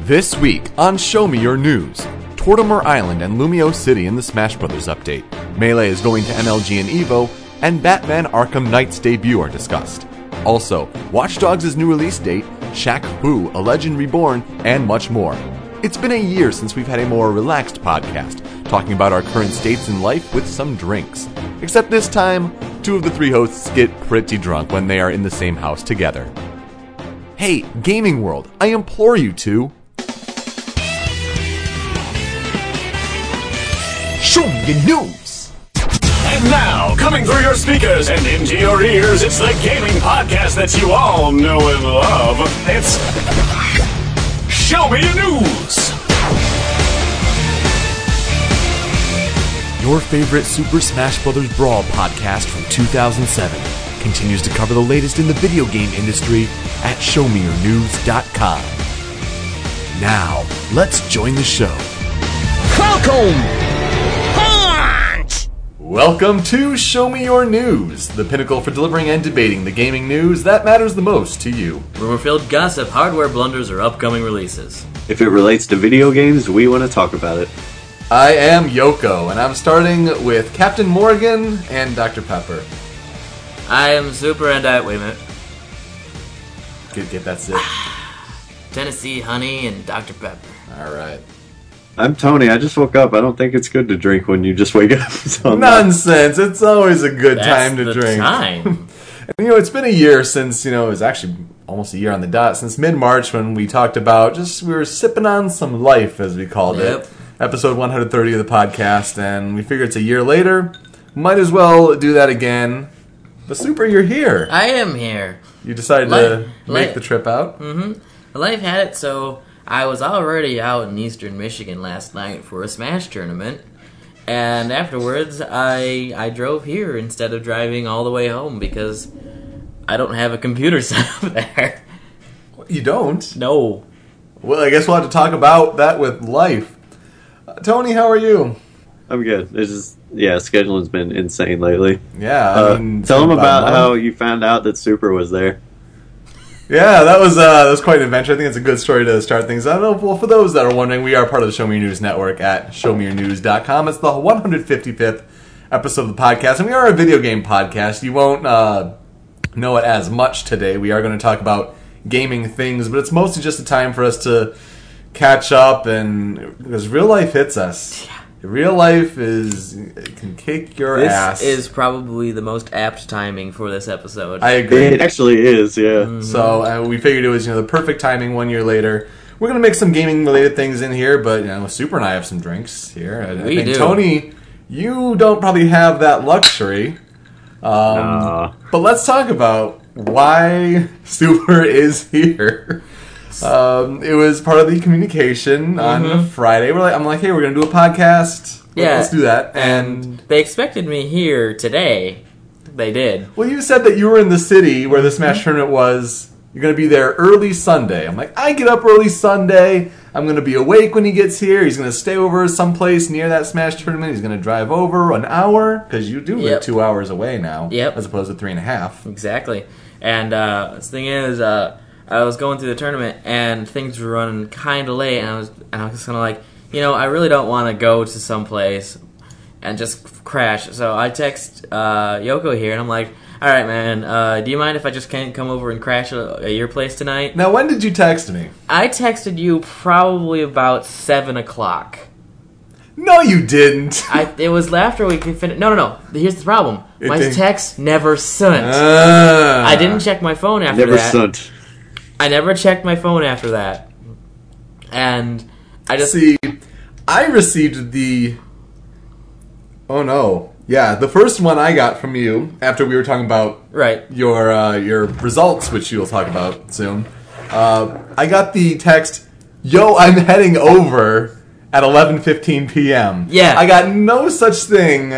This week on Show Me Your News, Tortimer Island and Lumio City in the Smash Bros. update, Melee is going to MLG and Evo, and Batman Arkham Knight's debut are discussed. Also, Watch Dogs' new release date, Shaq Fu, A Legend Reborn, and much more. It's been a year since we've had a more relaxed podcast, talking about our current states in life with some drinks. Except this time, two of the three hosts get pretty drunk when they are in the same house together. Hey, gaming world, I implore you to Show me your news. And now, coming through your speakers and into your ears, it's the gaming podcast that you all know and love. It's Show Me Your News! Your favorite Super Smash Bros. Brawl podcast from 2007 continues to cover the latest in the video game industry at showmeyournews.com. Now, let's join the show. Welcome to Show Me Your News, the pinnacle for delivering and debating the gaming news that matters the most to you. Rumor filled gossip, hardware blunders, or upcoming releases. If it relates to video games, we want to talk about it. I am Yoko, and I'm starting with Captain Morgan and Dr. Pepper. I am super and I. Wait a minute. Good, get that's it. Tennessee Honey and Dr. Pepper. All right. I'm Tony. I just woke up. I don't think it's good to drink when you just wake up. So I'm not- Nonsense. It's always a good That's time to the drink. Time. You know, it's been a year since, you know, it was actually almost a year on the dot, since mid March when we talked about just, we were sipping on some life, as we called Yep. it. Episode 130 of the podcast, and we figured it's a year later. Might as well do that again. But Super, you're here. I am here. You decided to Life- make life. the trip out. Life had it so I was already out in eastern Michigan last night for a Smash tournament. And afterwards, I I drove here instead of driving all the way home because I don't have a computer set up there. You don't. No, Well, I guess we'll have to talk about that with life. Uh, Tony, how are you? I'm good. It's just yeah, scheduling's been insane lately. Yeah, I Uh, mean, it's tell been them a about month. how you found out that Super was there. Yeah, that was uh, that was quite an adventure. I think it's a good story to start things. I don't know. Well, for those that are wondering, we are part of the Show Me Your News Network at showmeyournews.com. It's the 155th episode of the podcast, and we are a video game podcast. You won't uh, know it as much today. We are going to talk about gaming things, but it's mostly just a time for us to catch up, and because real life hits us, real life is it can kick your this ass. is probably the most apt timing for this episode. I agree. It actually is. Yeah. So uh, we figured it was you know the perfect timing. One year later, we're gonna make some gaming related things in here, but you know Super and I have some drinks here. I, I We think do. Tony, you don't probably have that luxury. Uh, But let's talk about why Super is here. Um, it was part of the communication on a Friday. We're like, I'm like, hey, we're gonna do a podcast. Mm-hmm. Yeah. let's do that. And and they expected me here today. They did. Well, you said that you were in the city where the Smash tournament was. You're going to be there early Sunday. I'm like, I get up early Sunday. I'm going to be awake when he gets here. He's going to stay over someplace near that Smash tournament. He's going to drive over an hour because you do live Yep. two hours away now, Yep. as opposed to three and a half. Exactly. And uh, the thing is, uh, I was going through the tournament and things were running kind of late, and I was and I was kind of like, you know, I really don't want to go to some place and just crash. So I text uh, Yoko here, and I'm like, all right, man, uh, do you mind if I just can't come over and crash at at your place tonight? Now, when did you text me? I texted you probably about seven o'clock. No, you didn't. I, it was after we could finish. No, no, no. Here's the problem. It my didn't- text never sent. Ah. I didn't check my phone after never that. sunt. I never checked my phone after that. And I just See, I received the. Oh no. Yeah, the first one I got from you after we were talking about right. your uh, your results, which you'll talk about soon. Uh, I got the text, "Yo, I'm heading over at 11:15 p.m." Yeah. I got no such thing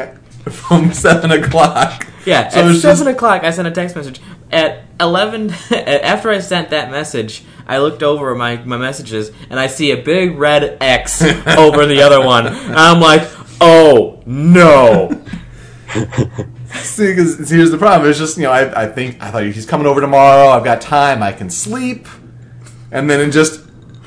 from seven o'clock. Yeah, so at it's seven just o'clock, I sent a text message. At eleven, after I sent that message, I looked over my my messages and I see a big red X over the other one. And I'm like, oh no. see, 'cause- see, here's the problem. It's just you know, I, I think I thought he's coming over tomorrow. I've got time. I can sleep, and then it just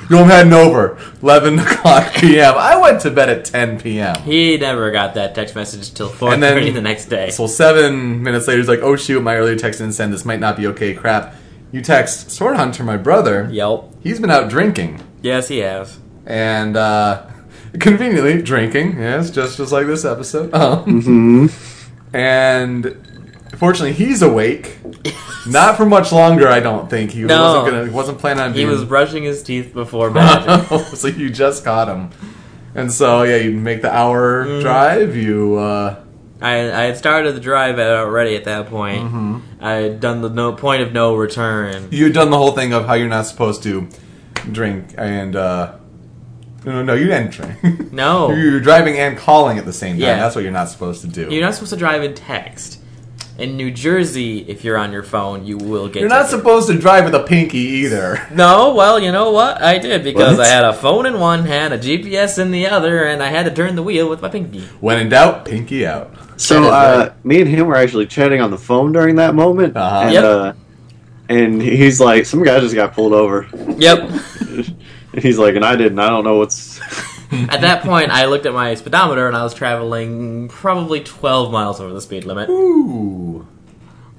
No, I'm heading over. 11 o'clock p.m. I went to bed at 10 p.m. He never got that text message till four And then- thirty the next day. So seven minutes later, he's like, "Oh shoot, my earlier text didn't send. This might not be okay. Crap." You text Sword Hunter, my brother. Yelp. He's been out drinking Yes, he has. and uh, conveniently drinking. Yes, just just like this episode. Um, And fortunately, he's awake. Not for much longer, I don't think. He No. wasn't gonna. Wasn't planning on. He being- was brushing his teeth before bed. so you just caught him. And so yeah, you make the hour Mm. drive. You. Uh, I, I had started the drive already at that point. Mm-hmm. I had done the no point of no return. You've done the whole thing of how you're not supposed to drink and uh no, no, no, you didn't drink. No. you're driving and calling at the same time. Yeah. That's what you're not supposed to do. You're not supposed to drive and text. In New Jersey, if you're on your phone, you will get. You're not tickets. supposed to drive with a pinky either. No, well, you know what? I did because What? I had a phone in one hand, a GPS in the other, and I had to turn the wheel with my pinky. When in doubt, pinky out. So uh, me and him were actually chatting on the phone during that moment, Uh-huh. and Yep. uh, and he's like, "Some guy just got pulled over." Yep. And he's like, "And I didn't. I don't know what's." at that point, I looked at my speedometer and I was traveling probably 12 miles over the speed limit. Ooh.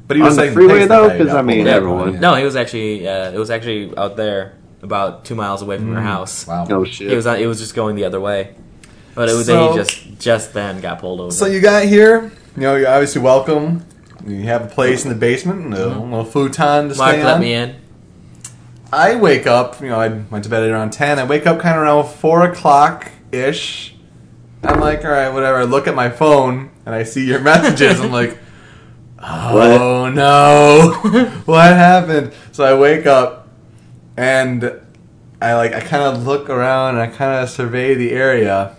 But he On was the saying freeway, thanks though, that you 'cause, got I mean, pulled over. everyone- No, he was actually uh, it was actually out there about two miles away Mm. from her house. Wow. oh It was shit! on, it was just going the other way, but it was So- he just just then got pulled over. So you got here. You know, you're obviously welcome. You have a place in the basement, and a little futon to Mark stay let on. me in. I wake up, you know, I went to bed at around 10. I wake up kind of around 4 o'clock ish. I'm like, all right, whatever. I look at my phone and I see your messages. I'm like, oh no, what happened? So I wake up and I like, I kind of look around and I kind of survey the area.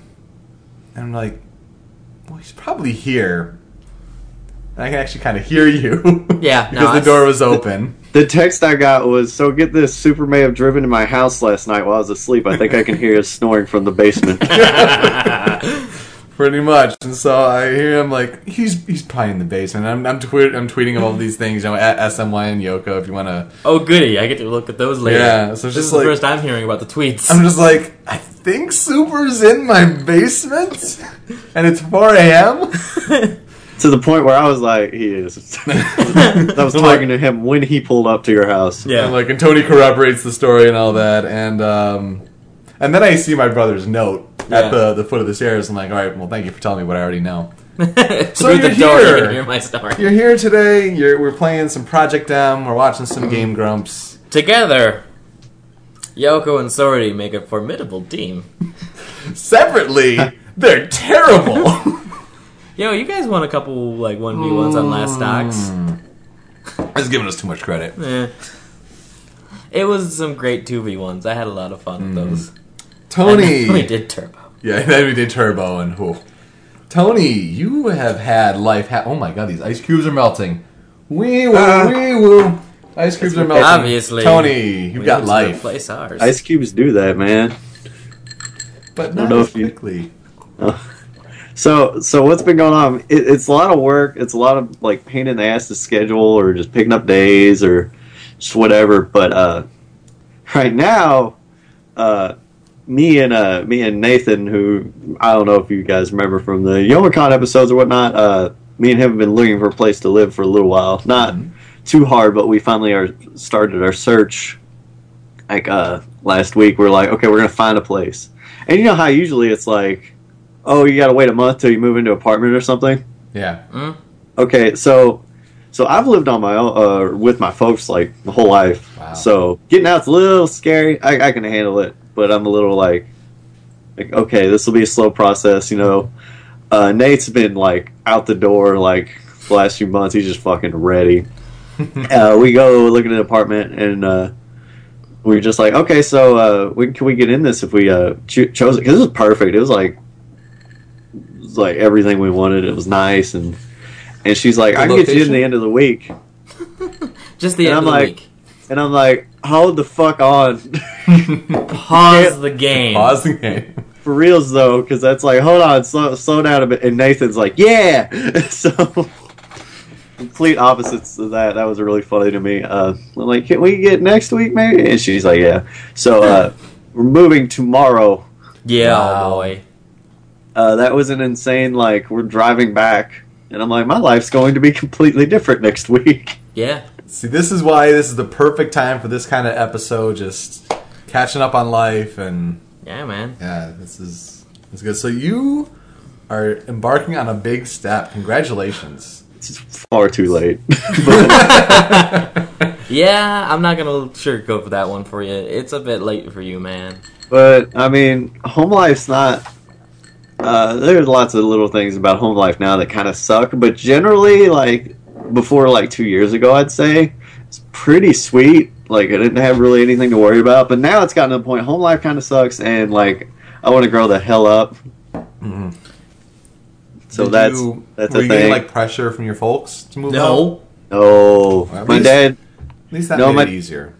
And I'm like, well, he's probably here. And I can actually kind of hear you. Yeah, no, because I the door s- was open. The text I got was, "So get this, Super may have driven to my house last night while I was asleep. I think I can hear his snoring from the basement." pretty much. And so I hear him like he's he's probably in the basement. I'm I'm, tweet, I'm tweeting all these things, you know, at SMY and Yoko. If you want to, Oh goody, I get to look at those later. Yeah, so this just is like- the first I'm hearing about the tweets. I'm just like I think Super's in my basement, and it's 4 a.m. to the point where I was like, "He is." I was talking to him when he pulled up to your house. yeah, And like and Tony corroborates the story and all that, and um, and then I see my brother's note Yeah. at the the foot of the stairs. I'm like, all right, well, thank you for telling me what I already know. so through you're the door you here. can hear my story. You're here today. You're, we're playing some Project M. We're watching some Mm-hmm. Game Grumps. Together, Yoko and Sori make a formidable team. Separately, they're terrible. Yo, you guys won a couple like one v ones on last stocks. It's giving us too much credit. Eh. It was some great two v ones. I had a lot of fun with those. Hmm. Tony, we did turbo. yeah, then we did Turbo and who? Tony, you have had life. Ha- oh my God, these ice cubes are melting. Wee woo, Uh. wee woo. Ice cubes are melting. Obviously. Tony, you've We got need to life, Replace ours. Ice cubes do that, man. but not know as if you- quickly. So, so what's been going on? It, it's a lot of work. It's a lot of like pain in the ass to schedule, or just picking up days, or just whatever. But uh, right now, uh, me and uh, me and Nathan, who I don't know if you guys remember from the Yomicon episodes or whatnot, uh, me and him have been looking for a place to live for a little while. Not too hard, but we finally are started our search. Like uh, last week, we we're like, okay, we're gonna find a place, and you know how usually it's like oh you gotta wait a month till you move into an apartment or something Yeah, okay so so i've lived on my own uh, with my folks like my whole life Wow. so getting out's a little scary I, I can handle it but i'm a little like like okay this will be a slow process you know uh, nate's been like out the door like the last few months he's just fucking ready uh, we go look at an apartment and uh, we were just like okay so uh, we, can we get in this if we uh, cho- chose it because it was perfect it was like it was like everything we wanted it was nice and and she's like i can get you in location? the end of the week Just the end And I'm of the like- week. and i'm like hold the fuck on Pause the game. pause the game. for reals though, because that's like, hold on, slow, slow down a bit. And Nathan's like, yeah. so complete opposites of that. That was really funny to me. Uh, I'm like, can we get next week maybe? And she's like, yeah. So uh, we're moving tomorrow. Yeah, Wow. boy. Uh, that was an insane. Like we're driving back, and I'm like, my life's going to be completely different next week. Yeah. See, this is why this is the perfect time for this kind of episode. Just catching up on life, and Yeah, man. yeah, this is this is good. So you are embarking on a big step. Congratulations. It's far too late. Yeah, I'm not gonna sugarcoat that one for you. It's a bit late for you, man. But I mean, home life's not. Uh, there's lots of little things about home life now that kind of suck, but generally, like before, like two years ago, I'd say it's pretty sweet. Like I didn't have really anything to worry about, but now it's gotten to the point. Home life kind of sucks, and like I want to grow the hell up. So Did that's you- that's were a you getting thing. like pressure from your folks to move out? no, Well, at my least- dad At least that No, made my- it easier.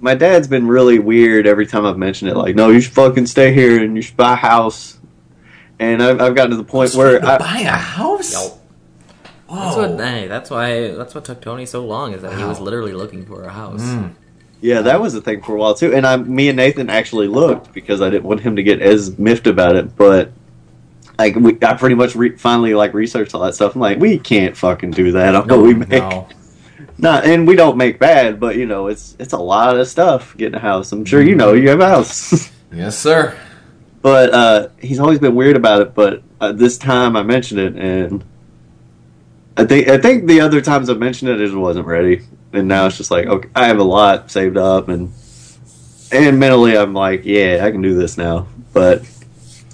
my dad's been really weird every time I've mentioned it. Like, no, you should fucking stay here and you should buy a house. And I've, I've gotten to the point where No, I, buy a house? Yo. Whoa. That's what. Hey, that's why. That's what took Tony so long is that he Wow. was literally looking for a house. Mm. yeah, that was a thing for a while too. And I, me and Nathan actually looked because I didn't want him to get as miffed about it. But like, we, I pretty much re- finally like researched all that stuff. I'm like, we can't fucking do that on what we make. No. Not, and we don't make bad, but you know, it's it's a lot of stuff getting a house. I'm sure you Mm-hmm. know you have a house. Yes, sir. but uh, he's always been weird about it. But uh, this time I mentioned it, and I think I think the other times I've mentioned it, it just wasn't ready. And now it's just like, okay, I have a lot saved up, and and mentally I'm like, yeah, I can do this now. But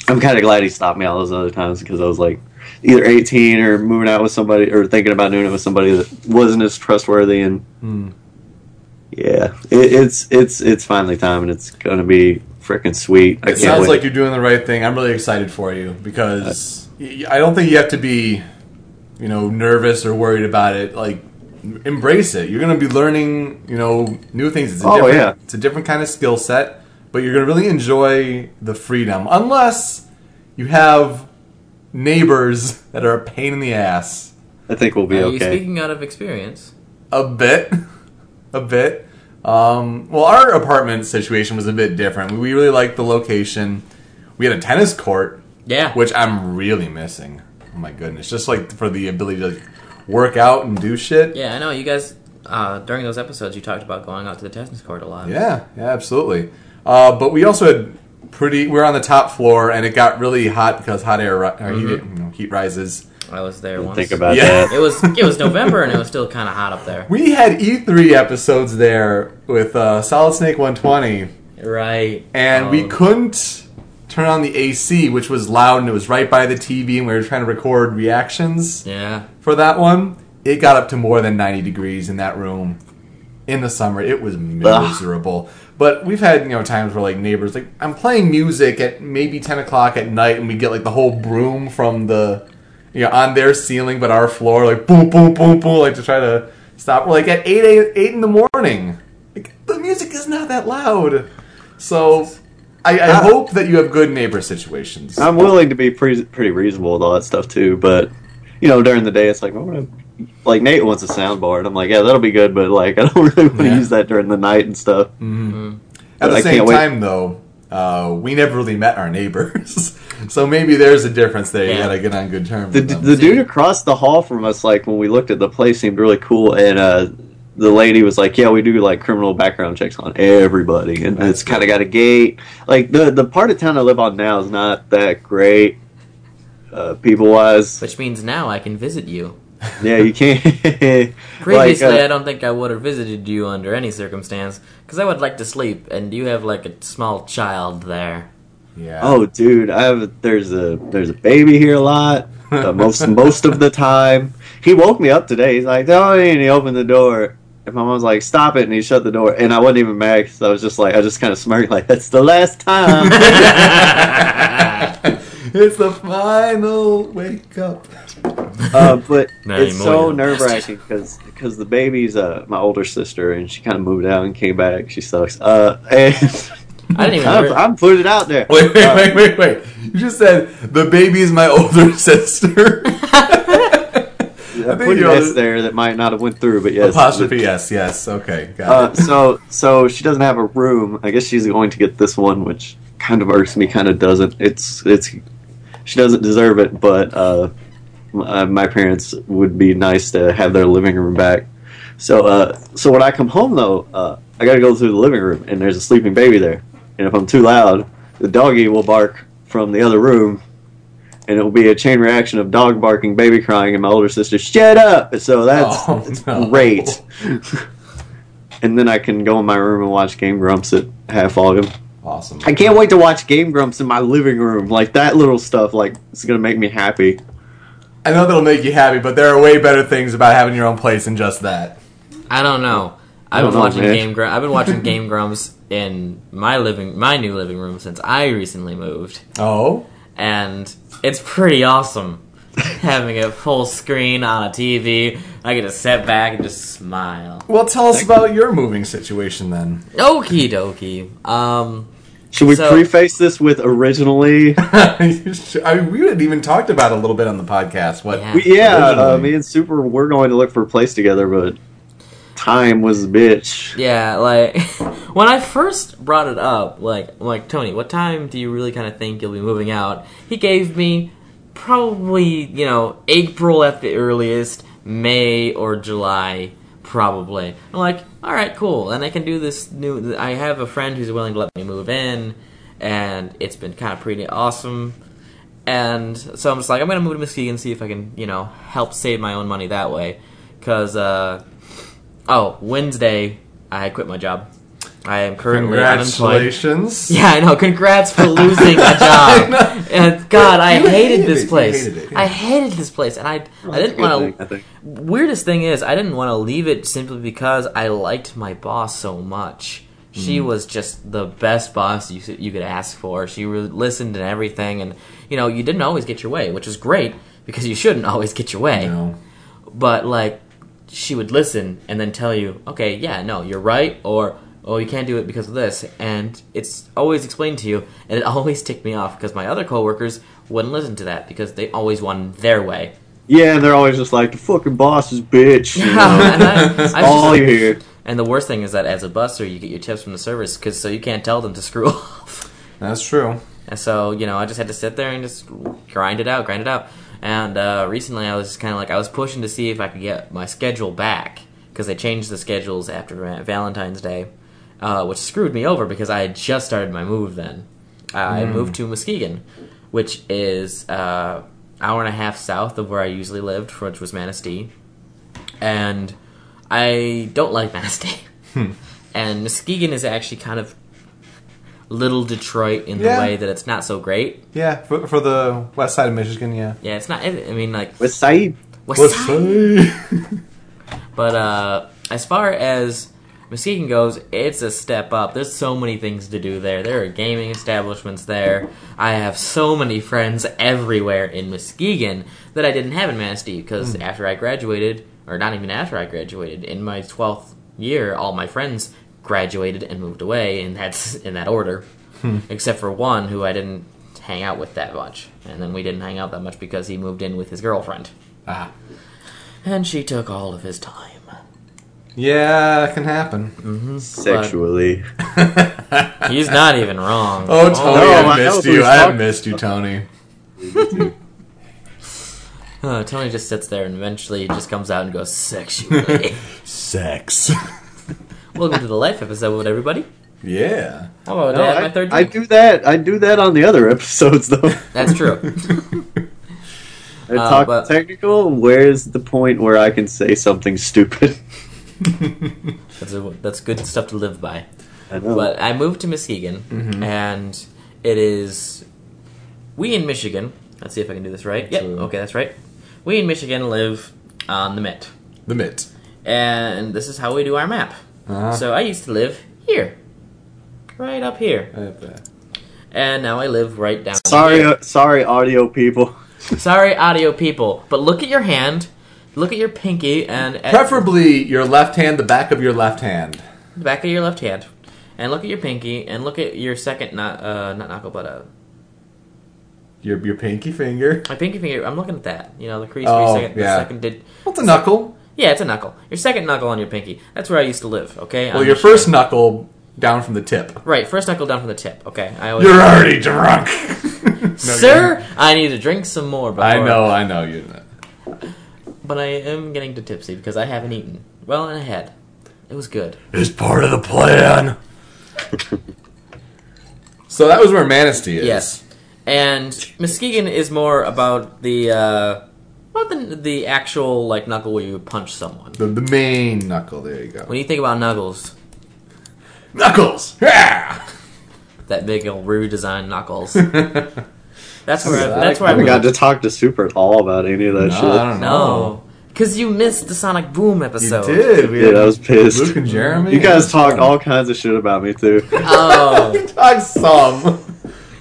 I'm kind of glad he stopped me all those other times because I was like, either 18 or moving out with somebody or thinking about doing it with somebody that wasn't as trustworthy and. Yeah, it, it's it's it's finally time, and it's gonna be freaking sweet. I It can't sounds wait. like you're doing the right thing. I'm really excited for you because y- I don't think you have to be, you know, nervous or worried about it. Like, embrace it. You're going to be learning, you know, new things. It's a Oh, different, yeah. It's a different kind of skill set, but you're going to really enjoy the freedom, unless you have neighbors that are a pain in the ass. I think we'll be Are Uh, you okay. speaking out of experience? A bit. a bit. Um, well, our apartment situation was a bit different. We really liked the location. We had a tennis court, Yeah. which I'm really missing. Oh my goodness. Just like for the ability to like, work out and do shit. Yeah, I know. You guys, uh, during those episodes, you talked about going out to the tennis court a lot. Yeah, yeah, absolutely. Uh, but we also had pretty, we were on the top floor and it got really hot because hot air, ri- or Mm-hmm. heat, you know, heat rises. I was there once. Think about Yeah. that. It was it was November and it was still kind of hot up there. We had E3 episodes there with uh, Solid Snake 120. Right. and we Um, couldn't turn on the AC, which was loud and it was right by the TV, and we were trying to record reactions Yeah. for that one. It got up to more than 90 degrees in that room in the summer. It was miserable. But we've had you know times where like neighbors like I'm playing music at maybe 10 o'clock at night, and we get like the whole broom from the you know on their ceiling, but our floor like boom boom boom boom like to try to stop. We're like at 8 8, 8 in the morning. Like, the music is not that loud, so. I, I hope that you have good neighbor situations. I'm willing to be pretty, pretty reasonable with all that stuff too, but you know, during the day, it's like I'm gonna, like Nate wants a sound bar, and I'm like, yeah, that'll be good, but like I don't really want to Yeah. Mm-hmm. use that during the night and stuff. Mm-hmm. At the I same can't wait. time, though, uh, we never really met our neighbors, so maybe there's a difference there. You Yeah. gotta get on good terms. The, with them. the dude across the hall from us, like when we looked at the place, seemed really cool, and uh, the lady was like, yeah, we do like criminal background checks on everybody, and it's kind of got a gate. Like the the part of town I live on now is not that great, uh, people wise. Which means now I can visit you. Yeah, you can't. Previously, Like, uh, I don't think I would have visited you under any circumstance because I would like to sleep, and you have like a small child there. yeah. Oh, dude, I have there's a there's a baby here a lot. uh, most most of the time, he woke me up today. He's like, "Oh," and he opened the door, and my mom was like, "Stop it!" And he shut the door, and I wasn't even mad because I was just like, I just kind of smirked, like, "That's the last time." it's the final wake up. uh, but Not it's anymore, so you nerve wracking because the baby's uh, my older sister, and she kind of moved out and came back. She sucks. Uh, and I didn't even. I'm, re- I'm putting it out there. Uh, Wait, wait, wait, wait, wait! You just said the baby's my older sister. Uh, I put an S there that might not have went through, but yes. Apostrophe yes, yes. Okay, got Uh, so so she doesn't have a room. I guess she's going to get this one, which kind of irks me. Kind of doesn't. It's it's she doesn't deserve it, but uh, m- uh, my parents would be nice to have their living room back. So uh, so when I come home though, uh, I got to go through the living room, and there's a sleeping baby there. And if I'm too loud, the doggy will bark from the other room. And it'll be a chain reaction of dog barking, baby crying, and my older sister, shut up! So that's Oh, it's no. great and then I can go in my room and watch Game Grumps at half volume. it. Awesome. I can't wait to watch Game Grumps in my living room. Like that little stuff, like it's gonna make me happy. I know that'll make you happy, but there are way better things about having your own place than just that. I don't know. I've don't been know, watching man. Game Grum- I've been watching Game Grumps in my living my new living room since I recently moved. Oh, and it's pretty awesome having a full screen on a TV. I get to sit back and just smile. well, tell us about your moving situation then. Okie dokie. Um, Should we So- preface this with originally? I mean, we had even talked about it a little bit on the podcast. What? Yeah. We- yeah, uh, Originally. me and Super were going to look for a place together, but time was a bitch. yeah, like when I first brought it up, like I'm like Tony, what time do you really kind of think you'll be moving out? He gave me probably you know April at the earliest, May or July probably. I'm like, all right, cool, and I can do this new. I have a friend who's willing to let me move in, and it's been kind of pretty awesome. And so I'm just like, I'm gonna move to Muskegon, see if I can, you know, help save my own money that way. Cause, uh, oh, Wednesday, I quit my job. I am currently unemployed. Congratulations. Yeah, I know. Congrats for losing a I job. know. and God, I You hated, hated it. this You place. hated it, yeah. I hated this place, and I, I didn't want I to. think. Weirdest thing is, I didn't want to leave it simply because I liked my boss so much. She Mm. was just the best boss you could- you could ask for. She re- listened and everything, and you know you didn't always get your way, which is great because you shouldn't always get your way. No. But like, she would listen and then tell you, okay, yeah, no, you're right, or oh, you can't do it because of this, and it's always explained to you, and it always ticked me off because my other coworkers wouldn't listen to that because they always wanted their way. Yeah, and they're always just like the fucking boss is bitch. You know? and I- I was just all like- you hear. And the worst thing is that as a buster, you get your tips from the service because so you can't tell them to screw off. That's true. And so you know, I just had to sit there and just grind it out, grind it out. And uh, recently, I was just kind of like I was pushing to see if I could get my schedule back because they changed the schedules after Va- Valentine's Day, uh, which screwed me over because I had just started my move then. Uh, I Hmm. moved to Muskegon, which is uh, hour and a half south of where I usually lived, which was Manistee, and I don't like Manistee. Hmm. and Muskegon is actually kind of little Detroit in the Yeah. way that it's not so great. Yeah, for, for the west side of Michigan, yeah. Yeah, it's not. I mean, like With Saeed. what's West side. But uh, as far as Muskegon goes, it's a step up. There's so many things to do there. There are gaming establishments there. I have so many friends everywhere in Muskegon that I didn't have in Manistee because after I graduated, or not even after I graduated, in my 12th year, all my friends graduated and moved away, and that's in that order, except for one who I didn't hang out with that much. And then we didn't hang out that much because he moved in with his girlfriend. Ah. And she took all of his time. Yeah, it can happen. Sexually. He's not even wrong. Oh, Tony, no, I I know missed what you. we're I talking missed you, Tony. Uh, Tony just sits there and eventually just comes out and goes sexually. Sex. Welcome to the life episode, everybody. yeah. How about No, that? I, My third Uh, I drink. do that. I do that on the other episodes though. That's true. I Uh, talk but- technical. Where's the point where I can say something stupid? That's a, that's good stuff to live by. I know. But I moved to Muskegon, Mm-hmm. and it is we in Michigan. Let's see if I can do this right. Yep. True. Okay, that's right. We in Michigan live on the Mitt, The mitt. and this is how we do our map. Uh. Uh-huh. So I used to live here, right up here, and now I live right down. sorry, here. uh, sorry, audio people. Sorry, audio people, but look at your hand, look at your pinky, and at Preferably your left hand, the back of your left hand. the back of your left hand, and look at your pinky, and look at your second not uh not knuckle but uh Your your pinky finger. My pinky finger. I'm looking at that. You know, the crease. Oh, where your second, yeah. the second did. What's a knuckle? Yeah, it's a knuckle. Your second knuckle on your pinky. That's where I used to live. Okay. Well, I'm your just- first knuckle down from the tip. Right, first knuckle down from the tip. Okay. I always. You're already drunk. Sir, I need to drink some more. Before, I know, I know you. But I am getting too tipsy because I haven't eaten. Well, and I had. It was good. It's part of the plan. so that was where Manistee is. Yes. And Muskegon is more about the uh, about the the actual like knuckle where you punch someone. The, the main knuckle. There you go. When you think about knuckles, Knuckles. Yeah. that big old redesigned knuckles. that's where I, Exactly. that's where I I haven't got moved. to talk to Super at all about any of that No, shit. I don't know. No, because you missed the Sonic Boom You episode. did. We Yeah, had I was pissed. Luke and Jeremy. You guys talked all kinds of shit about me too. Oh, You talked some.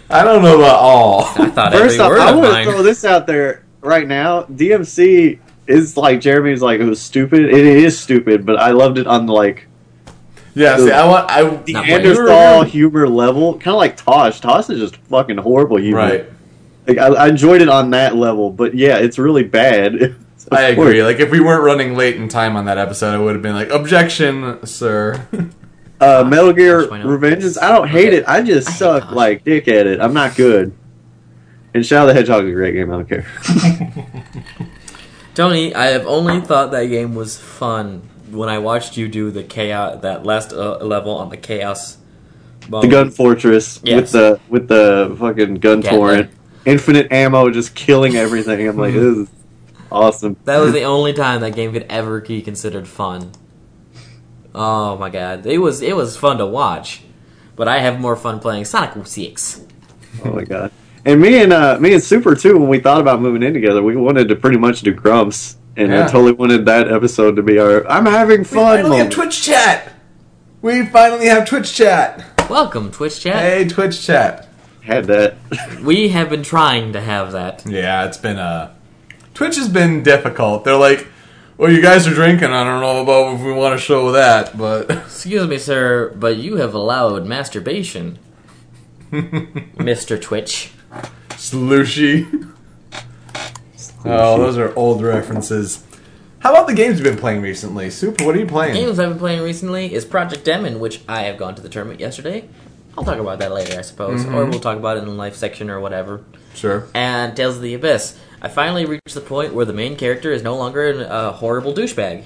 I don't know about all. I thought First every off, word I of want mine. to throw this out there right now. DMC is like Jeremy's like it was stupid. It is stupid, but I loved it on like Yeah. See, I want. I the Not Andersthal humor level, kind of like Tosh. Tosh is just fucking horrible humor. Right. Like I, I enjoyed it on that level, but yeah, it's really bad. I agree. Like if we weren't running late in time on that episode, I would have been like, "Objection, sir." Uh, Metal Gear Tosh, why not? Revengeance. I don't hate Okay. it. I just I hate suck Tosh. like dick at it. I'm not good. And Shadow the Hedgehog is a great game. I don't care. Tony, I have only thought that game was fun when I watched you do the chaos that last uh, level on the chaos. the bomb. gun fortress with Um, Yes. the with the fucking gun Gatling. torrent, infinite ammo, just killing everything. I'm like, this is awesome. Hmm. That was the only time that game could ever be considered fun. Oh my god, it was it was fun to watch, but I have more fun playing Sonic CX. oh my god. And me and uh, me and Super too. When we thought about moving in together, we wanted to pretty much do Grumps, and Yeah. I totally wanted that episode to be our "I'm having fun" finally have moment. Twitch chat. We finally have Twitch chat. Welcome Twitch chat. Hey, Twitch chat. Had that. We have been trying to have that. Yeah, it's been uh Twitch has been difficult. They're like, well, you guys are drinking. I don't know about if we want to show that, but Excuse me, sir, but you have allowed masturbation, Mister Twitch. slushy. Oh, those are old references. How about the games you've been playing recently, Super? What are you playing? Games I've been playing recently is Project M, in which I have gone to the tournament yesterday. I'll talk about that later, I suppose, or we'll talk about it in the life section or whatever. Sure. and Tales of the Abyss. I finally reached the point where the main character is no longer an- a horrible douchebag.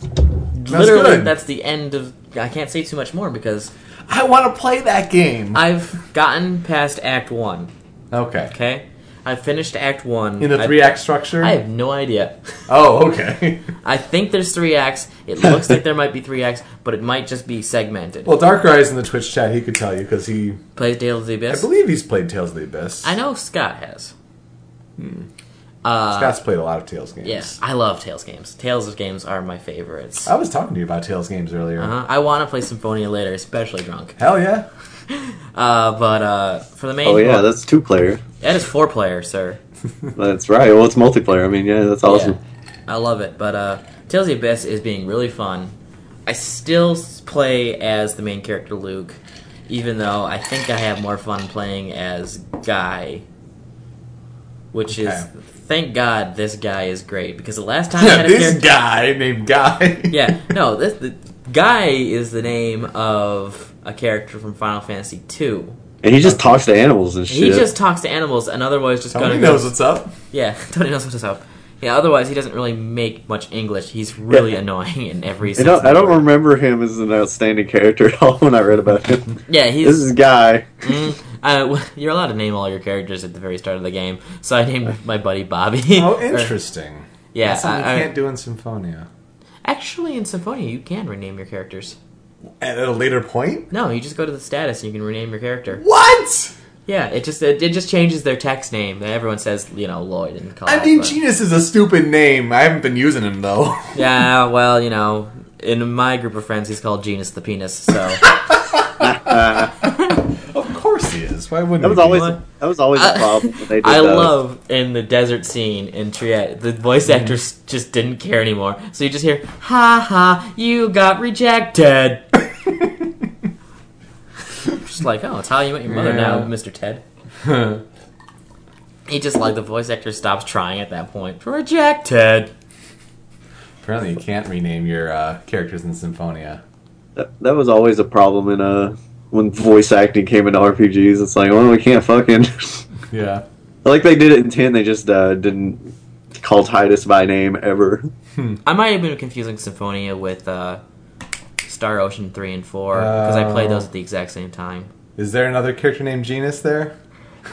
That's Literally, good. that's the end of. I can't say too much more because I want to play that game. I've gotten past Act One. okay. Okay, I finished Act One. In the I- three act structure. I, have no idea. Oh, okay. I think there's three acts. It looks like there might be three acts, but it might just be segmented. well, Dark Rise in the Twitch chat, he could tell you because he, Play Tales of the I Abyss. believe he's played Tales of the Abyss. I know Scott has. Scott's played a lot of Tales games. Yes, I love Tales games. Tales of games are my favorites. I was talking to you about Tales games earlier. Uh-huh. I want to play Symphonia later, especially drunk. Hell yeah. Uh, but uh, for the main, Oh yeah, that's two player. that is four player, sir. That's right. Well, it's multiplayer. I mean, yeah, that's awesome. Yeah, I love it. But uh, Tales of the Abyss is being really fun. I still s- play as the main character Luke, even though I think I have more fun playing as Guy. Which is, Okay. thank God, this guy is great because the last time I Yeah, had a this character, guy named Guy. yeah, no, this the, Guy is the name of a character from Final Fantasy II. And he just talks to animals and shit. He just talks to animals, and otherwise just Tony gotta knows what's up. Yeah, Tony knows what's up. Yeah, otherwise he doesn't really make much English. He's really Yeah. annoying in every I sense. of don't, the I don't word. remember him as an outstanding character at all when I read about him. Yeah, This he's. is guy. mm, uh, you're allowed to name all your characters at the very start of the game, so I named my buddy Bobby. Oh, Or- interesting. yeah, That's something I- I- you can't do in Symphonia. actually, in Symphonia you can rename your characters. At a later point? No, you just go to the status and you can rename your character. What? Yeah, it just it, it just changes their text name. Everyone says you know Lloyd and. Call I mean, Genius is a stupid name. I haven't been using him, though. Yeah, well, you know, in my group of friends, he's called Genus the Penis. So. of course he is. Why wouldn't That was he? be? always What? that was always a problem when they did I that. love in the desert scene in Triet, the voice Mm-hmm. actors just didn't care anymore. So you just hear, ha ha, you got rejected. just like, oh, it's how you met your mother now, Yeah. Mr. Ted. He just like the voice actor stops trying at that point. Rejected. Apparently, you can't rename your uh, characters in Symphonia. That, that was always a problem in uh when voice acting came into RPGs. It's like, well, we can't fucking Yeah. like they did it in ten. They just uh, didn't call Titus by name ever. I might have been confusing Symphonia with uh, Star Ocean three and four because I played Oh. those at the exact same time. Is there another character named Genus there?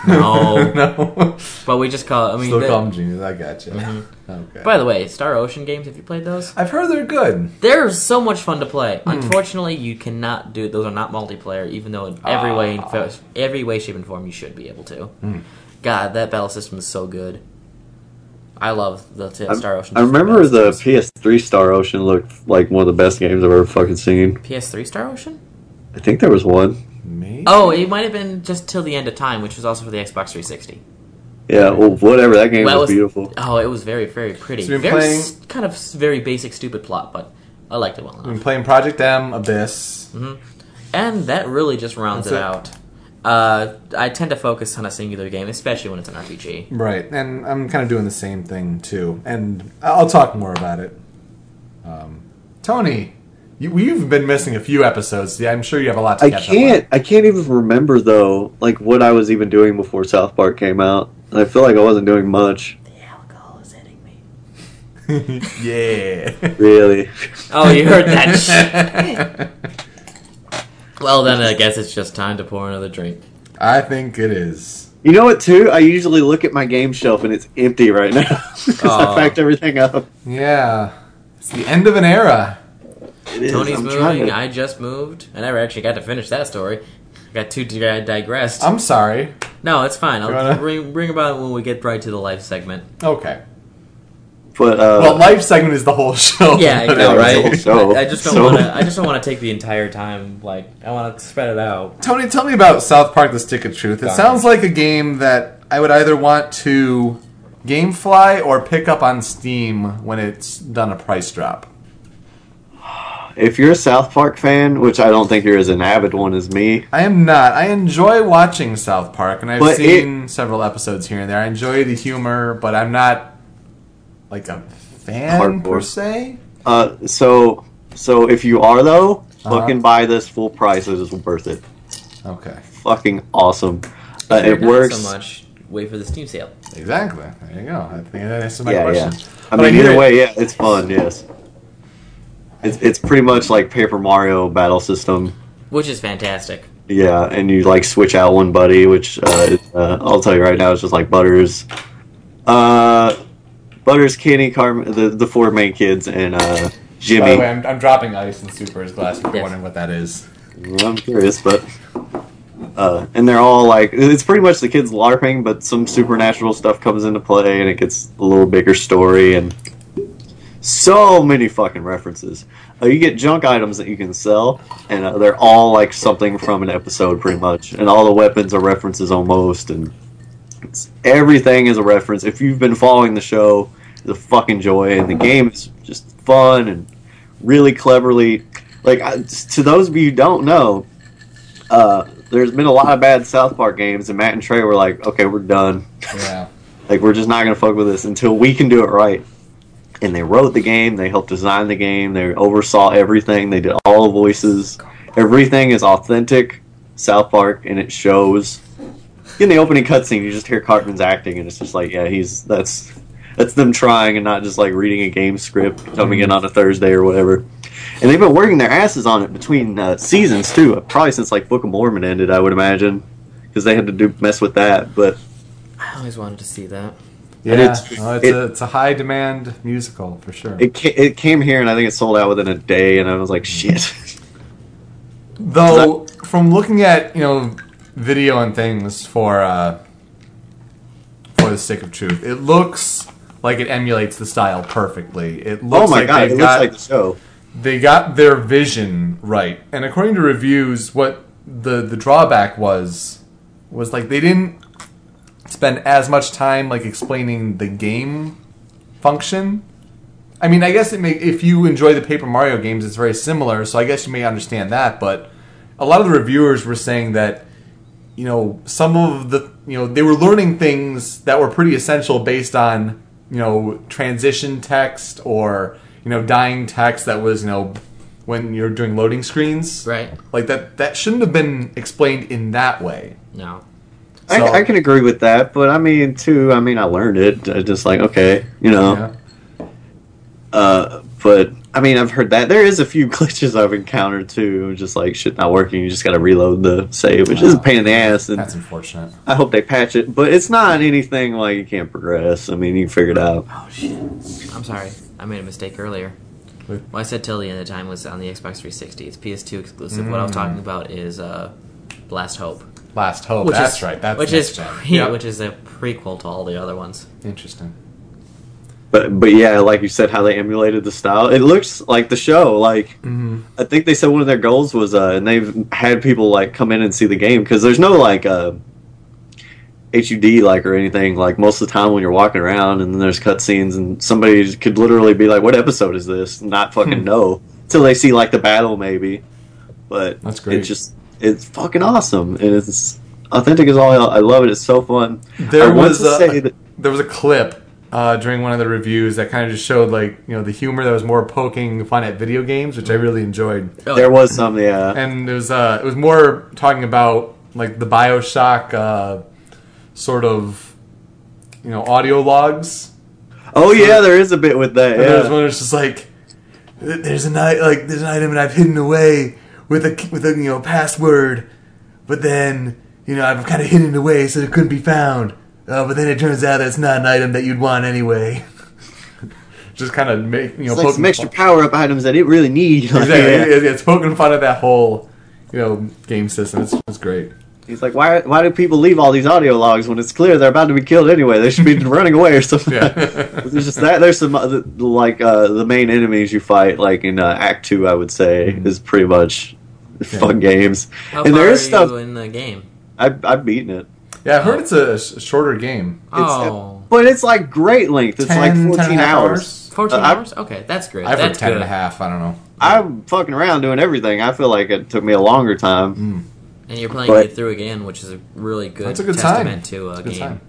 No. no. But we just call. It, I mean, Still the- call him Genus. I gotcha. Mm-hmm. Okay. by the way, Star Ocean games. Have you played those? I've heard they're good. They're so much fun to play. Hmm. Unfortunately, you cannot do those. Are not multiplayer, even though in every way, Ah. in fa- every way, shape, and form, you should be able to. Hmm. God, that battle system is so good. I love the t- Star Ocean. I remember battle the systems. PS3 Star Ocean looked like one of the best games I've ever fucking seen. PS3 Star Ocean. I think there was one. Me? Oh, it might have been just till the end of time, which was also for the Xbox 360. Yeah, well, whatever. That game Well, was it was- beautiful. Oh, it was very, very pretty. So you've been very playing- s- kind of s- very basic, stupid plot, but I liked it well I've been enough. playing Project M, Abyss. Hmm. And that really just rounds it, That's it. out. Uh, I tend to focus on a singular game, especially when it's an RPG. Right, and I'm kind of doing the same thing too, and I'll talk more about it. Um, Tony, you, you've been missing a few episodes. Yeah, I'm sure you have a lot to I catch can't. I can't even remember though, like what I was even doing before South Park came out. I feel like I wasn't doing much, The alcohol is hitting me. up on. yeah. really. Oh, you heard that shit. Well, then I guess it's just time to pour another drink. I think it is. You know what? Too, I usually look at my game shelf and it's empty right now 'Cause Aw. I packed everything up. Yeah, it's the end of an era. It is. Tony's I'm trying moving. to- I just moved. I never actually got to finish that story. I got too dig- I digressed. I'm sorry. no, it's fine. I'll You wanna- bring, bring about it when we get right to the life segment. Okay. but uh, Well, life segment is the whole show. Yeah, I know, right? So- I, I just don't so- want to. I just don't want to take the entire time. Like, I want to spread it out. Tony, tell me about South Park: The Stick of Truth. It Darn. sounds like a game that I would either want to GameFly or pick up on Steam when it's done a price drop. if you're a South Park fan, which I don't think you're as an avid one as me, I am not. I enjoy watching South Park, and I've But seen several episodes here and there. I enjoy the humor, but I'm not like a fan per Hardcore. se. uh, so so if you are though, Uh-huh. fucking buy this full price. It is worth it. Okay, Fucking awesome. Uh, If you're it not works. so much. Wait for the Steam sale. exactly. There you go. I think that answers my yeah, question. yeah. I But mean, hear either it- way, yeah, it's fun. Yes, it's it's pretty much like Paper Mario battle system. which is fantastic. Yeah, and you like switch out one buddy, which uh, is, uh, I'll tell you right now, it's just like Butters, uh, Butters, Kenny, Carmen, the the four main kids, and uh, By Jimmy. the way, I'm, I'm dropping ice in Super's glass. If you're Yes. wondering what that is. I'm curious, but uh, and they're all like it's pretty much the kids larping, but some supernatural stuff comes into play, and it gets a little bigger story, and so many fucking references. Uh, you get junk items that you can sell, and uh, they're all like something from an episode, pretty much, and all the weapons are references almost, and it's, everything is a reference. If you've been following the show, the fucking joy, and the game is just fun and really cleverly like I, to those of you who don't know uh, there's been a lot of bad south park games and matt and trey were like okay we're done Yeah. like we're just not gonna fuck with this until we can do it right and they wrote the game they helped design the game they oversaw everything they did all the voices everything is authentic south park and it shows in the opening cutscene you just hear cartman's acting and it's just like yeah he's that's that's them trying and not just like reading a game script coming in on a thursday or whatever and they've been working their asses on it between uh, seasons too probably since like book of mormon ended i would imagine because they had to do mess with that but I always wanted to see that. Yeah, And it's- no, it's, it- a, it's a high demand musical for sure. It, ca- it came here and I think it sold out within a day, and I was like, shit. Though, from looking at you know video and things for uh, for the stick of truth, it looks like it emulates the style perfectly. It looks oh my like god, it they've looks got like the show. they got their vision right. And according to reviews, what the the drawback was was like they didn't spend as much time like explaining the game function. I mean, I guess it may if you enjoy the Paper Mario games, it's very similar, so I guess you may understand that, but a lot of the reviewers were saying that you know, some of the, you know, they were learning things that were pretty essential based on, you know, transition text or, you know, dying text that was, you know, when you're doing loading screens. Right. Like that, that shouldn't have been explained in that way. No. So- I, I can agree with that, but I mean, too, I mean, I learned it. I just like, okay, you know. Yeah. Uh, but I mean, I've heard that there is a few glitches I've encountered too, just like shit not working. You just got to reload the save, which is a pain in the ass, and That's unfortunate. I hope they patch it. But it's not anything like you can't progress. I mean, you can figure it out. Oh shit. I'm sorry. I made a mistake earlier. Wait. Well, I said till the end of time was on the Xbox 360. It's PS2 exclusive. What I Hmm. was talking about is uh, Last Hope, Last hope. Oh, that's right. That's which next is gen. pre- Yeah. which is a prequel to all the other ones. Interesting. But but yeah, like you said, how they emulated the style. It looks like the show. Like Mm-hmm. I think they said one of their goals was, uh, and they've had people like come in and see the game because there's no like uh, HUD like or anything. Like most of the time when you're walking around, and then there's cutscenes, and somebody could literally be like, "What episode is this?" Not Hmm. fucking know till they see like the battle maybe. But That's great. It's just it's fucking awesome, and it's authentic as all. hell. I love it. It's so fun. I There want was uh, to a, say that- there was a clip uh, during one of the reviews that kind of just showed like you know the humor that was more poking fun at video games, which I really enjoyed. Oh, there was some yeah. And it was uh, it was more talking about like the Bioshock uh, sort of you know audio logs. Oh yeah, there is a bit with that. And there was Yeah. one that's just like there's an i- like there's an item that I've hidden away with a with a you know password, but then you know I've kind of hidden it away so it couldn't be found. Uh, but then it turns out that it's not an item that you'd want anyway. just kind of make you know It's like some poking extra fun. power up items that it really needs. Like, Exactly. yeah. It- it's poking fun at that whole you know game system. It's, it's great. He's like, why? Why do people leave all these audio logs when it's clear they're about to be killed anyway? They should be running away or something. Yeah. there's just that. There's some other, like uh, the main enemies you fight, like in uh, Act Two, I would say, is pretty much fun games. How and far there is are stuff you in the game? I, I've beaten it. It's, yeah, I've heard it's a sh- shorter game. uh, Oh. but it's like great length. It's like 10, 10 and a 14 half hours. 14 uh, I- hours? Okay, that's great. I've heard that's ten and a half. good. I don't know. I'm fucking around doing everything. I feel like it took me a longer time. And you're playing But- it through again, which is a really good, That's a good time. testament to a Good game. time.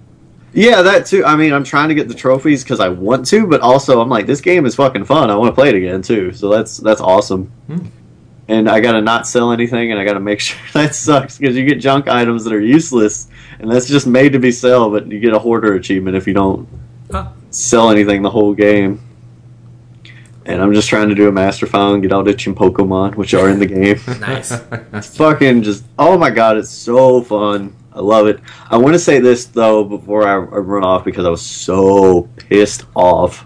Yeah, that too. I mean, I'm trying to get the trophies because I want to, but also I'm like, this game is fucking fun. I want to play it again too. So that's that's awesome. And I gotta not sell anything, and I gotta make sure that sucks because you get junk items that are useless, and that's just made to be sell. But you get a hoarder achievement if you don't Huh. sell anything the whole game. And I'm just trying to do a master file and get all the Pokemon, which are in the game Nice. fucking just oh my god it's so fun i love it i want to say this though before I, I run off because i was so pissed off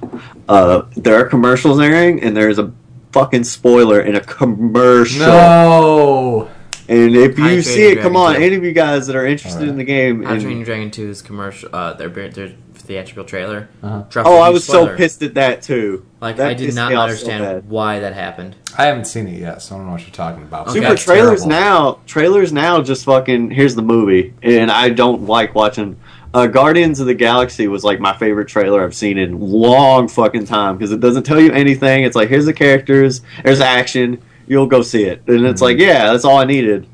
uh, there are commercials airing and there's a fucking spoiler in a commercial No. and if How to Train you see it Your come Dragon on two. any of you guys that are interested in the game How to and- Train Your Dragon 2's commercial, uh, their, their theatrical trailer. Uh-huh. dropped a oh huge i was spoiler. so pissed at that too Like That I did pissed not me off so understand bad. why that happened. I haven't seen it yet, so I don't know what you're talking about. Okay. Super That's trailers terrible. now. Trailers now just fucking here's the movie, and I don't like watching. Uh, Guardians of the Galaxy was like my favorite trailer I've seen in long fucking time because it doesn't tell you anything. It's like here's the characters, there's action. You'll go see it, and it's like yeah, that's all I needed.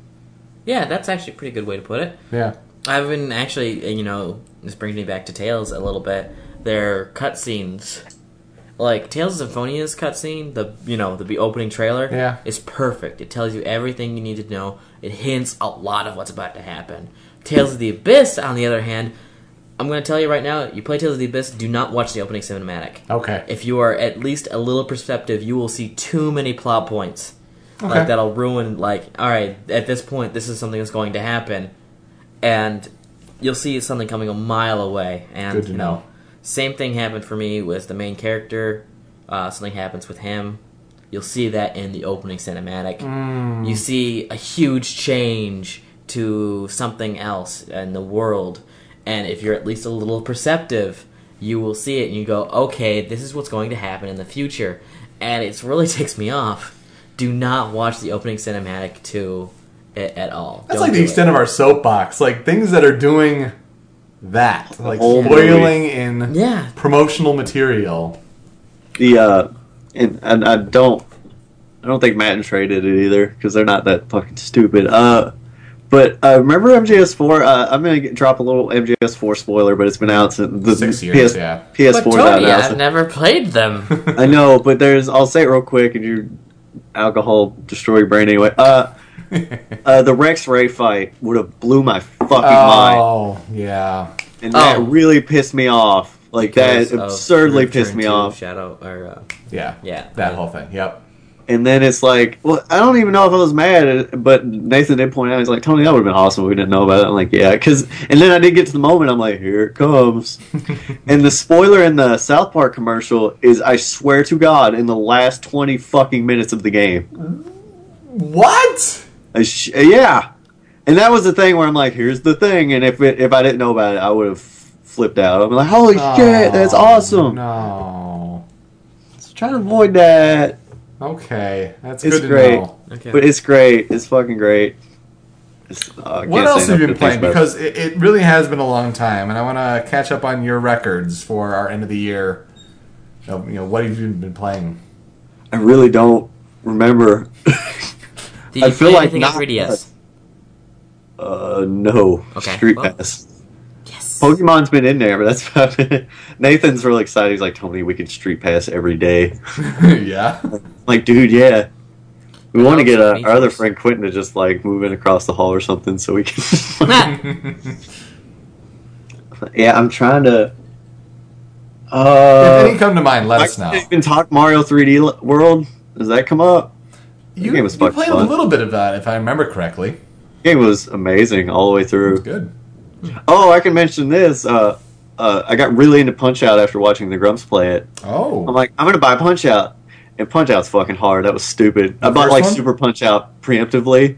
Yeah, that's actually a pretty good way to put it. Yeah. I've been actually, uh, you know, this brings me back to Tails a little bit. Their cutscenes, like Tails of Symphonia's cutscene, the you know the be- opening trailer, Yeah. is perfect. It tells you everything you need to know. It hints a lot of what's about to happen. Tales of the Abyss, on the other hand, I'm going to tell you right now: you play Tales of the Abyss, do not watch the opening cinematic. Okay. If you are at least a little perceptive, you will see too many plot points. Okay. Like that'll ruin like all right, at this point this is something that's going to happen and you'll see something coming a mile away and Good to you know. know same thing happened for me with the main character. Uh, something happens with him. You'll see that in the opening cinematic. Mm. You see a huge change to something else in the world. And if you're at least a little perceptive, you will see it and you go, okay, this is what's going to happen in the future. And it really takes me off. Do not watch the opening cinematic to it at all. That's like the extent of our soapbox. Like things that are doing that, like whole spoiling in Yeah. promotional material. The uh, and, and I don't, I don't think Matt and Trey did it either because they're not that fucking stupid. Uh, But uh, remember MGS4? Uh, I'm gonna get, drop a little MGS4 spoiler, but it's been out since the Six years, PS, yeah. PS4 But is out Tony, now. I've so- never played them. I know, but there's. I'll say it real quick, and you alcohol destroy your brain anyway. Uh, uh, the Rex Ray fight would have blew my fucking mind, Oh, yeah. and that Oh. really pissed me off. Like Because that of absurdly Oh, Return pissed me to off. Shadow or uh, Yeah. Yeah. That whole thing. Yep. And then it's like, well, I don't even know if I was mad, but Nathan did point out, he's like, Tony, that would have been awesome if we didn't know about it. I'm like, yeah, because, and then I did get to the moment, I'm like, here it comes. and the spoiler in the South Park commercial is, I swear to God, in the last 20 fucking minutes of the game. What? I sh- yeah. And that was the thing where I'm like, here's the thing. And if it, if I didn't know about it, I would have flipped out. I'm like, holy shit, that's awesome. Oh, No. Try to avoid that. Okay. That's It's good to great. know. okay. But it's great. It's fucking great. It's- oh, I What can't else say have enough you good been playing? things about it. Because it, it really has been a long time, and I want to catch up on your records for our end of the year. You know, you know, what have you been playing? I really don't remember. Did you I feel play like anything on not- 3DS? uh, no. Okay, Street well. Pass. Yes. Pokemon's been in there, but that's about it. Nathan's really excited. He's like, Tony, we can Street Pass every day. yeah. I'm like, dude, yeah. We want to get uh, Me our other too. friend Quentin to just like move in across the hall or something so we can. yeah, I'm trying to. if any Uh, come to mind, let I us know. can't even talk Mario 3D L- World. Does that come up? You, game you was fucking played a fun. little bit of that, if I remember correctly. Game was amazing all the way through. Good. Oh, I can mention this. Uh, uh, I got really into Punch Out after watching the Grumps play it. Oh. I'm like, I'm gonna buy Punch Out, and Punch Out's fucking hard. That was stupid. I The bought first like one? Super Punch Out preemptively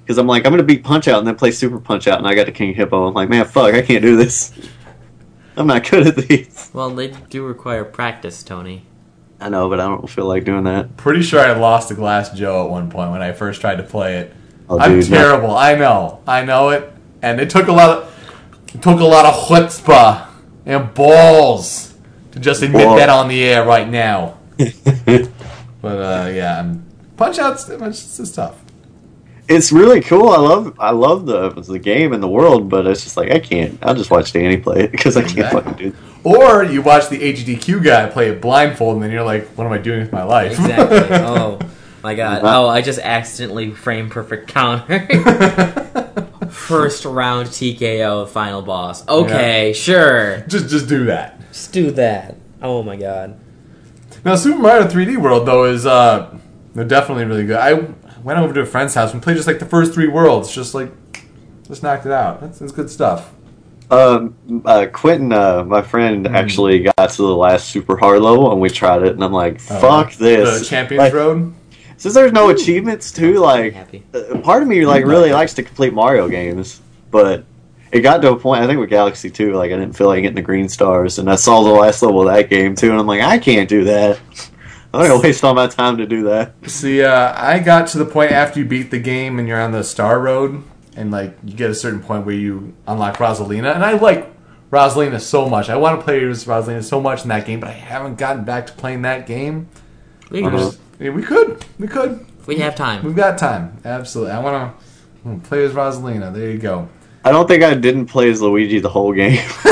because I'm like, I'm gonna beat Punch Out and then play Super Punch Out, and I got to King Hippo. I'm like, man, fuck, I can't do this. I'm not good at these. Well, they do require practice, Tony. I know, but I don't feel like doing that. Pretty sure I lost a glass Joe at one point when I first tried to play it. Oh, I'm dude, no. terrible. I know. I know it. And it took a lot of it took a lot of chutzpah and balls to just admit Balls. that on the air right now. but uh, yeah, I'm, punch outs it's, it's tough. It's really cool. I love, I love the the game and the world, but it's just like I can't. I'll just watch Danny play it because I can't Exactly. fucking do. It. Or you watch the HDQ guy play it blindfold, and then you're like, "What am I doing with my life?" Exactly. oh my god. Oh, I just accidentally frame perfect counter. First round TKO final boss. Okay, sure. just just do that. Just do that. Oh my god. Now, Super Mario 3D World though is uh, they're definitely really good. I went over to a friend's house and played just like the first three worlds, just like just knocked it out. That's, that's good stuff. Um, uh, Quentin, uh, my friend, Hmm. actually got to the last super hard level, and we tried it, and I'm like, "Fuck this!" Oh. The Champions Like, Road. Since there's no achievements too, like, Happy. uh, part of me like really likes to complete Mario games, but it got to a point. I think with Galaxy Two, like, I didn't feel like getting the green stars, and I saw the last level of that game too, and I'm like, I can't do that. I'm gonna waste all my time to do that. See, uh, I got to the point after you beat the game and you're on the Star Road, and like you get a certain point where you unlock Rosalina, and I like Rosalina so much. I want to play as Rosalina so much in that game, but I haven't gotten back to playing that game. We, I Uh-huh. just- yeah, we could, we could, we have time. we've got time. Absolutely, I want to play as Rosalina. There you go. I don't think I didn't play as Luigi the whole game.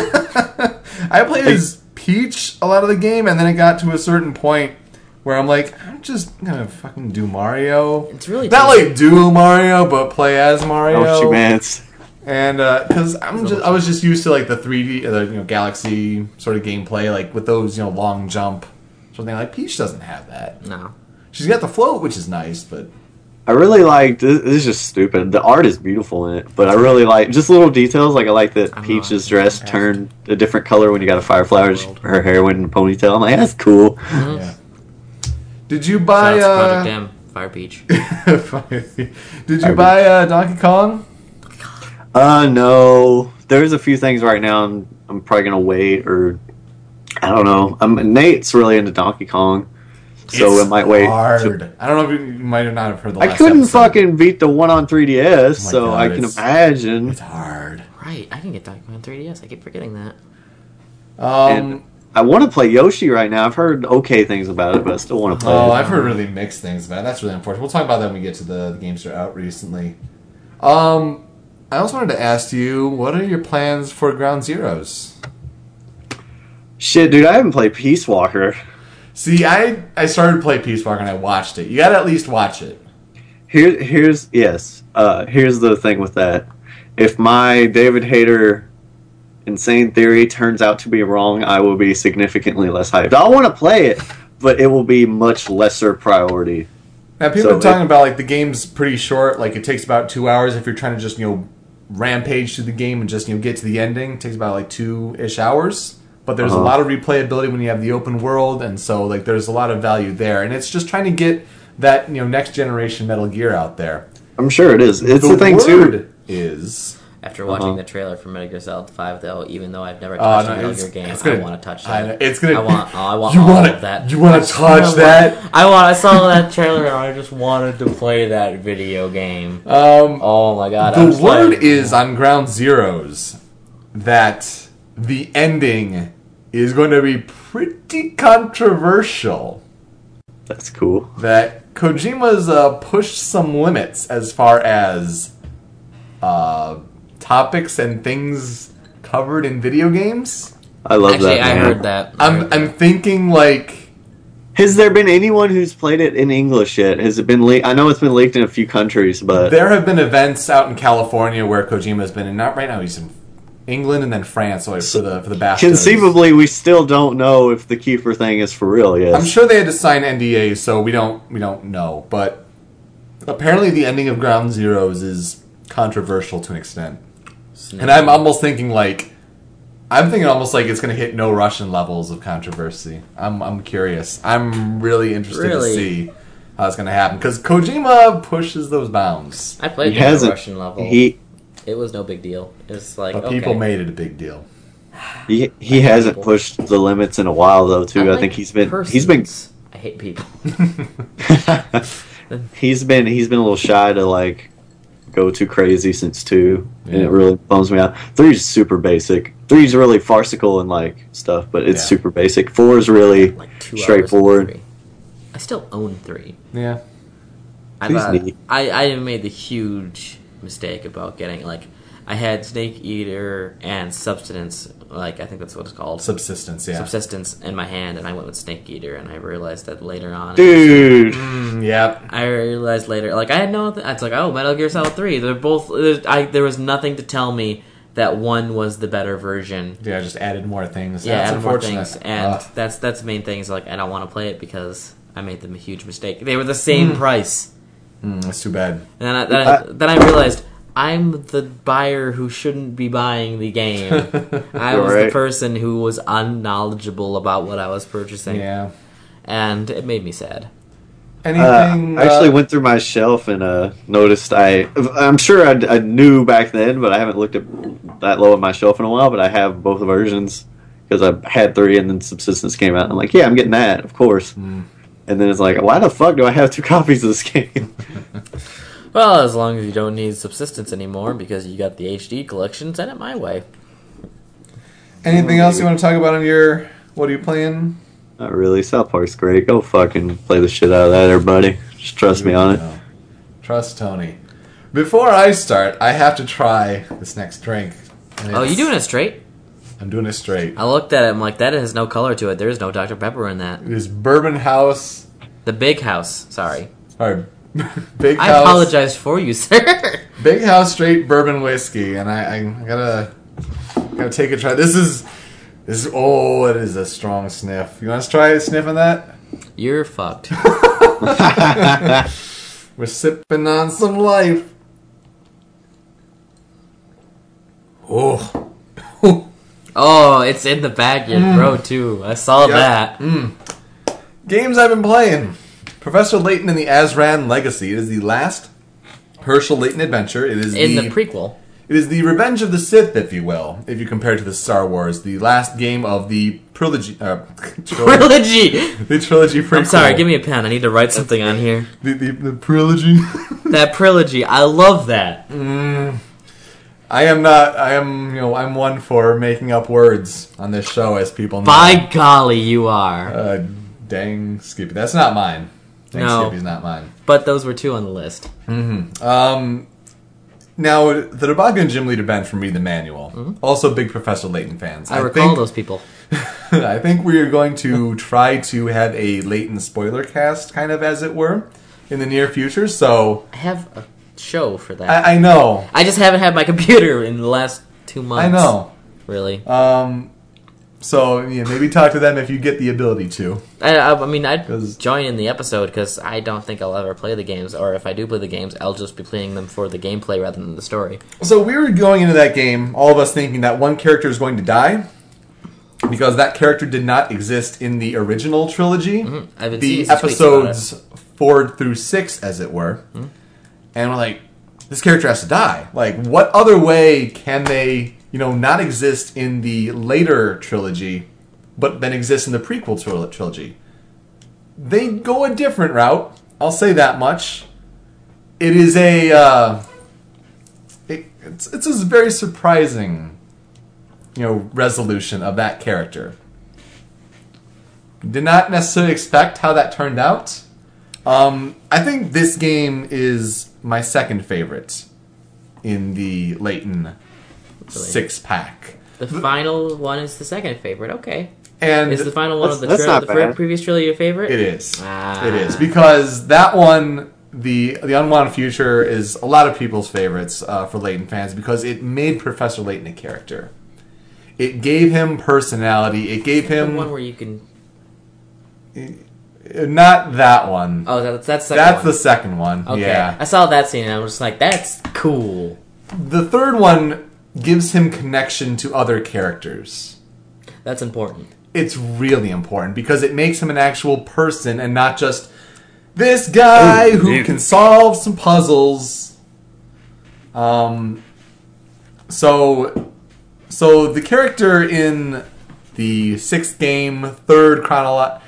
I played as Peach a lot of the game, and then it got to a certain point where I'm like, I'm just gonna fucking do Mario. It's really not tasty. like do Mario, but play as Mario. oh, shoot, man, it's- and because I'm just I was just used to like the 3D, uh, the, you know, Galaxy sort of gameplay, like with those you know long jump something. Like Peach doesn't have that. No. She's got the float, which is nice, but I really liked. This this is just stupid. The art is beautiful in it, but I really like just little details. Like I like that I'm Peach's not dress impressed. turned a different color when you got a firefly. and she- Her hair went in a ponytail. I'm like, that's cool. Mm-hmm. yeah. Did you So buy? it's Project Uh, M, Fire Beach. did you buy uh, Donkey Kong? Uh, no, there's a few things right now. I'm I'm probably gonna wait or I don't know. I'm Nate's really into Donkey Kong, so It's it might wait. Hard. I don't know if you, you might have not have heard the. I Last couldn't episode. fucking beat the one on 3DS, Oh my so God, I can it's- imagine. It's hard. right, I can get Donkey Kong 3DS. I keep forgetting that. Um, I want to play Yoshi right now. I've heard okay things about it, but I still want to play. Oh, it. I've heard really mixed things about it. That's really unfortunate. We'll talk about that when we get to the, the games that are out recently. Um, I also wanted to ask you, what are your plans for Ground Zeroes? Shit, dude, I haven't played Peace Walker. See, I I started to play Peace Walker and I watched it. You got to at least watch it. Here, here's yes. Uh, here's the thing with that. If my David Hayter insane theory turns out to be wrong, I will be significantly less hyped. I want to play it, but it will be much lesser priority. Now people So are talking it- about like the game's pretty short. Like it takes about two hours if you're trying to just you know rampage through the game and just you know get to the ending. It takes about like two ish hours. But there's a Uh-huh. lot of replayability when you have the open world, and so like there's a lot of value there. And it's just trying to get that you know next generation Metal Gear out there. I'm sure it is. It's the, thing too. word is. After watching Uh-huh. the trailer for Metal Gear Solid Five, though, even though I've never Oh, touched no, a Metal it's- Gear game, it's gonna- I want to touch I that. know, it's gonna- I want. oh, I want You all wanna- of that. you wanna I swear I touch want- that? I want. I saw that trailer and I just wanted to play that video game. Um, Oh my god! I was the word like- is on ground zeros that the ending is going to be pretty controversial. That's cool. that Kojima's uh, pushed some limits as far as uh, topics and things covered in video games. I love Actually, that. I man. heard that. I heard I'm that. I'm thinking like Has there been anyone who's played it in English yet? Has it been leaked? I know it's been leaked in a few countries, but there have been events out in California where Kojima's been, and not right now he's in England and then France like, for the for the Bastards. conceivably, we still don't know if the keeper thing is for real yet. I'm sure they had to sign NDAs, so we don't we don't know. But apparently, the ending of Ground Zeroes is controversial to an extent. And I'm almost thinking like, I'm thinking almost like it's going to hit no Russian levels of controversy. I'm I'm curious. I'm really interested Really? to see how it's going to happen because Kojima pushes those bounds, I played He it on the hasn't. Russian level. He it was no big deal. It was like but okay. people made it a big deal. he, he hasn't pushed the limits in a while though. Too, I, like think he's been persons. he's been I hate people. he's been he's been a little shy to like go too crazy since two, and Yeah. it really bums me out. Three's super basic. Three's really farcical and like stuff, but it's Yeah. super basic. Four is really Like two hours straightforward. of three. I still own three. Yeah. I, Please, thought, Nick. I I made the huge mistake about getting like I had Snake Eater and Substance, like I think that's what it's called, Subsistence, yeah. Subsistence in my hand, and I went with Snake Eater, and I realized that later on. Dude, Mm, yeah. I realized later, like I had no. Th- it's like oh, Metal Gear Solid Three. They're both. there's- I there was nothing to tell me that one was the better version. Yeah, just added more things. Yeah, That's and more unfortunate. things, and Ugh. that's that's the main thing. Is like I don't want to play it because I made them a huge mistake. They were the same Hmm. price. Mm, that's too bad. And then I, then, Uh. I, then I realized I'm the buyer who shouldn't be buying the game. I was the Right. person who was unknowledgeable about what I was purchasing, Yeah. and it made me sad. Anything? I actually uh, went through my shelf and uh, noticed I. I'm sure I, I knew back then, but I haven't looked at that low on my shelf in a while. But I have both versions because I had three, and then Subsistence came out. I'm like, yeah, I'm getting that, of course. Hmm. And then it's like, why the fuck do I have two copies of this game? Well, as long as you don't need subsistence anymore because you got the HD collection, send it my way. Anything else you want to talk about on your what are you playing? Not really. South Park's great. Go fucking play the shit out of that, everybody. Just trust me on it. No. Trust Tony. Before I start, I have to try this next drink. And Oh, it's- you doing it straight? I'm doing it straight. I looked at it. I'm like, that has no color to it. There is no Dr Pepper in that. It is Bourbon House The Big House. Sorry, or Big I House. apologize for you, sir. Big House straight bourbon whiskey, and I, I gotta gotta take a try. This is this is oh, it is a strong sniff. You want to try sniffing that? You're fucked. We're sipping on some life. Oh, Oh, it's in the bag, you bro. Too. I saw Mm. Yep. Mm. that. Games I've been playing. Professor Layton and the Azran Legacy. It is the last Herschel Layton adventure. It is in the, prequel. It is the Revenge of the Sith, if you will, if you compare it to the Star Wars, the last game of the trilogy. Uh, trilogy Trilogy. the trilogy prequel. I'm sorry. Give me a pen. I need to write something on here. the, the, the trilogy. That trilogy. I love that. Mm. I am not. I am. You know, I'm one for making up words on this show, as people know. By golly, you are. Uh, dang, Skippy. That's not mine. Dang, No. Skippy's not mine. But those were two on the list. Um, Now, the Toboggan Gym Leader band from Read the Manual, also big Professor Layton fans. Mm-hmm. I, recall think, those people. I think we are going to try to have a Layton spoiler cast, kind of as it were, in the near future. So I have a show for that. I, I know, I just haven't had my computer in the last two months. I know. Really. Um, so yeah, maybe talk to them if you get the ability to. I, I, I mean, I'd 'Cause- join in the episode because I don't think I'll ever play the games, or if I do play the games, I'll just be playing them for the gameplay rather than the story. So we were going into that game, all of us thinking that one character is going to die because that character did not exist in the original trilogy, I've the been seeing some tweets about episodes four through six, as it were. And we're like, this character has to die. Like, what other way can they, you know, not exist in the later trilogy, but then exist in the prequel tril- trilogy? They go a different route. I'll say that much. It is a. Uh, it, it's it's a very surprising, you know, resolution of that character. Did not necessarily expect how that turned out. Um, I think this game is my second favorite in the Leighton six pack, The final one is the second favorite. Okay, and is the final one That's- of the, that's tri- not the fir- bad. previous trilogy your favorite? It is. Ah. It is because that one, the the unwanted future, is a lot of people's favorites uh, for Leighton fans because it made Professor Leighton a character. It gave him personality. It gave The him one where you can. not that one. Oh, that, that's the second That's one. the second one. Okay, Yeah. I saw that scene and I was just like, "That's cool." The third one gives him connection to other characters. That's important. It's really important because it makes him an actual person and not just this guy who yeah. can solve some puzzles. Um, so, so the character in the sixth game, third chronolo-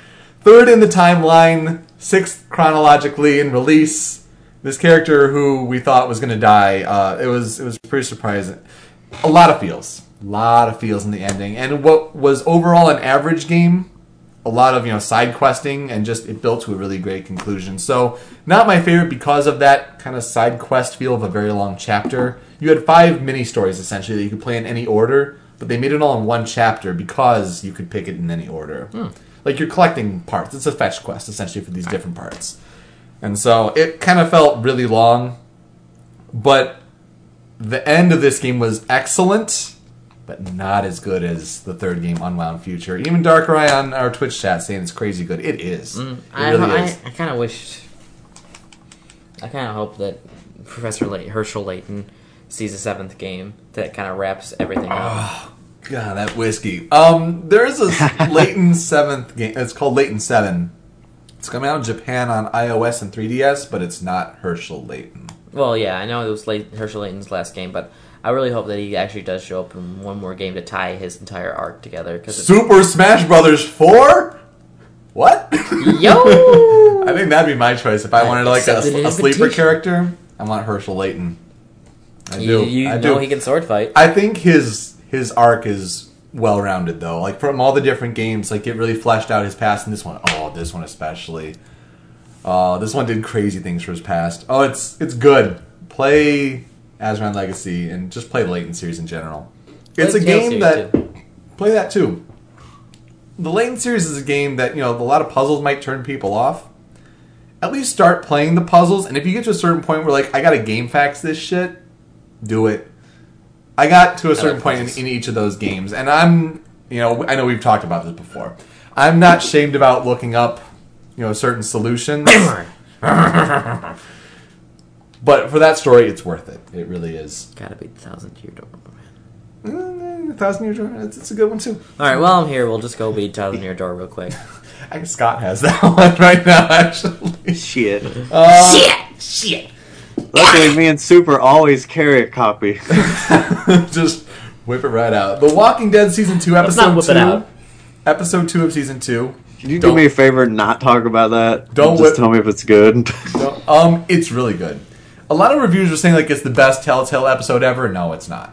third in the timeline, sixth chronologically in release. This character who we thought was going to die, uh, it was it was pretty surprising. A lot of feels, a lot of feels in the ending, and what was overall an average game, a lot of you know side questing, and just it built to a really great conclusion. So not my favorite because of that kind of side quest feel of a very long chapter. You had five mini stories essentially that you could play in any order, but they made it all in one chapter because you could pick it in any order. Like you're collecting parts. It's a fetch quest essentially for these different parts. And so it kind of felt really long, but the end of this game was excellent, but not as good as the third game, Unwound Future. Even Darker Eye on our Twitch chat saying it's crazy good. It is. It I really I, is. I kind of wish. I kind of hope that Professor Le- Herschel Layton sees a seventh game that kind of wraps everything Ah. up. God, that whiskey. Um, there is a Leighton seventh game. It's called Leighton Seven. It's coming out in Japan on iOS and 3DS, but it's not Herschel Leighton. Well, yeah, I know it was late, Herschel Layton's last game, but I really hope that he actually does show up in one more game to tie his entire arc together. Because Super Smash Brothers Four. What? yo, I think that'd be my choice if I wanted like a, accepted an a sleeper invitation. character. I want Herschel Leighton. I do. you, you I know do. he can sword fight. I think his his arc is well rounded though. Like from all the different games, like it really fleshed out his past in this one. Oh, this one especially. Uh, this one did crazy things for his past. Oh, it's it's good. Play Azran Legacy and just play the Leighton series in general. It's Play a the Tales game series, that too. play that too. The Leighton series is a game that you know a lot of puzzles might turn people off. At least start playing the puzzles, and if you get to a certain point where like I gotta game fax this shit, do it. I got to a certain point in, puzzles. in each of those games, and I'm, you know, I know we've talked about this before. I'm not shamed about looking up, you know, certain solutions. but for that story, it's worth it. It really is. Gotta beat the thousand year door. Mm, Thousand Year Door, it's, it's a good one too. All right, while I'm here, we'll just go beat thousand year door real quick. I think Scott has that one right now, actually. Shit. Uh, Shit, shit. Luckily, me and Super always carry a copy. Just whip it right out. The Walking Dead season two Let's episode not whip two. it out. Episode two of season two. Can you Don't- do me a favor and not talk about that? Don't just whip- tell me if it's good. No, um, it's really good. A lot of reviews were saying like it's the best Telltale episode ever. No, it's not.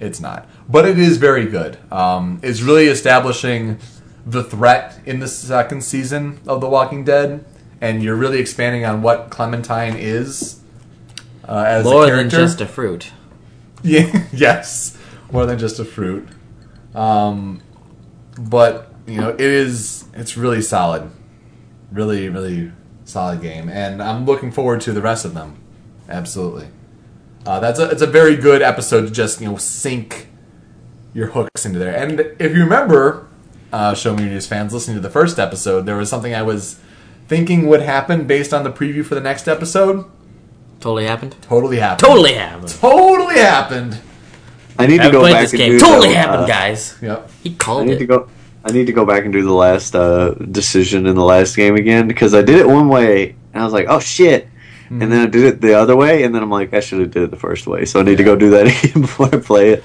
It's not. But it is very good. Um, it's really establishing the threat in the second season of The Walking Dead, and you're really expanding on what Clementine is. uh, as More a than character. just a fruit. Yeah, yes, more than just a fruit. Um, but you know, it is it's really solid, really really solid game, and I'm looking forward to the rest of them. Absolutely, uh, that's a it's a very good episode to just you know sink your hooks into there. And if you remember, uh, Show Me Your News fans, listening to the first episode, there was something I was thinking would happen based on the preview for the next episode. Totally happened. Totally happened. Totally happened. Totally happened. I need to I go played back this and game. do Totally the, happened, uh, guys. Yep. He I called need to it. go. I need to go back and do the last uh, decision in the last game again because I did it one way and I was like, "Oh shit," and Hmm. then I did it the other way and then I'm like, "I should have did it the first way." So I need to go do that again before I play it.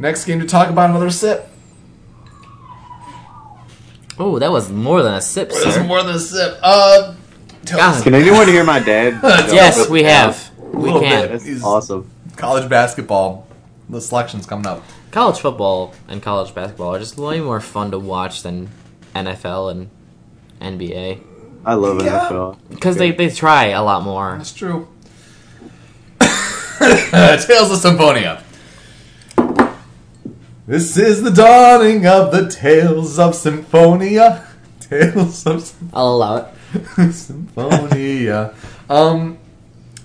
Next game to talk about another sip. Oh, that was more than a sip, This is sir. more than a sip. Uh, tell God. us Can anyone hear my dad? Yes, we have. We little can. bit. That's awesome. college basketball. The selection's coming up. College football and college basketball are just way more fun to watch than NFL and NBA I love Yeah. NFL because they, they try a lot more. That's true. Uh, Tales of Symphonia. This is the dawning of the Tales of Symphonia. Tales of Symphonia. I'll allow it. Symphonia. um,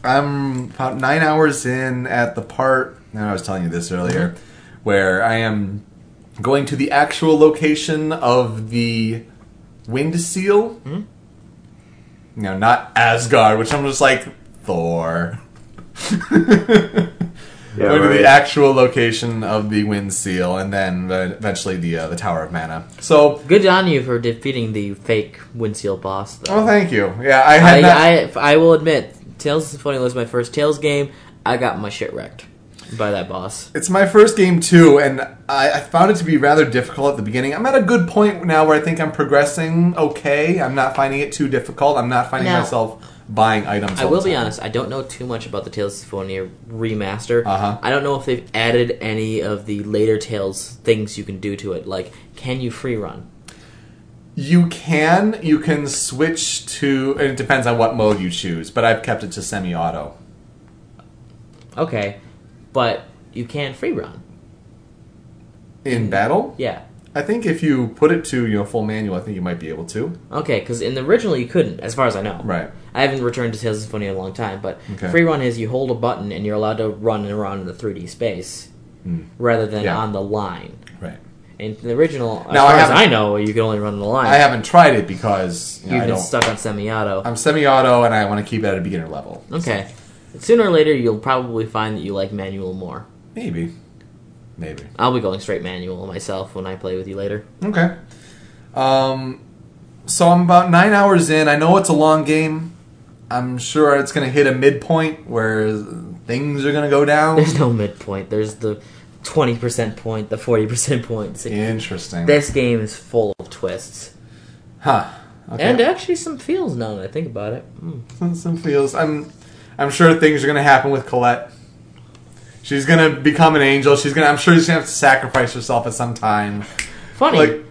I'm about nine hours in at the part, and I was telling you this earlier, where I am going to the actual location of the Wind Seal. No, not Asgard, which I'm just like, Thor. Yeah, going to right. the actual location of the Wind Seal, and then uh, eventually the uh, the Tower of Mana. So, Good on you for defeating the fake wind seal boss. Though. oh, thank you. Yeah, I had I, not- I I will admit, Tales of Symphonia was my first Tales game. I got my shit wrecked by that boss. It's my first game too, and I, I found it to be rather difficult at the beginning. I'm at a good point now where I think I'm progressing okay. I'm not finding it too difficult. I'm not finding Now- myself buying items. I all will the be time. honest, I don't know too much about the Tales of Symphonia remaster. Uh-huh. I don't know if they've added any of the later Tales things you can do to it. Like, can you free run? You can you can switch to, and it depends on what mode you choose. But I've kept it to semi-auto. Okay, but you can free run. Mm. In battle, Yeah. I think if you put it to you know full manual, I think you might be able to. Okay, because in the original you couldn't, as far as I know. Right. I haven't returned to Tales of Symphonia in a long time, but Okay. free run is you hold a button and you're allowed to run around in the 3D space rather than Hmm. Yeah. on the line. Right. In the original, as Now, I far as haven't- I know, you can only run the line. I haven't tried it because you know, You've I been don't. stuck on semi-auto. I'm semi-auto, and I want to keep it at a beginner level. Okay. Sooner or later, you'll probably find that you like manual more. Maybe, maybe. I'll be going straight manual myself when I play with you later. Okay. Um, so I'm about nine hours in. I know it's a long game. I'm sure it's going to hit a midpoint where things are going to go down. There's no midpoint. There's the 20% point, the 40% point. See, Interesting. This game is full of twists. Huh. Okay. And actually some feels now that I think about it. Mm. Some feels. I'm. I'm sure things are going to happen with Colette. She's going to become an angel. She's going. to I'm sure she's going to have to sacrifice herself at some time. Funny. Like-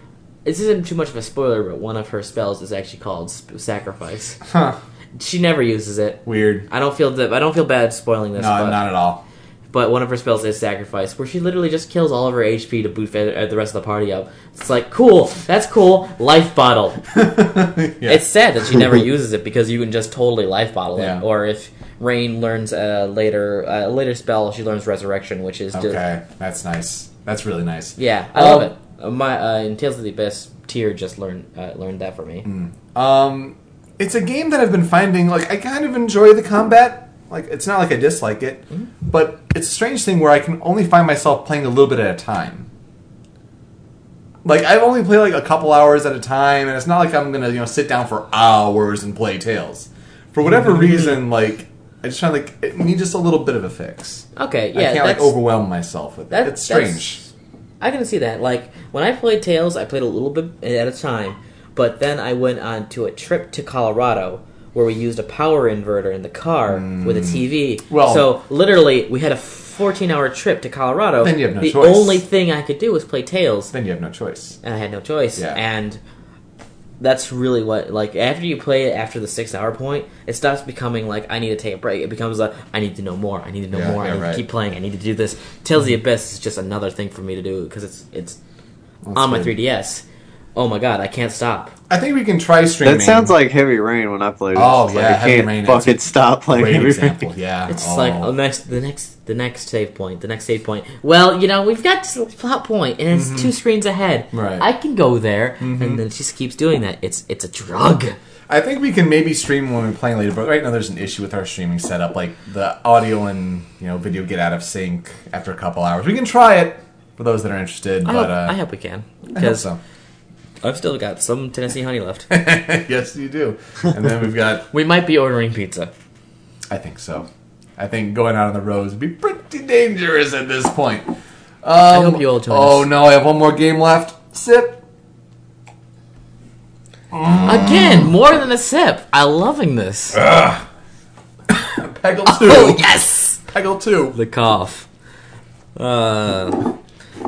this isn't too much of a spoiler, but one of her spells is actually called sp- Sacrifice. Huh. She never uses it. Weird. I don't feel that I don't feel bad spoiling this. No, but, not at all. but one of her spells is Sacrifice, where she literally just kills all of her HP to boot fe- uh, the rest of the party up. It's like cool. That's cool. Life bottle. Yeah. It's sad that she never uses it because you can just totally life bottle Yeah. it. Or if Rain learns a later uh, a later spell, she learns Resurrection, which is just okay. That's nice. That's really nice. yeah. I Um, love it. Uh, My uh, in Tales of the Abyss, Tyr just learned uh, learned that for me. Um, it's a game that I've been finding like I kind of enjoy the combat. Like it's not like I dislike it, Mm-hmm. but it's a strange thing where I can only find myself playing a little bit at a time. Like I've only played like a couple hours at a time, and it's not like I'm gonna you know sit down for hours and play Tails. For Mm-hmm. whatever reason, like I just find like it need just a little bit of a fix. Okay, I yeah, can't like that's, overwhelm myself with that- it. It's strange. that's- I can see that. Like when I played Tails, I played a little bit at a time, but then I went on to a trip to Colorado where we used a power inverter in the car with a TV. Hmm. Well- so literally we had a 14-hour trip to Colorado. Then you have no the choice. only thing I could do was play Tails, Then you have no choice. and I had no choice. Yeah. And that's really what like after you play it after the six hour point, it stops becoming like I need to take a break. It becomes like I need to know more. I need to know Yeah, more. yeah, I need right. Mm-hmm. to keep playing. I need to do this. Tales of the Abyss is just another thing for me to do because it's it's on my good. 3ds. Oh my god, I can't stop. I think we can try streaming. That sounds like Heavy Rain when I played it. Oh, It's yeah, like, I Heavy can't Rain is fucking stop playing great Heavy example. Rain. Yeah, It's oh. just like oh, next the next the next save point, the next save point. Well, you know, we've got this plot point and it's two screens ahead. Mm-hmm. Right. Mm-hmm. I can go there and then she just keeps doing that. It's it's a drug. I think we can maybe stream when we're playing later, but right now there's an issue with our streaming setup. Like the audio and you know video get out of sync after a couple hours. We can try it for those that are interested, I, but hope, uh, I hope we can. I hope Because so. I've still got some Tennessee honey left. yes, you do. And then we've got. we might be ordering pizza. I think so. I think going out on the roads would be pretty dangerous at this point. Um, I hope you all join Oh us. no, I have one more game left. Sip. Again, more than a sip. I'm loving this. Peggle two. Oh yes, Peggle two. the cough. Uh,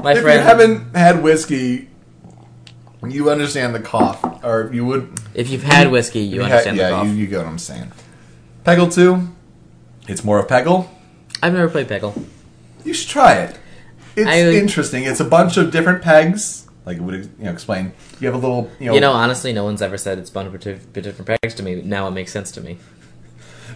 my If you friend, haven't had whiskey, you understand the cough, or you would. if you've had whiskey, you Yeah, understand yeah, the cough. You, you get what I'm saying. Peggle 2, it's more of Peggle. I've never played pickle. You should try it. It's I would- interesting. It's a bunch of different pegs, like it would you know, explain. You have a little, you know, You know, honestly, no one's ever said it's bound to be different packs to me. Now it makes sense to me.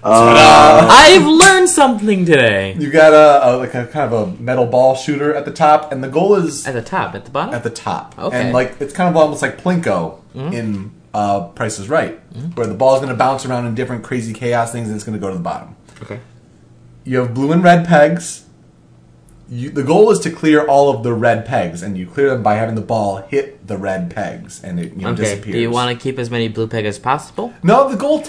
Uh. I've learned something today. you got a, a like a kind of a metal ball shooter at the top, and the goal is At at, the top, at the bottom. the top. Okay. Mm-hmm. And like it's kind of almost like Plinko in uh, Price is Right, where the ball's going to bounce around in different crazy chaos things, and it's going to go to the bottom. okay. You have blue and red pegs. You, the goal is to clear all of the red pegs, and you clear them by having the ball hit the red pegs, and it you know, Okay. disappears. Do you want to keep as many blue peg as possible? No, the goal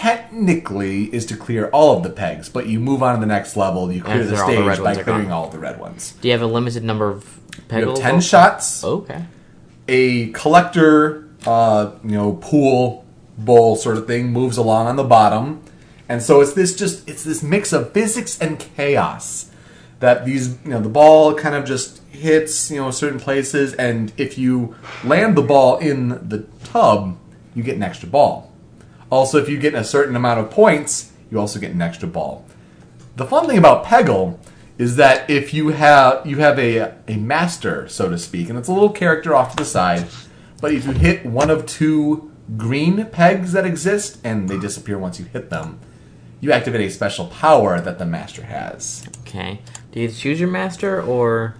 technically is to clear all of the pegs, but you move on to the next level. You clear After the all the stage red by ones are clearing gone. all of the red ones. Do you have a limited number of peg? You have ten shots, Okay. a collector, uh, you know, pool bowl sort of thing moves along on the bottom, and so it's this just it's this mix of physics and chaos that these you know the ball kind of just hits you know certain places, and if you land the ball in the tub, you get an extra ball. Also, if you get a certain amount of points, you also get an extra ball. The fun thing about Peggle is that if you have you have a a master, so to speak, and it's a little character off to the side, but if you hit one of two green pegs that exist and they disappear once you hit them, you activate a special power that the master has. Okay. Do you choose your master or?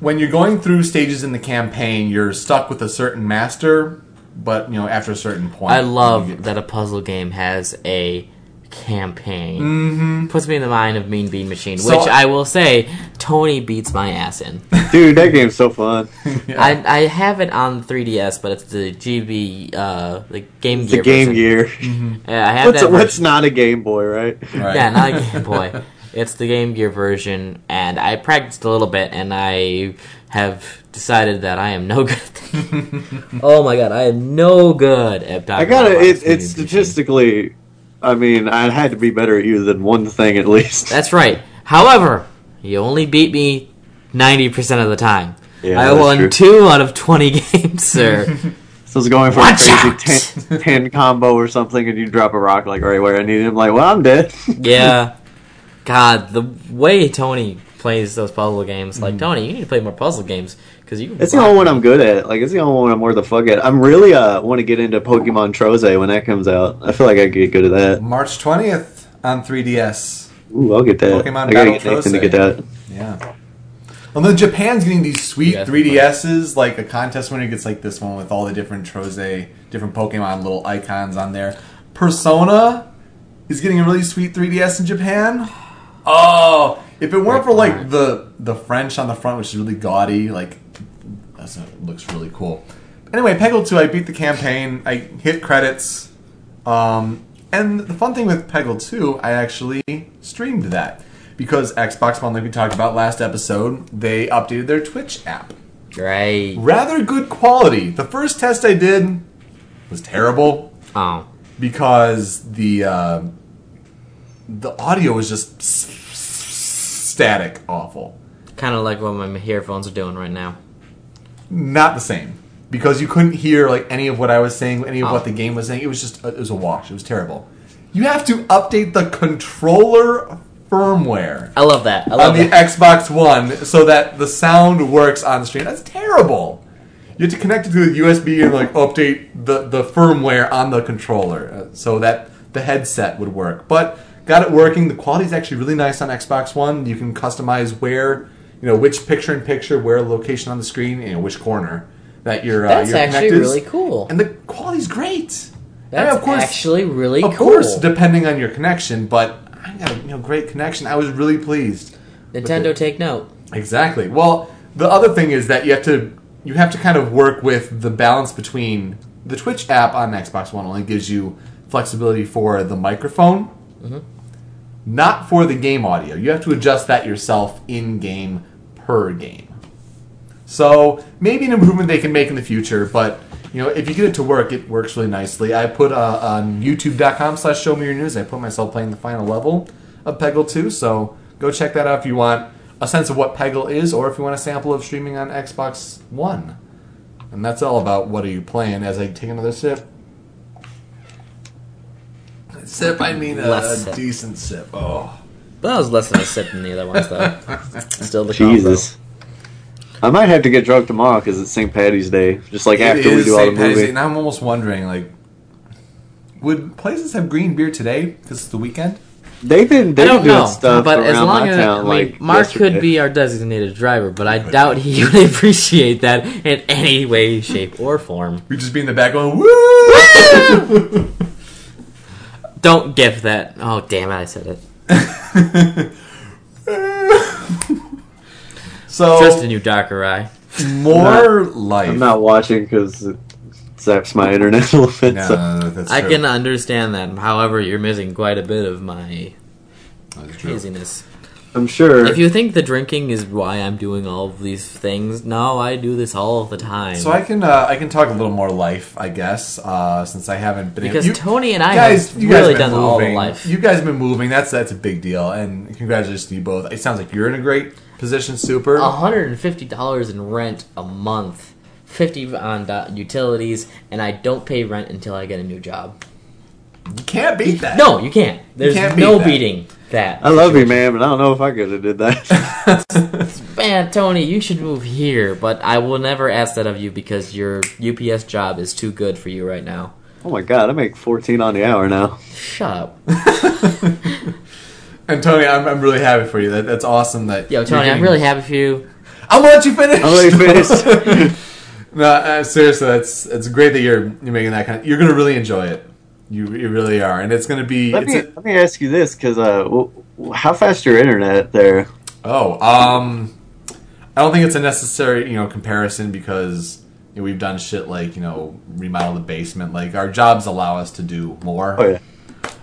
When you're going through stages in the campaign, you're stuck with a certain master, but you know after a certain point, I you get- love that a puzzle game has a campaign. Mm-hmm. Puts me in the mind of Mean Bean Machine, So- which I will say Tony beats my ass in. Dude, that game's so fun. I, I have it on 3DS, but it's the GB, uh, the Game Gear. The Game version. Gear. Yeah, I have What's, that. what's version. not a Game Boy, right? Right. Yeah, not a Game Boy. It's the Game Gear version, and I practiced a little bit, and I have decided that I am no good. oh my god, I am no good at. I gotta. It, it's statistically. I mean, I had to be better at you than one thing at least. That's right. However, you only beat me 90% of the time. Yeah, I that's won true. two out of 20 games, sir. So it's going for Watch a out! crazy ten, 10 combo or something, and you drop a rock like right where I need him. Like, well, I'm dead. yeah. God, the way Tony plays those puzzle games, like, Tony, you need to play more puzzle games. because you. Mm. It's the only one I'm good at. Like, it's the only one I'm worth the fuck at. I'm really uh want to get into Pokemon Troze when that comes out. I feel like I could get good at that. March twentieth on 3ds. Ooh, I'll get that. Pokemon I gotta Battle get Nathan to Troze. get that. Yeah. And then Japan's getting these sweet Yeah, 3DSs, like a contest winner gets like this one with all the different Troze, different Pokemon little icons on there. Persona is getting a really sweet 3DS in Japan. Oh, if it weren't for like the the French on the front, which is really gaudy, like that's it looks really cool. Anyway, Peggle 2, I beat the campaign, I hit credits. Um, and the fun thing with Peggle 2, I actually streamed that. Because Xbox One, like we talked about last episode, they updated their Twitch app. Right. Rather good quality. The first test I did was terrible Oh. because the uh, the audio was just s- s- static, awful. Kind of like what my earphones are doing right now. Not the same. because you couldn't hear like any of what I was saying, any of Oh. what the game was saying. It was just it was a wash. It was terrible. You have to update the controller firmware I love that. I on love the that. Xbox One so that the sound works on the stream. That's terrible. You have to connect it to the USB and like update the, the firmware on the controller uh, so that the headset would work. But got it working. The quality is actually really nice on Xbox One. You can customize where you know which picture in picture, where location on the screen, you know which corner that you're. That's uh, your actually connect is. really cool. And the quality's great. I mean, That's actually really of cool. course, depending on your connection, but I got a you know great connection. I was really pleased. Nintendo, with take note. Exactly. Well, the other thing is that you have to you have to kind of work with the balance between the Twitch app on Xbox One only gives you flexibility for the microphone, not for the game audio. You have to adjust that yourself in game per game. So maybe an improvement they can make in the future, but you know if you get it to work, it works really nicely. I put uh, on YouTube.com/slash Show Me Your News. I put myself playing the final level of Peggle 2, so go check that out if you want a sense of what Peggle is, or if you want a sample of streaming on Xbox One. And that's all about what are you playing. As I take another sip. Sip, I mean a Less sip. decent sip. Oh, That was less of a sip than the other ones, though. Still the combo. Jesus. I might have to get drunk tomorrow because it's St. Patty's Day. Just like It after we is do all the St. Patty's Day, movie. and I'm almost wondering, like, would places have green beer today? Because it's the weekend. They've been I they've been don't doing know, stuff but around as long my as town. I mean, like Mark yesterday. could be our designated driver, but I doubt he would appreciate that in any way, shape, or form. We just be in the back going, woo! Don't give that. Oh damn it! I said it. so Trust in you, darker eye. more life. I'm not watching because it zaps my internet a little bit. Yeah, So. that's I true. can understand that. However, you're missing quite a bit of my That's true. craziness. I'm sure. If you think the drinking is why I'm doing all of these things, no, I do this all the time. So I can uh, I can talk a little more life, I guess, uh, since I haven't been because you- Tony and I guys, have you guys really have done been all the moving. life. You guys have been moving. That's that's a big deal, and congratulations to you both. It sounds like you're in a great position, super. hundred and fifty dollars in rent a month, fifty on do- utilities, and I don't pay rent until I get a new job. You can't beat that. No, you can't. There's can't beat no that. Uh, beating that. I love you, man, but I don't know if I could have did that. Man, Tony, you should move here, but I will never ask that of you because your UPS job is too good for you right now. oh my god, I make 14 on the hour now. Shut up. And Tony, I'm, I'm really happy for you. That, that's awesome. That Yo, you're Tony, I'm getting- really happy for you. I'm gonna let you finish. I'll let you finish. no, uh, seriously, that's it's great that you're you're making that kind. Of, you're gonna really enjoy it. You you really are, and it's gonna be. let It's me a, let me ask you this, because uh, w- w- how fast your internet there? oh, um, I don't think it's a necessary you know comparison because you know, we've done shit like you know remodel the basement. Like our jobs allow us to do more.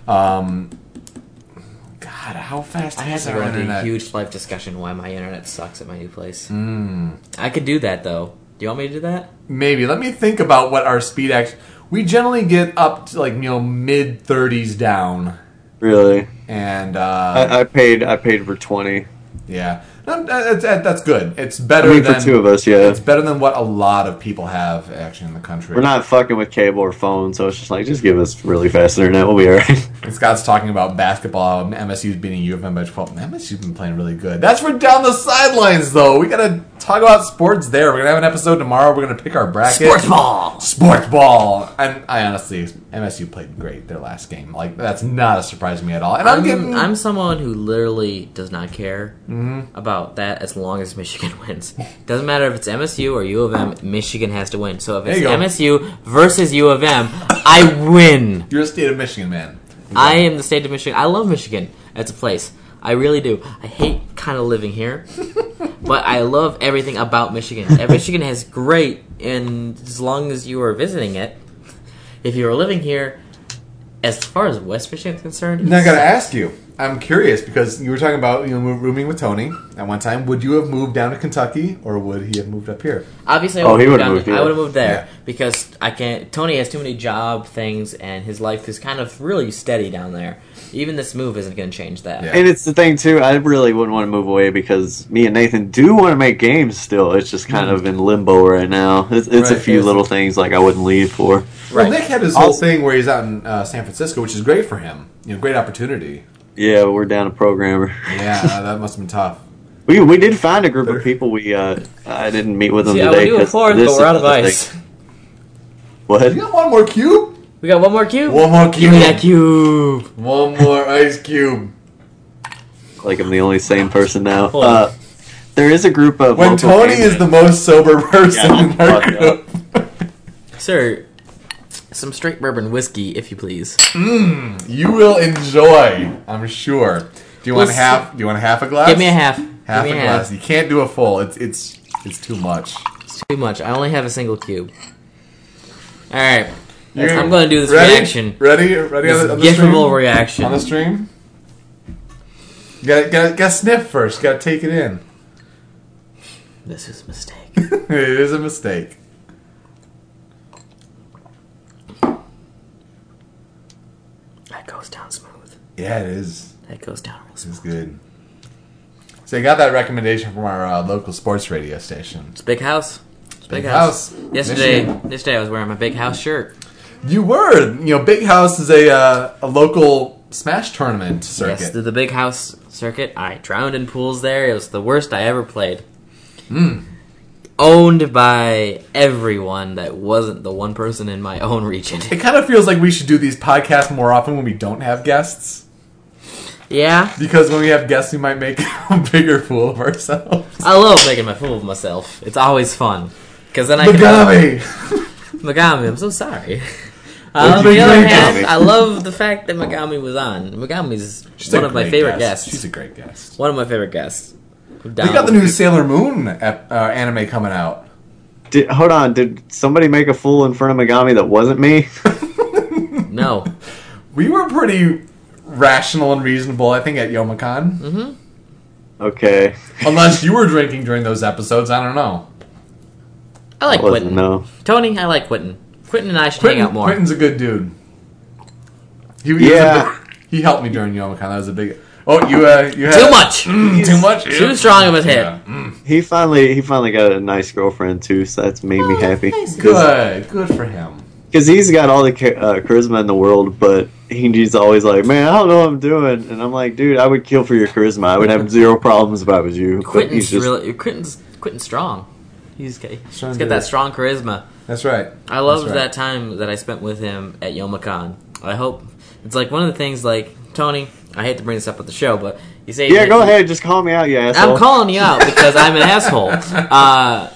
Um, Oh yeah, God, how fast I had is to our go into a internet? huge life discussion why my internet sucks at my new place. Hmm. I could do that though. Do you want me to do that? Maybe let me think about what our speed act. We generally get up to like you know mid 30s down, really? and uh, I, I paid I paid for 20. Yeah, No, that- that- that's good. It's I better mean, for than two of us, yeah. It's better than what a lot of people have actually in the country. We're not fucking with cable or phone, so it's just like just give us really fast internet. We'll be alright. Scott's talking about basketball. um, MSU's beating U of M by twelve. MSU's been playing really good. That's for down the sidelines, though. We gotta talk about sports there. We're gonna have an episode tomorrow. We're gonna pick our bracket. Sports ball. Sports ball. And I honestly, MSU played great their last game. Like that's not a surprise to me at all. And I'm, I'm, getting. I'm someone who literally does not care Mm-hmm. about that as long as Michigan wins. Doesn't matter if it's MSU or U of M, Michigan has to win. So if it's you go. MSU versus U of M, I win. you're a state of Michigan man. I am the state of Michigan. I love Michigan as a place. I really do. I hate kind of living here, but I love everything about Michigan. And Michigan is great, and as long as you are visiting it, if you are living here, as far as West Michigan is concerned, Now I gotta ask you. I'm curious because you were talking about you know move- rooming with Tony at one time. Would you have moved down to Kentucky or would he have moved up here? Obviously, I Oh, would he have would've moved, moved down- I here. would have moved there Yeah. because I can't. Tony has too many job things, and his life is kind of really steady down there. Even this move isn't going to change that. Yeah. And it's the thing too. I really wouldn't want to move away because me and Nathan do want to make games still. It's just kind of in limbo right now. It's, it's a Mm-hmm. Right, few yes. little things like I wouldn't leave for. Well, Right. Nick had his whole thing where he's out in uh, San Francisco, which is great for him. You know, great opportunity. Yeah, we're down a programmer. Yeah, uh, that must have been tough. We we did find a group of people. We uh, I didn't meet with them See, I would today. do a 'cause fourth, this but we're is out of the thing. ice. What? You got one more cube? We got one more cube. One more Give cube. me that cube. One more ice cube. Like I'm the only sane person now. Hold on. Uh, there is a group of When local Tony games- is the most sober person Yeah, in our fuck yeah. group. Sir, some straight bourbon whiskey, if you please. You will enjoy, I'm sure. Do you want Listen- half? Do you want half a glass? Give me a half. Half Give a me glass. You can't do a full. It's it's it's too much. It's too much. I only have a single cube. All right. You're- I'm gonna do this ready? reaction. Ready? Ready on This the, on the stream? giftable reaction. On the stream. You gotta, gotta, gotta sniff first. Gotta take it in. This is a mistake. it is a mistake. That goes down smooth. Yeah, it is. That goes down real smooth. It's good. So you got that recommendation from our uh, local sports radio station. It's a big house. It's a Big big house. house. Yesterday, Michigan. yesterday I was wearing my big house shirt. You were, you know, Big House is a uh, a local Smash tournament circuit. Yes, did the big house circuit. I drowned in pools there. It was the worst I ever played. Hmm. Owned by everyone that wasn't the one person in my own region. it kind of feels like we should do these podcasts more often when we don't have guests. yeah, Because when we have guests, we might make a bigger fool of ourselves. I love making my fool of myself. It's always fun. Because then I can Megami! Megami, I'm so sorry. Would Uh, on you the other drink hand, Megami? I love the fact that Megami was on. Megami's She's one a of my great favorite guest. guests. She's a great guest. one of my favorite guests. We got the new Sailor Moon ep- uh, anime coming out. Did, hold on, did somebody make a fool in front of Megami that wasn't me? No, We were pretty rational and reasonable, I think, at Yomicon. Mm-hmm. okay, Unless you were drinking during those episodes, I don't know. I like wasn't Quentin. no. Tony, I like Quentin. Quentin and I should Quentin, hang out more. Quentin's a good dude. He, he was a Yeah. big- he helped me during Yomicon. That was a big. Oh, you uh, you had Too much. Mm, too much. Too strong of a hit. Yeah. Mm. He finally he finally got a nice girlfriend too, so that's made Oh, me happy. Good, good for him. Because he's got all the cha- uh, charisma in the world, but he's always like, "Man, I don't know what I'm doing," and I'm like, "Dude, I would kill for your charisma. I would have zero problems if I was you." But he's Quentin's just really Quentin's Quentin's strong. He's, he's Strong got dude. that strong charisma. That's right. I loved That's right. that time that I spent with him at Yomicon. I hope it's like one of the things. Like Tony, I hate to bring this up at the show, but you say yeah. Go ahead, just call me out, you asshole. I'm calling you out because I'm an asshole. Uh,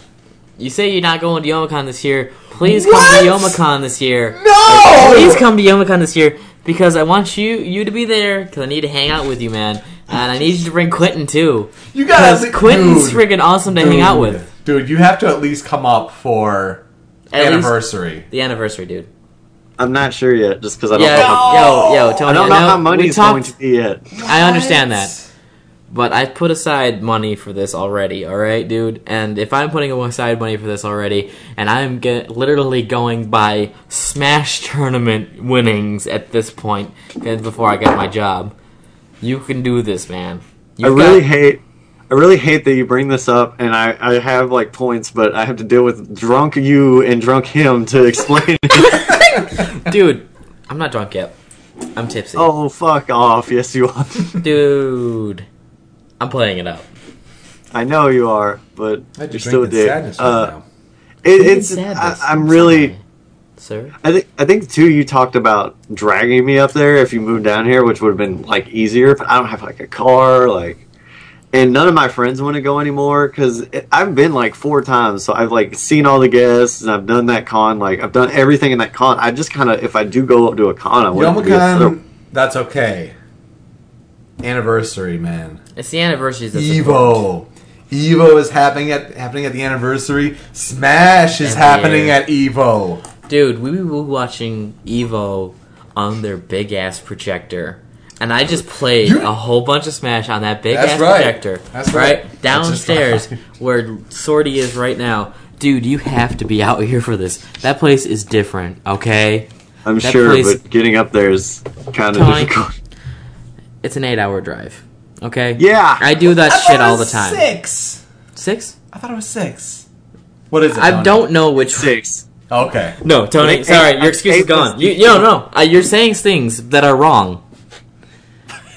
you say you're not going to Yomicon this year. Please come to What? Yomicon this year. No! Please come to Yomicon this year because I want you you to be there because I need to hang out with you, man. And I need you to bring Quentin too. You gotta Because least, Quentin's friggin' awesome to hang out with. Dude, you have to at least come up for At least anniversary. the anniversary, dude. I'm not sure yet, just because I don't Yeah, know. How, No! yo, yo, Tony. I don't know how money we is talked, going to be yet. I understand that. But I put aside money for this already, all right, dude. And if I'm putting aside money for this already, and I'm get, literally going by Smash tournament winnings at this point, and before I get my job, you can do this, man. I You really hate. I really hate that you bring this up, and I, I have like points, but I have to deal with drunk you and drunk him to explain. it. dude. I'm not drunk yet. I'm tipsy, oh, fuck off! Yes, you are. dude. I'm playing it up. I know you are, but I you're just still a drink in dick. sadness right Uh, now. it, Look at it's. I, sadness. I'm really. sorry, sir. I think. I think too. You talked about dragging me up there if you moved down here, which would have been like easier. But I don't have like a car, like. And none of my friends want to go anymore because I've been like four times. So I've like seen all the guests and I've done that con. Like I've done everything in that con. I just kind of, if I do go up to a con, I want to be a third. Yomicon, that's okay. Anniversary, man. It's the anniversary. That's important. Evo. Evo is happening at happening at the anniversary. Smash is Every happening year. at Evo. Dude, we were watching Evo on their big ass projector. and I just played You- a whole bunch of Smash on that big That's ass right. projector. That's right. That's just Downstairs right. where Sortie is right now. Dude, you have to be out here for this. That place is different, okay? I'm That sure, place- but getting up there is kind of Tony- difficult. It's an eight hour drive. Okay? Yeah. I do that thought shit it all the was time. Six. Six? I thought it was six. What is it? I Tony? don't know which Six. Okay. No, Tony. Eight- sorry, eight- your excuse is eight plus gone. You, eight. you don't know. Uh, you're saying things that are wrong.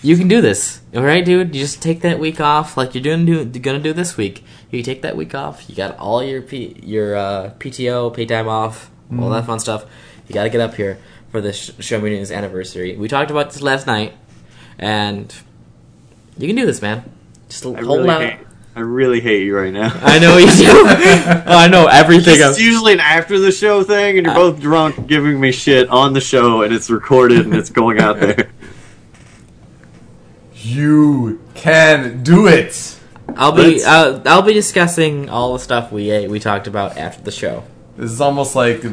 You can do this, all right, dude. You just take that week off, like you're doing. Do, gonna do this week. You take that week off. You got all your P, your uh, PTO, pay time off, all that fun stuff. You got to get up here for this Sh- show me news anniversary. We talked about this last night, and you can do this, man. Just I hold really out. hate. I really hate you right now. I know you do. I know everything. It's usually an after the show thing, and you're both drunk giving me shit on the show, and it's recorded and it's going out there. You can do it. I'll be Let's- uh, I'll be discussing all the stuff we ate, we talked about after the show. This is almost like the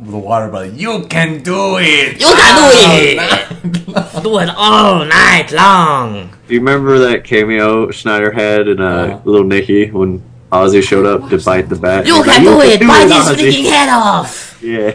the water bottle. You can do it. You can Oh, Do it all night long. Do you remember that cameo Schneider had in uh, Uh-huh. Little Nicky when Ozzy showed up to bite the bat? He's like, Ozzy." head off. Yeah.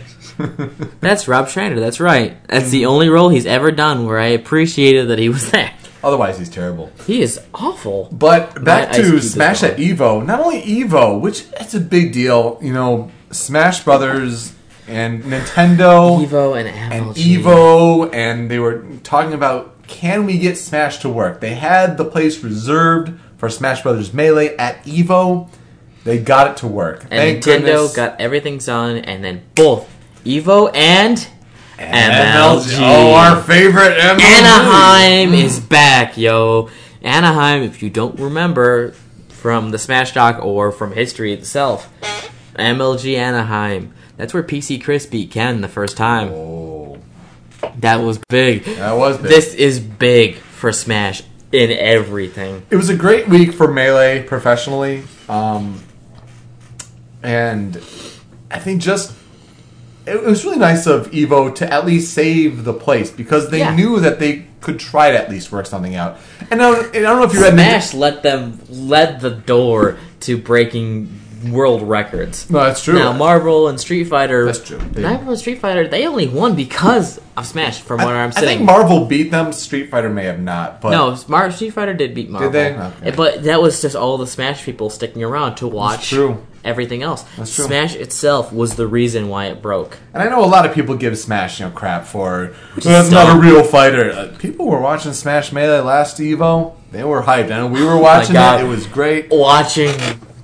That's Rob Schneider. That's right. That's the only role he's ever done where I appreciated that he was there. Otherwise, he's terrible. He is awful. But back Ice Cube to is Smash at Evo. Not only Evo, which that's a big deal. You know, Smash Brothers and Nintendo Evo and Apple. and Evo, and they were talking about can we get Smash to work. They had the place reserved for Smash Brothers Melee at Evo. They got it to work. Thank And Nintendo goodness. got everything done, and then both Evo and MLG. MLG. Oh, our favorite MLG. Anaheim is back, yo. Anaheim, if you don't remember from the Smash Doc or from history itself, MLG Anaheim. That's where PC Chris beat Ken the first time. Oh, That was big. that was big. This is big for Smash in everything. it was a great week for melee professionally um, and i think just it, it was really nice of evo to at least save the place because they Yeah. knew that they could try to at least work something out and i don't, and I don't know if you read Smash let them led the door to breaking world records. no that's true Now Marvel and Street Fighter. That's true. They- Marvel and Street Fighter, they only won because of Smash. From what I, I'm I saying, think marvel beat them street fighter may have not but No, Smart Street Fighter did beat Marvel. they? Okay. But that was just all the Smash people sticking around to watch true. everything else. That's true. Smash itself was the reason why it broke. and i know a lot of people give smash you know crap for that's dumb. not a real fighter Uh, people were watching smash melee last evo they were hyped and we were watching Oh God. it it was great Watching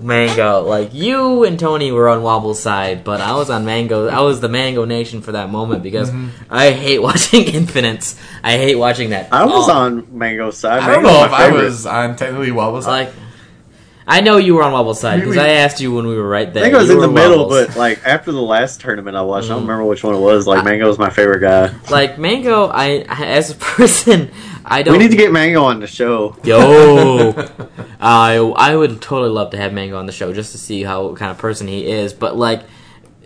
Mango, like you and Tony were on Wobble's side, but I was on Mango. I was the Mango Nation for that moment because Mm-hmm. I hate watching Infinites. I hate watching that. I was Oh, on Mango's side. I don't Mango's know my if I favorite. was on technically what was like. I know you were on Wobble's We- side because we- I asked you when we were right there. I think I was You in the were middle, Wobbles. but like after the last tournament I watched, I don't remember which one it was. Like Mango was my favorite guy. like Mango, I I- as a person, I don't. We need to get Mango on the show. Yo, I I would totally love to have Mango on the show just to see how what kind of person he is. But like,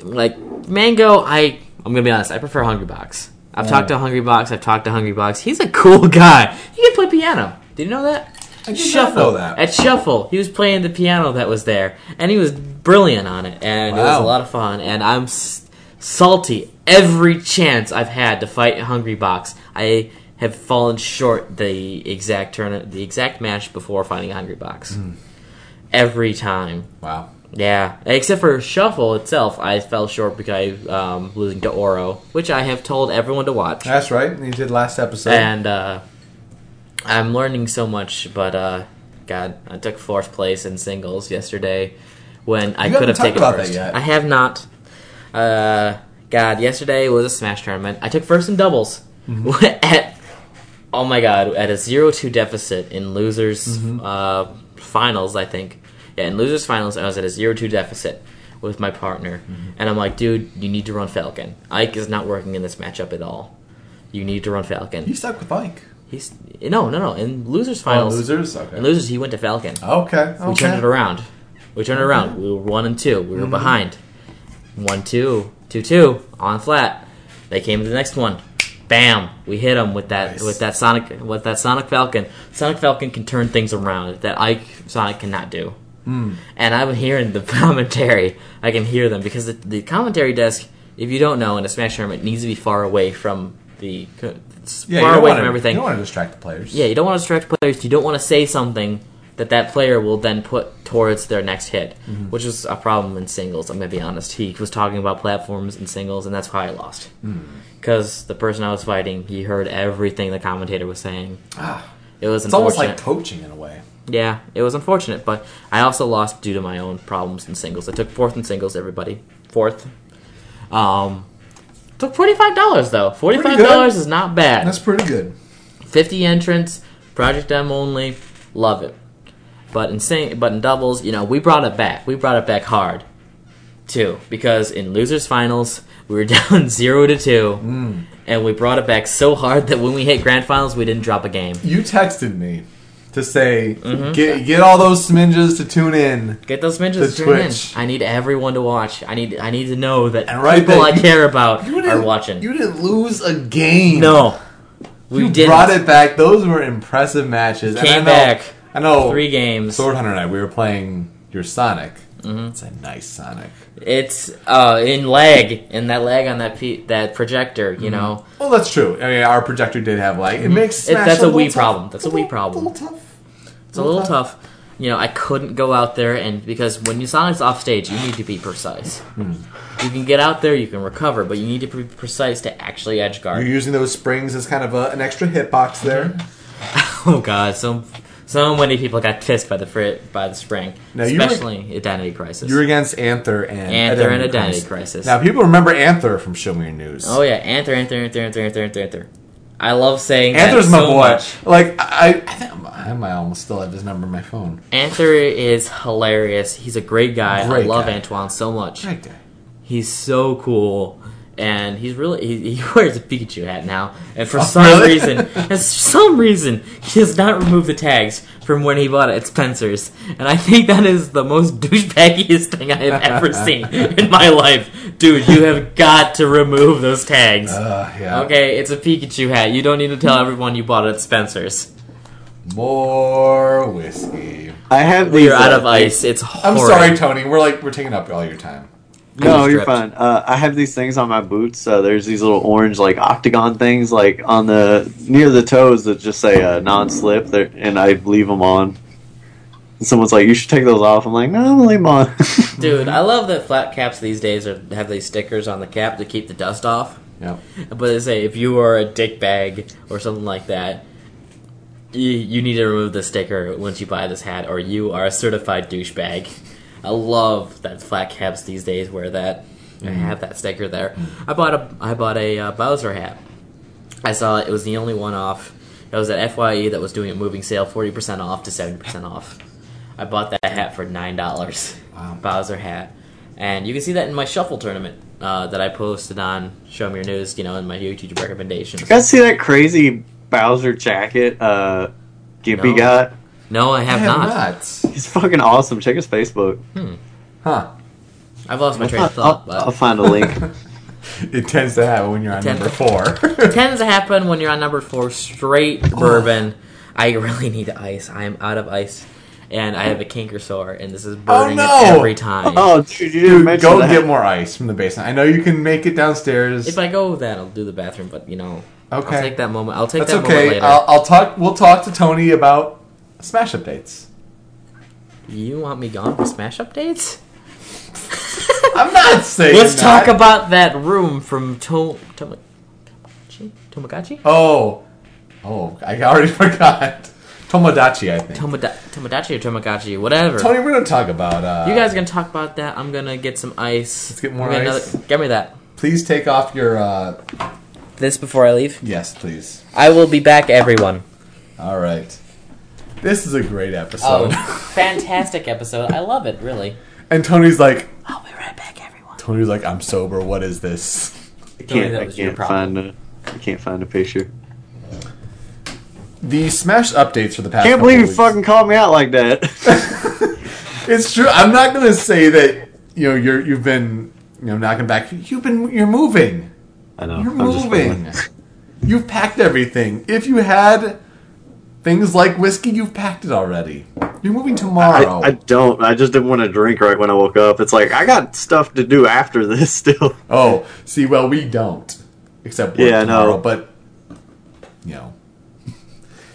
like Mango, I I'm gonna be honest, I prefer Hungry Box. I've talked to Hungry Box. I've talked to Hungry Box. He's a cool guy. He can play piano. Did you know that? I did not Shuffle know that. at Shuffle. He was playing the piano that was there, and he was brilliant on it, and it was a Wow. lot of fun. And I'm s- salty every chance I've had to fight Hungry Box. I have fallen short the exact turn, the exact match before finding Hungry Box. Every time, wow. yeah. Except for Shuffle itself, I fell short because um, losing to Oro, which I have told everyone to watch That's right. You did last episode. and uh, I'm learning so much. But uh, God, I took fourth place in singles yesterday when I could haven't have talked taken about that first. yet. I have not. Uh, God, yesterday was a smash tournament. I took first in doubles Mm-hmm. at oh my God at a 0-2 deficit in losers Mm-hmm. uh, finals. I think yeah, in losers finals I was at a 0-2 deficit. With my partner, Mm-hmm. and I'm like, dude, you need to run Falcon. Ike is not working in this matchup at all. You need to run Falcon. you stuck with Mike. He's no, no, no. In Oh, losers finals, losers. Okay. in losers, he went to Falcon. okay. We okay. turned it around. We turned it around. We were one and two. We were Mm-hmm. behind. One, two, two, two on flat. They came to the next one. bam, we hit him with that Nice. with that Sonic with that Sonic Falcon. Sonic Falcon can turn things around that Ike Sonic cannot do. Hmm. And I'm hearing the commentary. I can hear them because the, the commentary desk, if you don't know, in a Smash tournament, needs to be far away from the co- Yeah, you far don't away wanna- from everything. You don't want to distract the players. Yeah, you don't want to distract players. You don't want to say something that that player will then put towards their next hit, Mm-hmm. which is a problem in singles. I'm gonna be honest. He was talking about platforms and singles, and that's how I lost. Mm-hmm. Because the person I was fighting, he heard everything the commentator was saying. It was Ah. It's almost like unfortunate. coaching in a way. yeah, it was unfortunate, but I also lost due to my own problems in singles. I took fourth in singles. Everybody fourth. Um, took forty five dollars though. Forty five dollars is not bad. That's pretty good. 50 entrants, Project M only, love it. But in sing- but in doubles, you know, we brought it back. We brought it back hard, too, because in losers finals we were down zero to two, Hmm. and we brought it back so hard that when we hit grand finals we didn't drop a game. You texted me to say Mm-hmm. get get all those sminges to tune in. Get those midges The to tune in. Twitch. I need everyone to watch. I need I need to know that And right people there, I you- care about You are didn't- watching. You didn't lose a game. no, we you didn't. brought it back. Those were impressive matches. And Came I know, back I know. three games. Sword Hunter and I, we were playing your Sonic. Mm-hmm. It's a nice Sonic. It's uh, in lag, in that lag on that pe- that projector. Mm-hmm. You know, Well, that's true. I mean, our projector did have like it makes. Mm-hmm. It- Smash that's a little Wii tough- problem. That's a Wii little- problem. little tough. It's a little tough. You know, I couldn't go out there and because when you Sonic's off stage, you need to be precise. Hmm. You can get out there, you can recover, but you need to be precise to actually edge guard. You're using those springs as kind of a, an extra hitbox there. Oh god, so so many people got pissed by the fri- by the spring, Now, you were- especially Identity Crisis. You're against Anther and Anther and Identity Crisis. Now people remember Anther from Show Me Your News. oh yeah, Anther, Anther, Anther, Anther, Anther, Anther, Anther. I love saying Anther's that my so boy. much. Like I, I think I might almost still have his number on my phone. Anther is hilarious. He's a great guy. Great I love guy. Antoine so much. Right there. He's so cool, and he's really he, he wears a Pikachu hat now. And for some Oh, really? reason, and for some reason, he has not removed the tags from when he bought it at Spencer's. And I think that is the most douchebaggiest thing I have ever seen in my life, dude. You have got to remove those tags. Uh, yeah. Okay, it's a Pikachu hat. You don't need to tell everyone you bought it at Spencer's. More whiskey. I have these. You're out uh, of ice. It's I'm horrible. sorry, Tony. We're like we're taking up all your time. No, I'm you're fine. stripped. Uh, I have these things on my boots. Uh, there's these little orange, like octagon things, like on the near the toes that just say uh, non-slip. There, and I leave them on. And someone's like, "You should take those off." I'm like, "No, I'm gonna leave them on." Dude, I love that flat caps these days are, have these stickers on the cap to keep the dust off. Yep. But they say if you are a dick bag or something like that, you, you need to remove the sticker once you buy this hat, or you are a certified douchebag. I love that flat caps these days wear that. I have that sticker there. I bought a I bought a uh, Bowser hat. I saw it, it was the only one off. It was at Fye that was doing a moving sale, forty percent off to seventy percent off. I bought that hat for nine dollars. Wow. Bowser hat, and you can see that in my shuffle tournament uh, that I posted on Show Me Your News. You know, in my YouTube recommendations. You guys see that crazy Bowser jacket uh, Gimpy No. got? No, I have, I not. not. He's fucking awesome. Check his Facebook. Huh. I've lost my train I'll, of thought. I'll- I'll But find a link. It tends to happen when you're on tends number to- four. it tends to happen when you're on number four, straight bourbon. I really need ice. I am out of ice, and I have a canker sore, and this is burning Oh, no! every time. oh, dude, you didn't Dude, mention go that. get more ice from the basement. I know you can make it downstairs. If I go with that, I'll do the bathroom. But you know, Okay. I'll take that moment. I'll take That's that moment okay. later. I'll, I'll talk. We'll talk to Tony about Smash updates. You want me gone for Smash updates? I'm not saying. Let's that. talk about that room from to- Tom- Tomagachi? Tomagachi? Oh, oh, I already forgot. Tomodachi, I think. Tomada- Tomadachi or Tomagachi, whatever. Tony, we're gonna talk about. Uh, you guys are gonna talk about that. I'm gonna get some ice. Let's get more get ice. Get me that. please take off your. Uh, This before I leave. yes, please. I will be back, everyone. All right. This is a great episode. Oh. Oh, fantastic episode. I love it, really. and Tony's like, I'll be right back, everyone. Tony's like, I'm sober. What is this? I can't, that I was your can't problem. find a. I can't find a picture. The Smash updates for the past. Can't couple believe you weeks- fucking called me out like that. It's true. I'm not gonna say that. You know, you're you've been you know knocking back. You've been you're moving. I know. You're I'm just moving. fucking- You've packed everything. If you had things like whiskey, you've packed it already. You're moving I, tomorrow. I don't. I just didn't want to drink right when I woke up. It's like I got stuff to do after this still. oh, see, well, we don't. Except work Yeah, I tomorrow, know. but you know.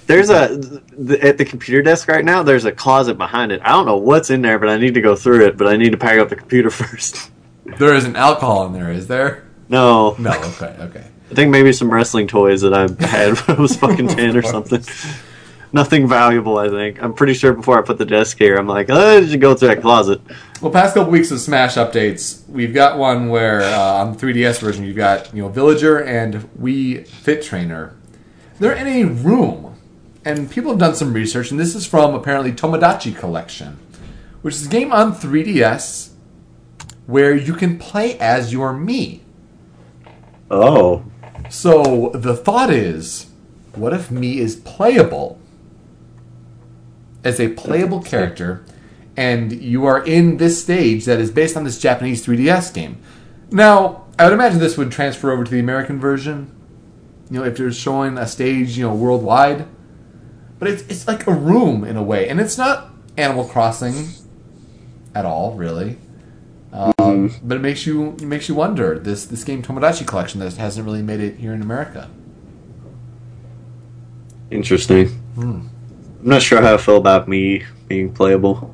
There's a th- at the computer desk right now. There's a closet behind it. I don't know what's in there, but I need to go through it. But I need to pack up the computer first. There isn't alcohol in there, is there? No, No, okay, okay. I think maybe some wrestling toys that I had when I was fucking ten or something. Nothing valuable, I think. I'm pretty sure before I put the desk here, I'm like, oh, I should go through that closet. Well, past couple weeks of Smash updates, we've got one where uh, on the 3DS version, you've got you know Villager and Wii Fit Trainer. They're in a room, and people have done some research, and this is from apparently Tomodachi Collection, which is a game on 3DS where you can play as your me. Oh, So the thought is, what if me is playable as a playable character, and you are in this stage that is based on this Japanese 3DS game? Now, I would imagine this would transfer over to the American version. You know, if they're showing a stage, you know, worldwide. But it's it's like a room in a way, and it's not Animal Crossing at all, really. Um, but it makes you it makes you wonder this this game Tomodachi Collection that hasn't really made it here in America. interesting. Hmm. I'm not sure how I feel about me being playable.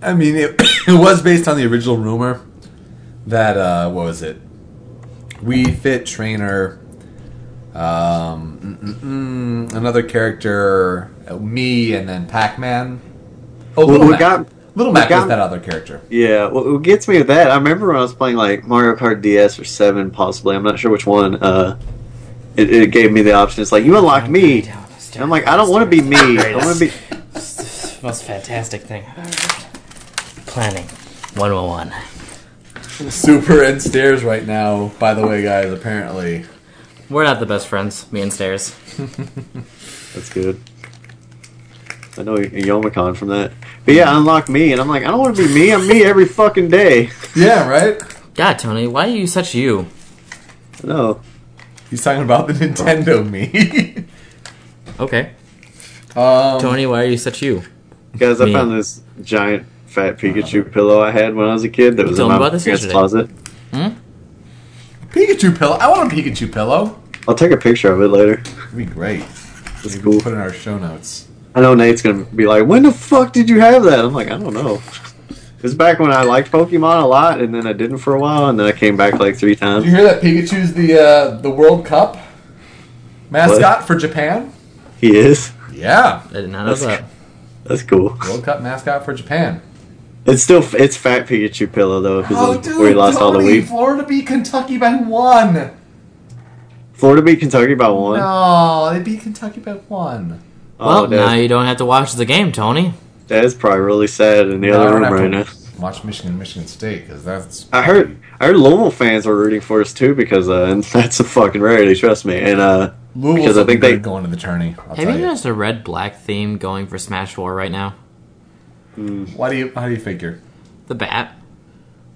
I mean, it, it was based on the original rumor that uh, what was it? We Fit Trainer, um, mm, mm, mm, another character, uh, me, and then Pac Man. Oh, Well, Little we Mac. got- Little we Mac got- was that other character. Yeah, what what gets me with that, I remember when I was playing like Mario Kart DS or Seven, possibly. I'm not sure which one. Uh, it, it gave me the option. It's like you unlocked me. And I'm like, I don't want to be me. I want to be. Most fantastic thing. Planning 101. Super and stairs right now. By the way, guys, apparently We're not the best friends, me and Stairs. That's good. I know a Yomicon from that. But yeah, unlock me, and I'm like, I don't want to be me. I'm me every fucking day. yeah, right. God, Tony, why are you such you? No, He's talking about the Nintendo me. Okay. um, Tony, why are you such you? guys, I Me. found this giant fat Pikachu pillow I had when I was a kid that was in told me my about this parents' yesterday. closet. Pikachu pillow. I want a Pikachu pillow. I'll take a picture of it later. That'd be great. It's Maybe cool. We'll put in our show notes. I know Nate's gonna be like, "When the fuck did you have that?" I'm like, "I don't know." It's back when I liked Pokemon a lot, and then I didn't for a while, and then I came back like three Did you times. hear that Pikachu's the uh, the World Cup mascot for Japan? He is. Yeah, I did not know that. That's cool. World Cup mascot for Japan. It's still it's fat Pikachu pillow though, Oh, because we lost all the Oh, Tony, week. Florida beat Kentucky by one. Florida beat Kentucky by one. No, they beat Kentucky by one. Oh, Well, now Dad- you don't have to watch the game, Tony. that is probably really sad in the No, I other don't room have right to now. Watch Michigan, Michigan State, because that's I heard I heard Louisville fans were rooting for us too because uh, and that's a fucking rarity, trust me. And uh, Louisville's because I looking think they good going to the tourney. I'll Have tell you you. noticed a red black theme going for Smash 4 right now? Why do you? How do you figure? The bat,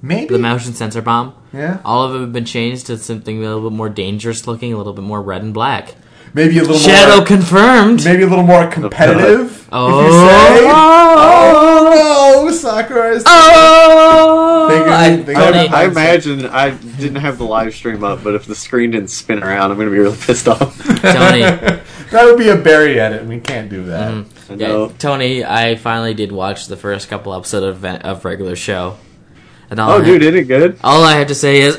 Maybe. the motion sensor bomb. yeah. All of them have been changed to something a little bit more dangerous looking, a little bit more red and black. Maybe a little Shadow more. confirmed! Maybe a little more competitive. Oh. If you say. Oh no, Sakura is. Oh! Think of- I- think of- Tony, I imagine I didn't have the live stream up, but if the screen didn't spin around, I'm gonna be really pissed off. Tony, that would be a Barry edit, and we can't do that. I Yeah, know. Tony, I finally did watch the first couple episodes of, of regular show, and all, Oh, I, dude, did it good? all I have to say is,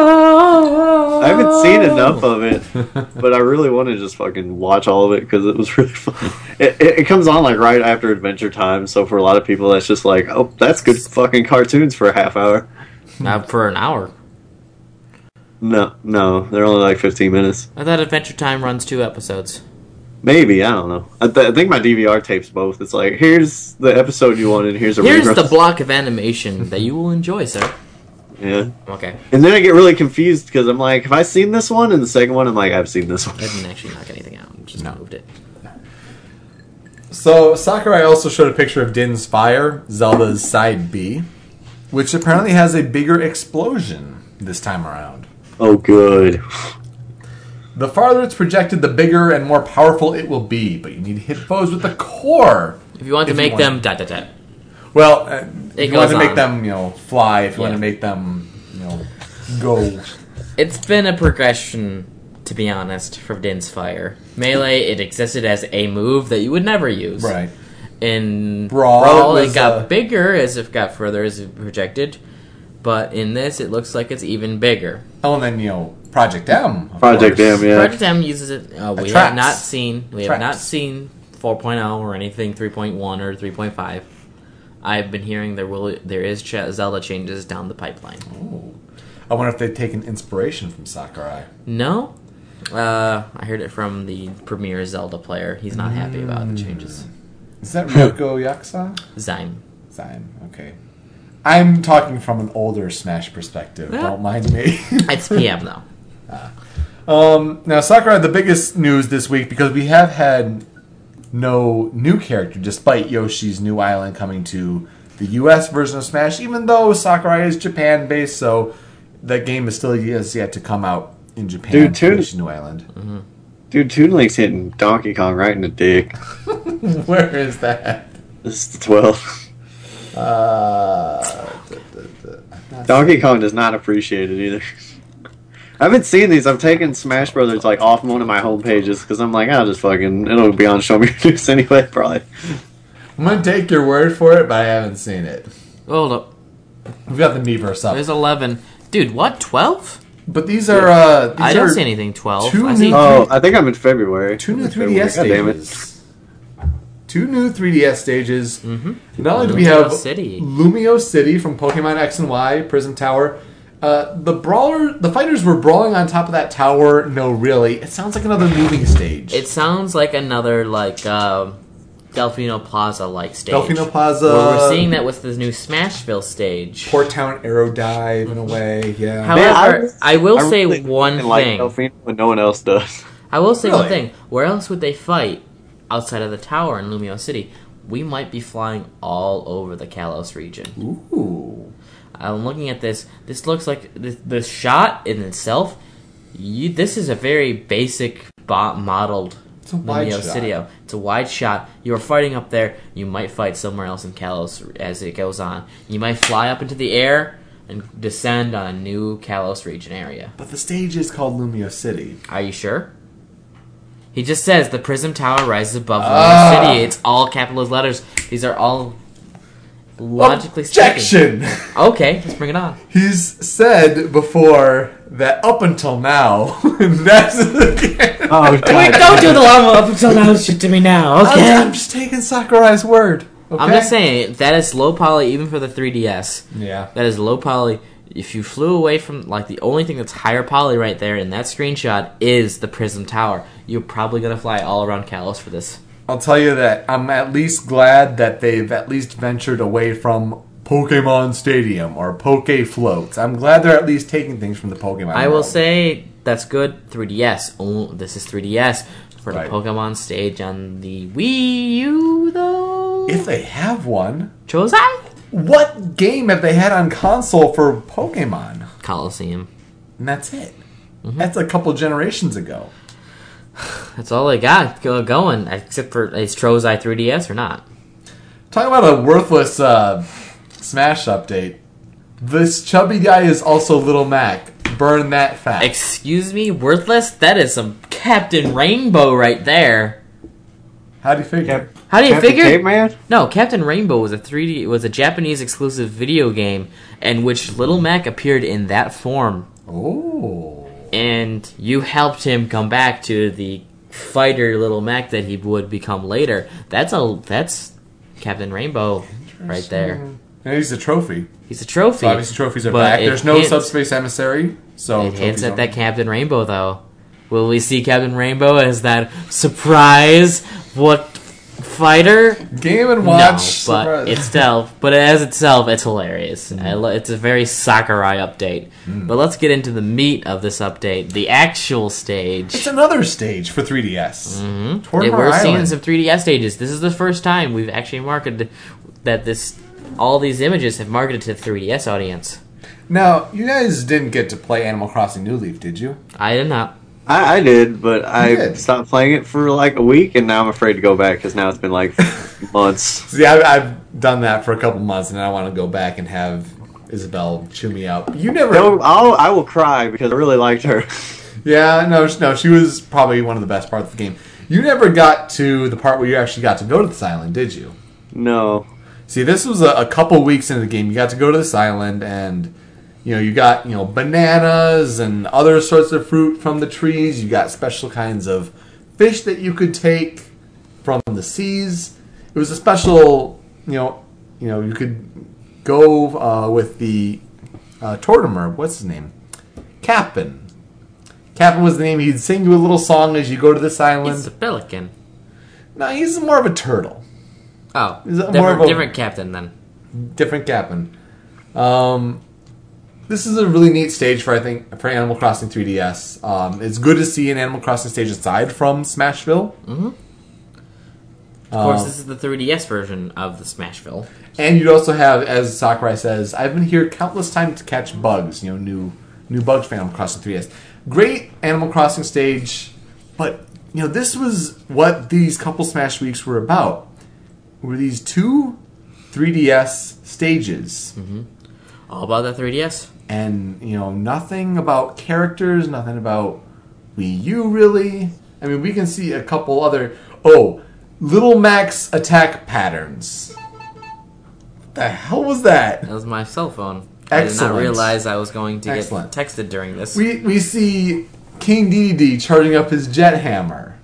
oh, I haven't seen enough of it, but I really want to just fucking watch all of it because it was really fun. It, it, it comes on like right after Adventure Time, so for a lot of people, that's just like, oh, that's good fucking cartoons for a half hour. Not for an hour. No, no, they're only like 15 minutes. I thought Adventure Time runs two episodes. Maybe, I don't know. I, th- I think my DVR tapes both. It's like, here's the episode you wanted, here's a Here's rerun. the block of animation that you will enjoy, sir. Yeah. Okay, And then I get really confused because I'm like, have I seen this one? And the second one, I'm like, I've seen this one. I didn't actually knock anything out. I just moved it. So Sakurai also showed a picture of Din's fire, Zelda's side B, which apparently has a bigger explosion this time around. Oh, good. The farther it's projected, the bigger and more powerful it will be. But you need to hit foes with the core. If you want to If you make want. them dot dot dot. Well, uh, It if you want goes to make on. them, you know, fly. If you want Yeah. to make them, you know, go. It's been a progression, to be honest, from Din's Fire. Melee, it existed as a move that you would never use. Right. In Brawl, Brawl, it it, was, got uh, bigger as it got further as it projected, but in this, it looks like it's even bigger. Oh, and then you know, Project M. of Project course. M, yeah. Project M uses it. Uh, we Attracts. have not seen. We have Attracts. not seen 4.0 or anything 3.1 or 3.5. I've been hearing there will there is ch- Zelda changes down the pipeline. I wonder if they've taken inspiration from Sakurai. No. Uh, I heard it from the premier Zelda player. He's not happy about the changes. Mm. Is that Ryoko Yakuza? Zyme. Sign. Okay. I'm talking from an older Smash perspective. Yeah. Don't mind me. It's PM though. um, now, Sakurai, the biggest news this week because we have had no new character despite Yoshi's New Island coming to the US version of Smash, even though Sakurai is Japan based, so that game is still has yet to come out in Japan. Dude, too- Yoshi's New Island. Dude, Toon Link's hitting Donkey Kong right in the dick. Where is that? This is the 12. Uh, Donkey Kong does not appreciate it either. I haven't seen these. I've taken Smash Brothers like off one of my home pages because I'm like, I'll just fucking it'll be on Show Me Your News anyway, probably. I'm gonna take your word for it, but I haven't seen it. Hold up. We've got the Miiverse up, There's eleven. Dude, what? Twelve? but these are uh, these I don't are see anything twelve. two I see new- Oh, I think I'm in February. two new I'm in February. 3DS God damn it. stages. Two new 3DS stages. Mm-hmm. Not only do we Lumio have City. Lumio City from Pokemon X and Y, Prison Tower. Uh, the brawler, the fighters were brawling on top of that tower. No, really, it sounds like another moving stage. it sounds like another like uh, Delfino Plaza like stage. Delfino Plaza. Where we're seeing that with the new Smashville stage. Port Town Arrow Dive Mm-hmm. in a way. Yeah. Man, I However, really- I, will I say really one like thing. Delphine when no one else does. I will say one Really? thing. Where else would they fight outside of the tower in Lumio City? We might be flying all over the Kalos region. Ooh. I'm looking at this. This looks like this, the shot in itself. You, this is a very basic bot modeled a wide Lumio shot. City. It's a wide shot. You are fighting up there. You might fight somewhere else in Kalos as it goes on. You might fly up into the air and descend on a new Kalos region area. But the stage is called Lumio City. Are you sure? He just says the Prism Tower rises above Lumio Ah. City. It's all capitalized letters. These are all logically speaking. Objection! Okay, let's bring it on. He's said before that up until now, that's Oh, Wait, don't do the llama up until now shit to me now, okay? I'm just taking Sakurai's word. Okay? I'm just saying, that is low poly even for the 3DS. Yeah. That is low poly. If you flew away from, like, the only thing that's higher poly right there in that screenshot is the Prism Tower. You're probably gonna fly all around Kalos for this. I'll tell you that I'm at least glad that they've at least ventured away from Pokemon Stadium or Poke Floats. I'm glad they're at least taking things from the Pokemon. I will world. say that's good. 3DS. Oh, this is 3DS for Right. the Pokemon stage on the Wii U, though. If they have one, Chose I? what game have they had on console for Pokemon? Coliseum. And that's it. Mm-hmm. That's a couple generations ago. That's all I got go- going, except for is Trozai 3DS or not. Talk about a worthless uh, Smash update. This chubby guy is also Little Mac. Burn that fact. Excuse me, worthless? That is some Captain Rainbow right there. How do you figure? How do you Captain figure? Caveman? No, Captain Rainbow was a 3D was a Japanese exclusive video game in which Little Mac appeared in that form Oh, and you helped him come back to the fighter Little Mac that he would become later. That's a that's Captain Rainbow right there. and he's a trophy. He's a trophy. So obviously, trophies are but back. it There's no hints- subspace emissary, so It hints trophies at are- that Captain Rainbow, though. Will we see Captain Rainbow as that surprise? What fighter? game and No, but watch. surprise. itself, but as itself, it's hilarious. I lo- it's a very Sakurai update. But let's get into the meat of this update, the actual It's stage. another stage for 3DS. Mm-hmm. Yeah, Tortimer we're seeing Island. some 3DS stages. This is the first time we've actually marketed that this. All these images have marketed to the 3DS audience. Now, you guys didn't get to play Animal Crossing New Leaf, did you? I did not. I, I did, but I You did. stopped playing it for like a week, and now I'm afraid to go back because now it's been like months. See, I, I've done that for a couple months, and I want to go back and have Isabel chew me out. You never. No, I'll, I will cry because I really liked her. Yeah, no, sh- no, she was probably one of the best parts of the game. You never got to the part where you actually got to go to this island, did you? No, See, this was a, a couple weeks into the game. You got to go to this island, and you know you got you know bananas and other sorts of fruit from the trees. You got special kinds of fish that you could take from the seas. It was a special, you know, you know you could go uh, with the uh, Tortimer. What's his name? Captain. Captain was the name. He'd sing you a little song as you go to this It's a island. pelican. No, he's more of a turtle. Oh, Is that different, more of a- different captain then. different Captain. Um, this is a really neat stage for I think for Animal Crossing 3DS. Um, it's good to see an Animal Crossing stage aside from Smashville, Of Um, course, this is the 3DS version of the Smashville. and you'd also have, as Sakurai says, "I've been here countless times to catch bugs." You know, new new bugs for Animal Crossing 3DS. Great Animal Crossing stage, but you know this was what these couple Smash weeks were about. Were these two 3DS stages? All about the 3DS. and you know nothing about characters, nothing about Wii U really. I mean, we can see a couple other oh, Little Max attack patterns. What the hell was that? That was my cell phone. I did Excellent. not realize I was going to Excellent. get texted during this. We we see King Dedede charging up his jet hammer.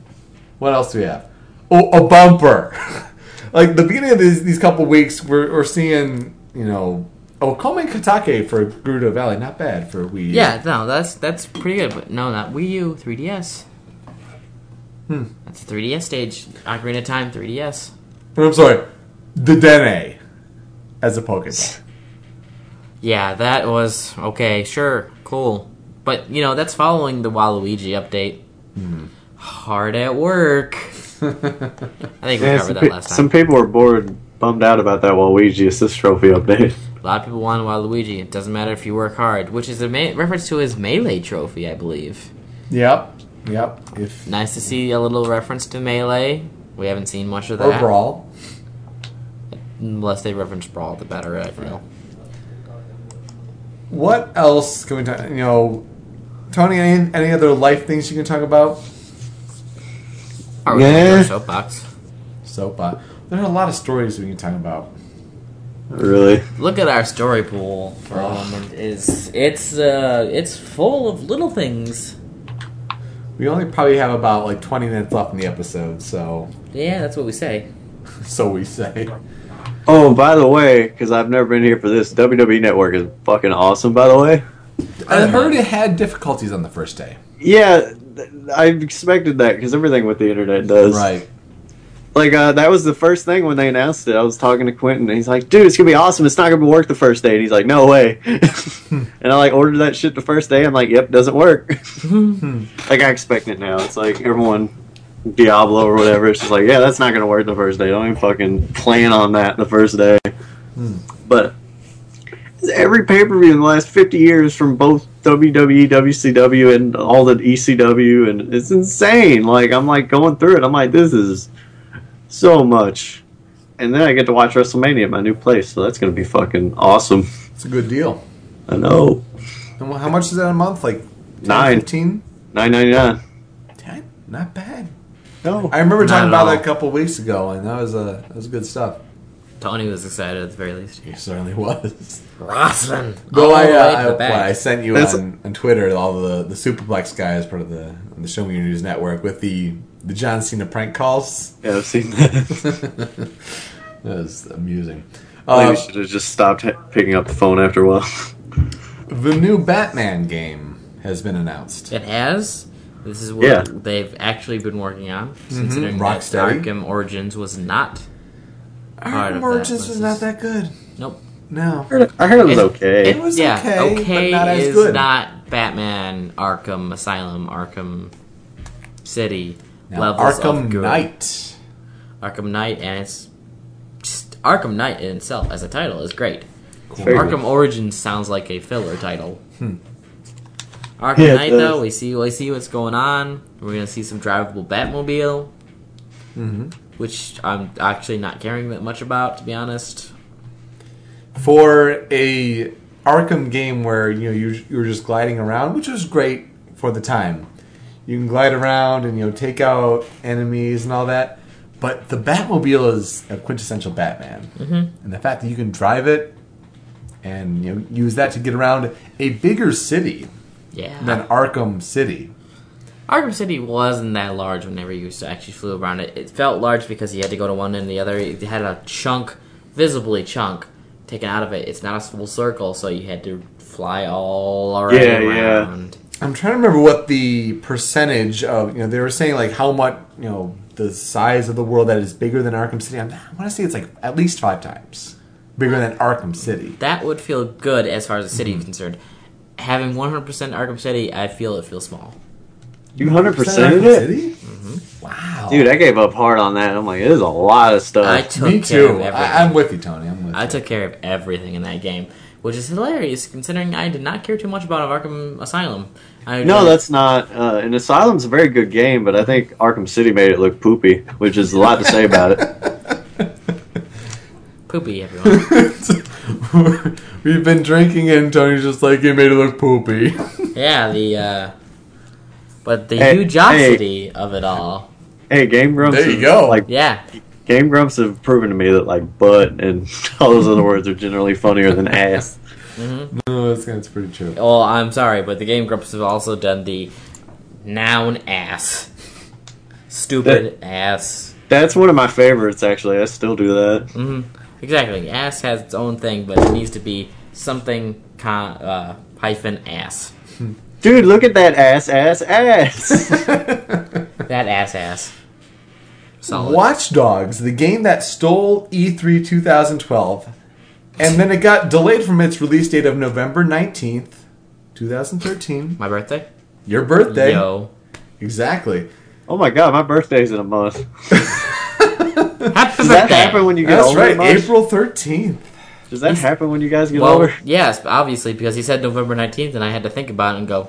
What else do we have? Oh, a bumper. like the beginning of these, these couple weeks, we're, we're seeing you know. Oh, Komen Katake for Gerudo Valley, not bad for Wii. U. yeah, no, that's that's pretty good. But no, not Wii U, 3DS. Hmm. Hmm. That's a 3DS stage. Ocarina of Time, 3DS. I'm sorry, Dedenne as a Pokemon. Yeah, that was okay. Sure, cool. But you know, that's following the Waluigi update. Hmm. Hard at work. I think we Yeah, covered some, that pe- last time. some people were bored, bummed out about that Waluigi assist trophy update. A lot of people want Waluigi. It doesn't matter if you work hard, which is a me- reference to his melee trophy, I believe. Yep, yep. If Nice to see a little reference to melee. We haven't seen much of or that. Brawl, Unless they reference brawl, the better I feel. what else can we talk? You know, Tony, any, any other life things you can talk about? Are we gonna do Yeah. our soapbox? Soap. uh, There are a lot of stories we can talk about. Really? Look at our story pool for a moment. Is it's uh it's full of little things. We only probably have about like 20 minutes left in the episode, so Yeah, that's what we say. so we say. Oh, by the way, because I've never been here for this, WWE Network is fucking awesome. By the way, I heard it had difficulties on the first day. yeah, th- I expected that because everything with the internet does. Like uh, that was the first thing when they announced it. I was talking to Quentin, and he's like, "Dude, it's gonna be awesome. It's not gonna work the first day." And he's like, "No way." and I like ordered that shit the first day. I'm like, "Yep, doesn't work." like I expect it now. It's like everyone Diablo or whatever. It's just like, yeah, that's not gonna work the first day. Don't even fucking plan on that the first day. But every pay per view in the last 50 years from both E, WWE, WCW, and all the ECW, and it's insane. Like I'm like going through it. I'm like, this is so much. And then I get to watch WrestleMania at my new place, so that's gonna be fucking awesome. It's a good deal. I know. And wh- how much is that a month? Like 10, Nine. 15? Nine ninety nine. 10? Not bad. No. I remember talking at about that all. a couple weeks ago, and that was a that was good stuff. Tony was excited at the very least. It certainly was. Wrestling. Though all I, the way to uh, I, the what, back. I sent you That's- on, on Twitter all the the Superplex guys part of the the Show Me Your News network with the the John Cena prank calls. Yeah, I've seen that. that was amusing. Maybe Uh, we should have just stopped ha- picking up the phone after a while. the new Batman game has been announced. It has. This is what Yeah. they've actually been working on, Mm-hmm. considering Rocksteady. that Arkham Origins was not. part Arkham of that Origins was was- not that good. Nope. No, I heard it was It- okay. it was yeah, okay, but not as is good. not Batman Arkham Asylum, Arkham City, Now, levels Arkham of good. Knight. Arkham Knight, and it's just Arkham Knight in itself as a title is great. Very good. Hmm. Arkham Origins sounds like a filler title. Arkham Yeah, it Knight, does. though, we see we see what's going on. We're gonna see some drivable Batmobile, Mm-hmm. which I'm actually not caring that much about, to be honest. for a Arkham game where you know you you were just gliding around, which was great for the time. You can glide around and you know take out enemies and all that. But the Batmobile is a quintessential Batman, mm-hmm. and the fact that you can drive it and you know use that to get around a bigger city Yeah, than Arkham City. Arkham City wasn't that large whenever you s- actually flew around it. It felt large because you had to go to one end and the other. It had a chunk, visibly chunk, taken out of it. It's not a full circle, so you had to fly all around. Yeah, yeah. I'm trying to remember what the percentage of you know they were saying like how much you know the size of the world that is bigger than Arkham City. I'm, I want to say it's like at least five times bigger than Arkham City. That would feel good as far as the city Mm-hmm. is concerned. Having 100% Arkham City, I feel it feels small. You hundred percent Arkham of it, City? Wow, dude. I gave up hard on that. I'm like, there's a lot of I stuff. took Me care of too. everything. I, I, I'm with you, Tony. I'm with you. took care of everything in that game, which is hilarious considering I did not care too much about Arkham Asylum. I No, just- that's not. Uh, and Asylum's a very good game, but I think Arkham City made it look poopy, which is a lot to say about it. poopy, everyone. We've been drinking and Tony's just like you made it look poopy. Yeah, the uh but the Hey, hugosity of it all. Hey, Game Grumps. There you is, go. Like Yeah. Game Grumps have proven to me that like butt and all those other words are generally funnier than ass. no, that's, that's Oh, pretty true. Well, I'm sorry, but the game groups have also done the noun ass. Stupid ass. That's one of my favorites, actually. I still do that. Exactly. Ass has its own thing, but it needs to be something con- uh, hyphen ass. Dude, look at that ass, ass, ass. That ass ass. Solid. Watch Dogs, the game that stole E E3 2012, and then it got delayed from its release date of November 19th, 2013. My birthday? Your birthday. Yo. Exactly. oh my god, my birthday's in a month. Happy Does that birthday. happen when you get That's older? right, much? April 13th. Does that happen when you guys get Well, older? yes, obviously, because he said November 19th, and I had to think about it and go,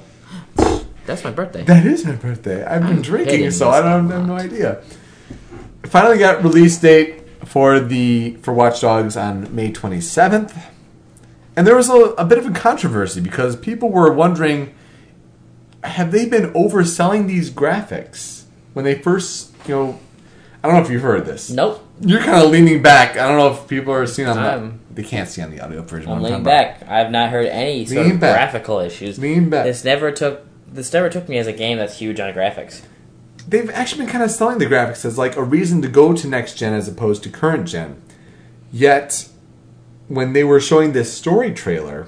that's my birthday. That is my birthday. I've been drinking, kidding so I don't I have no idea. Finally got release date for the for Watch Dogs on May 27th. And there was a, a bit of a controversy because people were wondering have they been overselling these graphics when they first, you know, I don't know if you've heard this. Nope. You're kind of leaning back. I don't know if people are seeing on I'm- the, they can't see on the audio version. what I'm leaning talking about. back. I've not heard any sort Lean of back. graphical issues. Lean back. This never took. This never took me as a game that's huge on graphics. they've actually been kind of selling the graphics as like a reason to go to next gen as opposed to current gen. Yet, when they were showing this story trailer,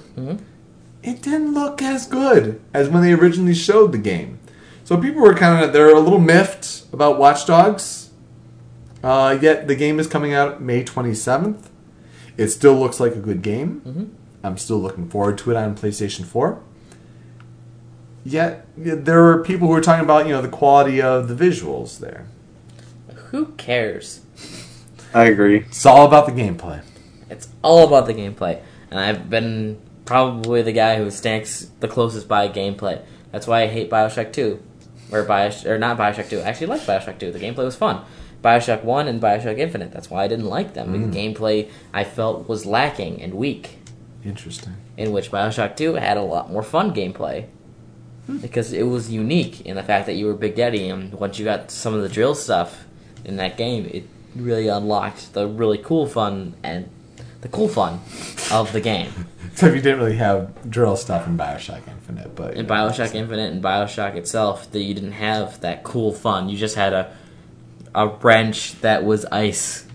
it didn't look as good as when they originally showed the game. So people were kind of they're a little miffed about Watch Dogs. Uh, yet the game is coming out May 27th. It still looks like a good game. I'm still looking forward to it on PlayStation 4 yet there were people who were talking about you know the quality of the visuals there Who cares? I agree. it's all about the gameplay It's all about the gameplay, and I've been probably the guy who stands the closest by gameplay. That's why I hate Bioshock Two, or Bios or not Bioshock Two. I actually liked Bioshock Two. The gameplay was fun. Bioshock One and Bioshock Infinite. That's why I didn't like them. The Mm. gameplay I felt was lacking and weak. interesting in which Bioshock 2 had a lot more fun gameplay. Because it was unique in the fact that you were Big Daddy, and once you got some of the drill stuff in that game, it really unlocked the really cool fun and the cool fun of the game. so if you didn't really have drill stuff in bioshock infinite but In Bioshock Infinite and Bioshock itself, that you didn't have that cool fun. You just had a a wrench that was ice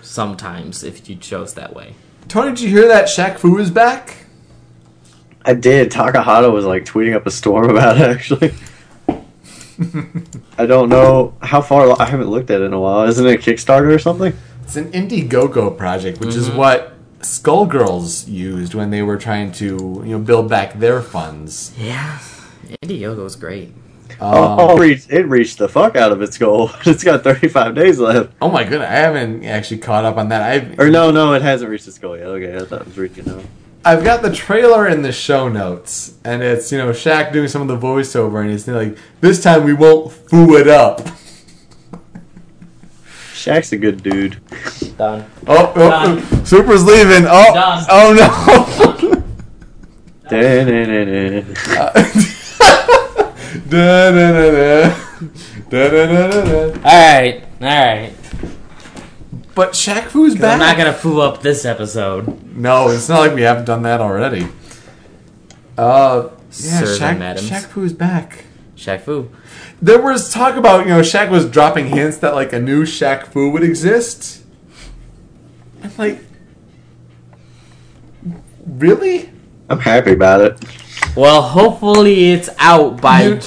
sometimes if you chose that way. tony did you hear that Shaq fu is back I did. Takahata was like tweeting up a storm about it, actually. I don't know how far. I haven't looked at it in a while. Isn't it a Kickstarter or something? it's an indiegogo project which Mm-hmm. is what skullgirls used when they were trying to you know build back their funds Yeah. Indiegogo's great. oh, it reached, it reached the fuck out of its goal. It's got 35 days left. oh my goodness i haven't actually caught up on that i've Or no, no, it hasn't reached its goal yet. Okay, I thought it was reaching out. I've got the trailer in the show notes, and it's you know Shaq doing some of the voiceover, and he's like, "This time we won't foo it up." Shaq's a good dude. Done. Oh, oh, Done. Super's leaving. Oh, Done. oh no. Da-na-na-na. Da-da-da-da. Da-da-da-da-da. Alright, alright. But Shaq Fu's back. I'm not gonna foo up this episode. No, it's not like we haven't done that already. Uh, yeah, Sir Shaq, Madams. Shaq Fu's back. Shaq Fu. There was talk about, you know, Shaq was dropping hints that, like, a new Shaq Fu would exist. I'm like, really? I'm happy about it. Well, hopefully it's out by. You-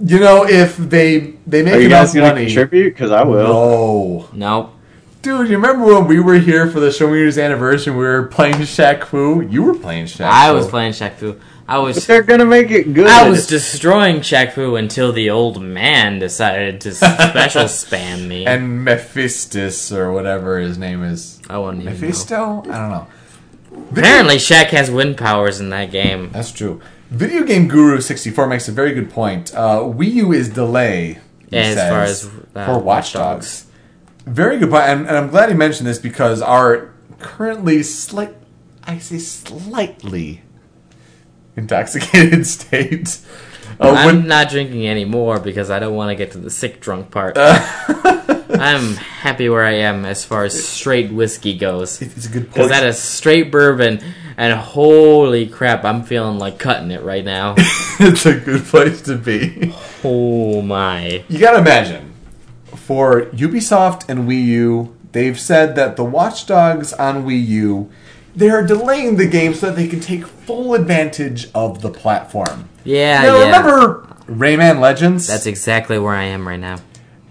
You know, if they they Are make you enough guys gonna money. contribute? Because I will. No. nope. Dude, you remember when we were here for the Show Me Year's anniversary? and We were playing Shaq Fu. You were playing Shaq. I Fu. was playing Shaq Fu. I But was. they're gonna make it good. I was destroying Shaq Fu until the old man decided to special spam me. and Mephistus or whatever his name is. I wouldn't even Oh, know. Mephisto? I don't know. Apparently, Shaq has wind powers in that game. That's true. Video Game Guru 64 makes a very good point. Uh, Wii U is delay he Yeah, as says, far as, uh, for Watch Watch Dogs. Very good point, and, and I'm glad he mentioned this because our currently slight, I say slightly intoxicated state. Uh, I'm would- not drinking anymore because I don't want to get to the sick drunk part. Uh, I'm happy where I am as far as straight whiskey goes. it's a good Because point. that is straight bourbon, and holy crap, I'm feeling like cutting it right now. it's a good place to be. oh my. You gotta imagine for Ubisoft and Wii U, they've said that the watchdogs on Wii U, they are delaying the game so that they can take full advantage of the platform. Yeah, Now Ah, yeah. remember Rayman Legends? That's exactly where I am right now.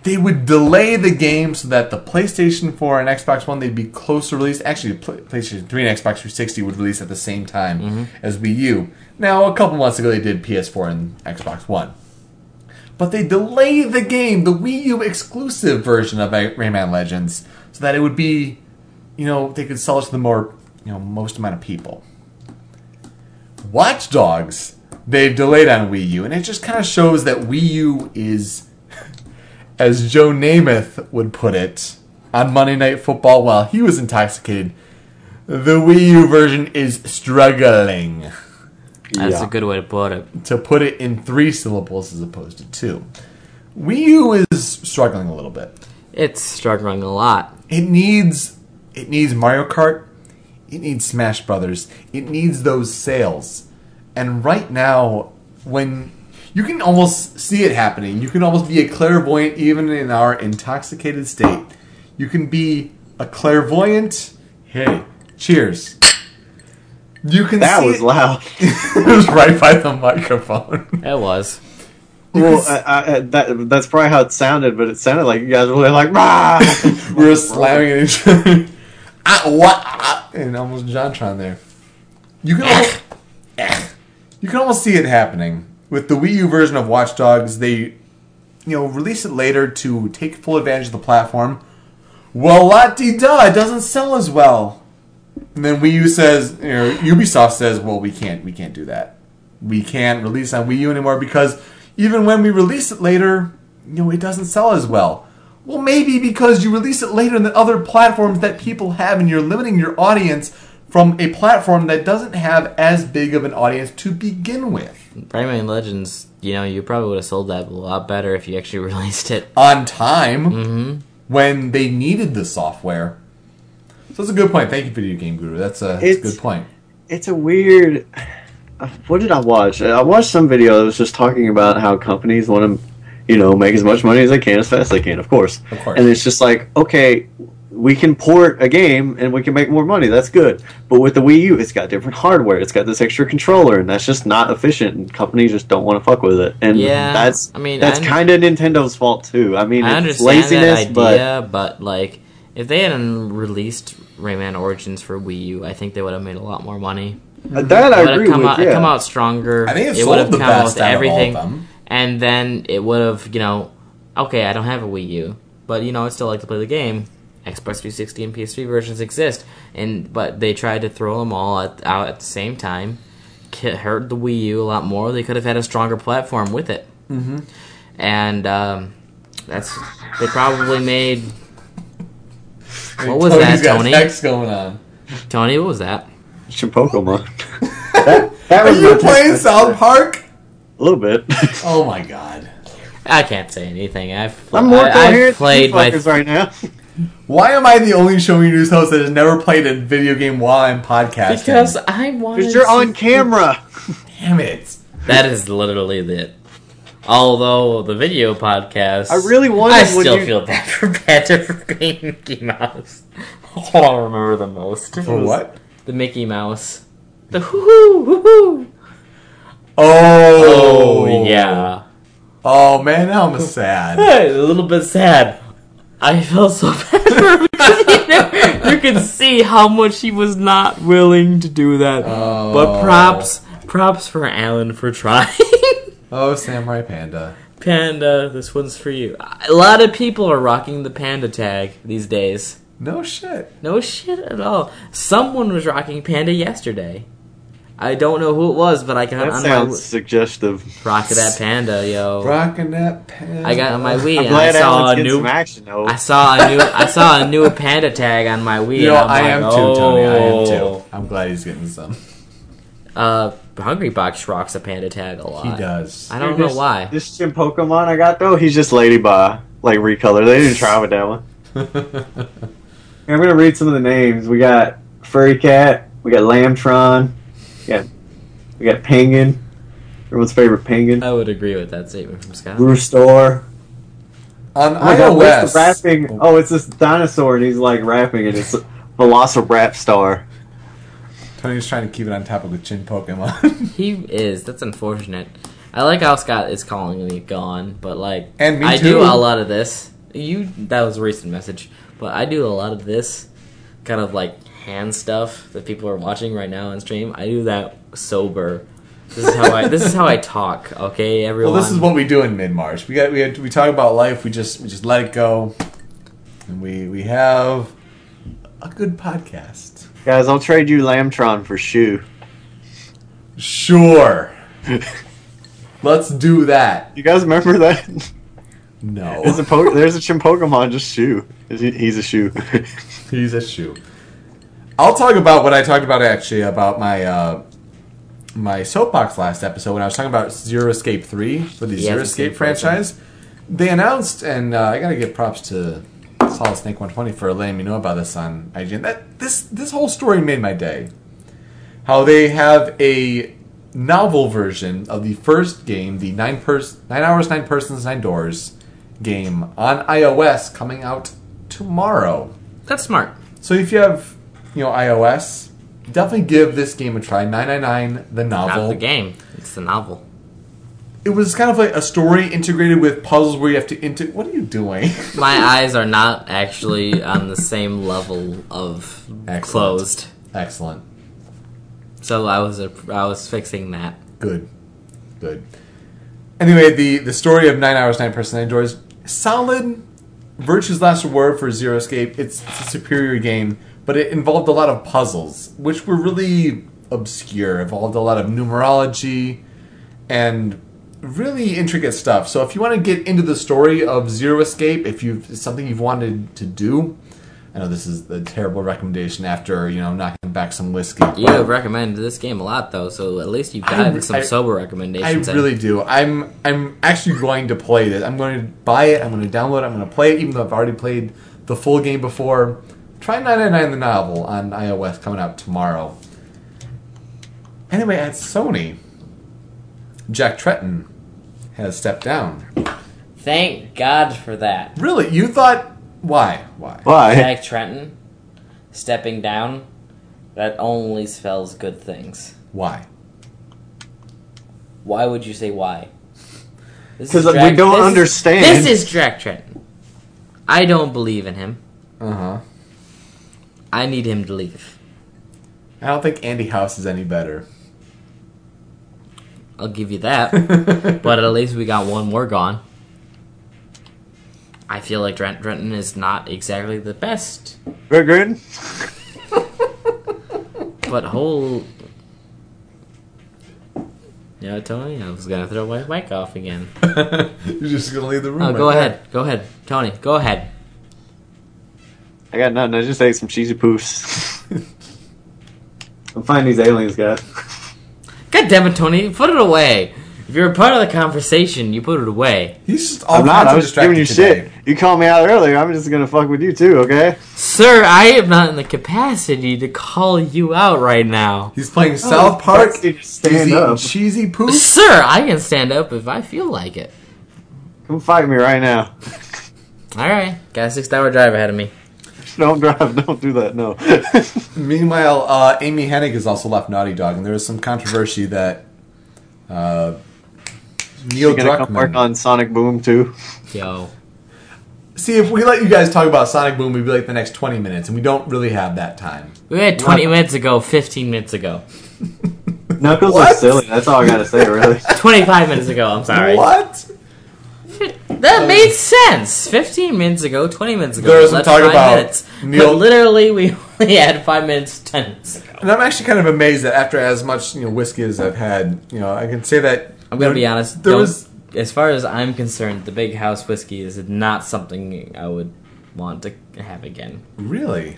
they would delay the game so that the PlayStation 4 and Xbox One they'd be close to release. Actually, Pl- PlayStation 3 and Xbox 360 would release at the same time as Wii U. Now, a couple months ago, they did PS4 and Xbox One, but they delay the game, the Wii U exclusive version of Ray- Rayman Legends, so that it would be, you know, they could sell it to the more, you know, most amount of people. Watch Dogs they've delayed on Wii U, and it just kind of shows that Wii U is as Joe Namath would put it on Monday Night Football while he was intoxicated, the Wii U version is struggling. That's Yeah. a good way to put it. To put it in three syllables as opposed to two. Wii U is struggling a little bit. It's struggling a lot. It needs it needs Mario Kart, it needs Smash Brothers, it needs those sales. And right now, when you can almost see it happening, you can almost be a clairvoyant even in our intoxicated state. You can be a clairvoyant. Hey, cheers. You can That see was it- loud. it was right by the microphone. It was. well, I, I, I- that, that's probably how it sounded, but it sounded like you guys were really like, "Rah!" we were slamming at each other. Ah, what? Ah, and almost JonTron there. You can almost, you can almost see it happening with the Wii U version of Watch Dogs. They, you know, release it later to take full advantage of the platform. Well, la di da, it doesn't sell as well. And then Wii U says, you know, Ubisoft says, well, we can't, we can't do that. We can't release on Wii U anymore because even when we release it later, you know, it doesn't sell as well. Well, maybe because you release it later than other platforms that people have, and you're limiting your audience from a platform that doesn't have as big of an audience to begin with. Rayman Legends, you know, you probably would have sold that a lot better if you actually released it. on time Mm-hmm. when they needed the software. So that's a good point. Thank you, Video Game Guru. That's a, that's a It's- good point. it's a weird. uh, What did I watch? I watched some video that was just talking about how companies want to, you know, make as much money as they can as fast as they can, of course. Of course. And it's just like, okay, we can port a game and we can make more money. That's good. But with the Wii U, it's got different hardware. It's got this extra controller, and that's just not efficient. And companies just don't want to fuck with it. And Yeah, that's I mean, that's I- kind of Nintendo's fault too. I mean, I it's understand laziness, that but idea, but... like if they hadn't released Rayman Origins for Wii U, I think they would have made a lot more money. that It I would agree have come with. out, yeah. it come out stronger. I think it it sold would have the come out best with out of all everything, of them. and then it would have you know, okay, I don't have a Wii U, but you know, I still like to play the game, Xbox 360 and PS3 versions exist, and but they tried to throw them all at, out at the same time. Ki- Hurt the Wii U a lot more. They could have had a stronger platform with it, mm-hmm. and um, that's they probably made. What was Tony's that, got Tony? Text going on. Tony, what was that? Some Pokemon. that, that Are was you my- playing South Park? A little bit. Oh my god. I can't say anything. I've I'm more I- I've coherent played than my you fuckers right now. Why am I the only Show Me News host that has never played a video game while I'm podcasting? because I wanted. Because you're to- on camera. damn it. That is literally it. Although the video podcast, I really wanted I when still you- feel bad for Patrick for being Mickey Mouse. That's what I remember the most. For what? The Mickey Mouse. The hoo hoo hoo. Oh, Oh yeah. Oh man, now I'm sad. Hey, a little bit sad. I felt so bad for him. you, know, you can see how much he was not willing to do that. Oh. But props, props for Alan for trying. Oh, Samurai Panda. panda, this one's for you. A lot of people are rocking the panda tag these days. No shit. No shit at all. Someone was rocking panda yesterday. I don't know who it was, but I got That on my sounds li- suggestive. rock of that panda, yo. Rocking that panda. Oh. I got on my Wii I'm and I glad saw Alan's a getting new some action though. I saw a new I saw a new panda tag on my Wii. You know, and I'm I like, am oh. too, Tony. I am too. I'm glad he's getting some. Uh, Hungry Box rocks a panda tag a lot. He does. I don't Dude, know this- why. This Jim Pokemon I got though, he's just Ladybug, like recolor. They didn't try with that one. Here, I'm gonna read some of the names. We got Furry Cat, we got Lamtron, we got we got Penguin, everyone's favorite Penguin, I would agree with that statement from Scott. Rooster. On Oh my god, where's iOS. the rapping? Oh, it's this dinosaur and he's like rapping and it's Velociraptor Star. Tony's trying to keep it on top of the chin Pokemon. He is. That's unfortunate. I like how Scott is calling me gone, but like And me I too. do a lot of this. You that was a recent message, but I do a lot of this kind of like hand stuff that people are watching right now on stream. I do that sober. This is how I this is how I talk, okay, well, everyone. this is what we do in mid March. We got we had, we talk about life. We just we just let it go, and we we have a good podcast. Guys, I'll trade you Lamtron for Shoe. Sure. Let's do that. You guys remember that? No. There's a po- there's a Chim Pokemon just shoe. Is he- He's a shoe. He's a shoe. I'll talk about what I talked about actually about my uh, my soapbox last episode when I was talking about Zero Escape Three for the Zero it's the Escape same person. franchise. They announced, and uh, I gotta give props to Solid Snake One Twenty for letting me know about this on IGN. That this this whole story made my day. How they have a novel version of the first game, the nine pers- nine hours, nine persons, nine doors game on iOS coming out tomorrow. That's smart. So if you have, you know, iOS, definitely give this game a try. 999, the Not novel. the game. It's the novel. It was kind of like a story integrated with puzzles where you have to into. What are you doing? My eyes are not actually on the same level of Excellent. closed. Excellent. So I was a, I was fixing that. Good. Good. Anyway, the the story of Nine Hours, Nine Person, Nine Doors. Solid. Virtue's Last Reward for Zero Escape. It's, it's a superior game, but it involved a lot of puzzles, which were really obscure. Involved a lot of numerology and really intricate stuff. So if you want to get into the story of Zero Escape, if you have something you've wanted to do, I know this is a terrible recommendation after you know knocking back some whiskey. You have recommended this game a lot, though, so at least you've got re- some I- sober I recommendations. in. really do. I'm I'm actually going to play this. I'm going to buy it. I'm going to download. it. I'm going to play it, even though I've already played the full game before. Try 999 the novel on iOS coming out tomorrow. Anyway, at Sony, Jack Tretton has stepped down. Thank God for that. Really, you thought why? Why? Why? Jack Trenton stepping down. That only spells good things. Why? Why would you say why? This is Because we Jack- don't this is- understand. this is Jack Trenton. I don't believe in him. Uh huh. I need him to leave. I don't think Andy House is any better. I'll give you that. but at least we got one more gone. I feel like Dren- Drenton is not exactly the best, Very good. but whole. Yeah, Tony, I was gonna throw my mic off again. You're just gonna leave the room. Oh, right go there. ahead, go ahead, Tony, go ahead. I got nothing. I just ate some cheesy poofs. I'm finding these aliens, guys. God damn it, Tony, put it away. If you're a part of the conversation, you put it away. He's just all I'm not. kinds I of was just giving you distracted today. shit. You called me out earlier. I'm just gonna fuck with you too, okay? Sir, I am not in the capacity to call you out right now. He's playing South Park. fuck, you just He's stand eating up. cheesy poop. Sir, I can stand up if I feel like it. Come fight me right now. Alright, got a six hour drive ahead of me. Don't drive. Don't do that. No. Meanwhile, uh, Amy Hennig has also left Naughty Dog, and there is some controversy that uh, Neil You're gonna come work Druckmann. on Sonic Boom too. Yo. See, if we let you guys talk about Sonic Boom, we'd be like the next 20 minutes, and we don't really have that time. We had 20 What? minutes ago, 15 minutes ago. Knuckles What? are silly. That's all I gotta say, really. 25 minutes ago, I'm sorry. What? That made sense! 15 minutes ago, 20 minutes ago. There was left some talk five about minutes. Neil- But literally, we only had 5 minutes, 10 minutes ago. And I'm actually kind of amazed that after as much you know whiskey as I've had, you know, I can say that. I'm gonna be honest. There don't- was as far as I'm concerned, the Big House whiskey is not something I would want to have again. really.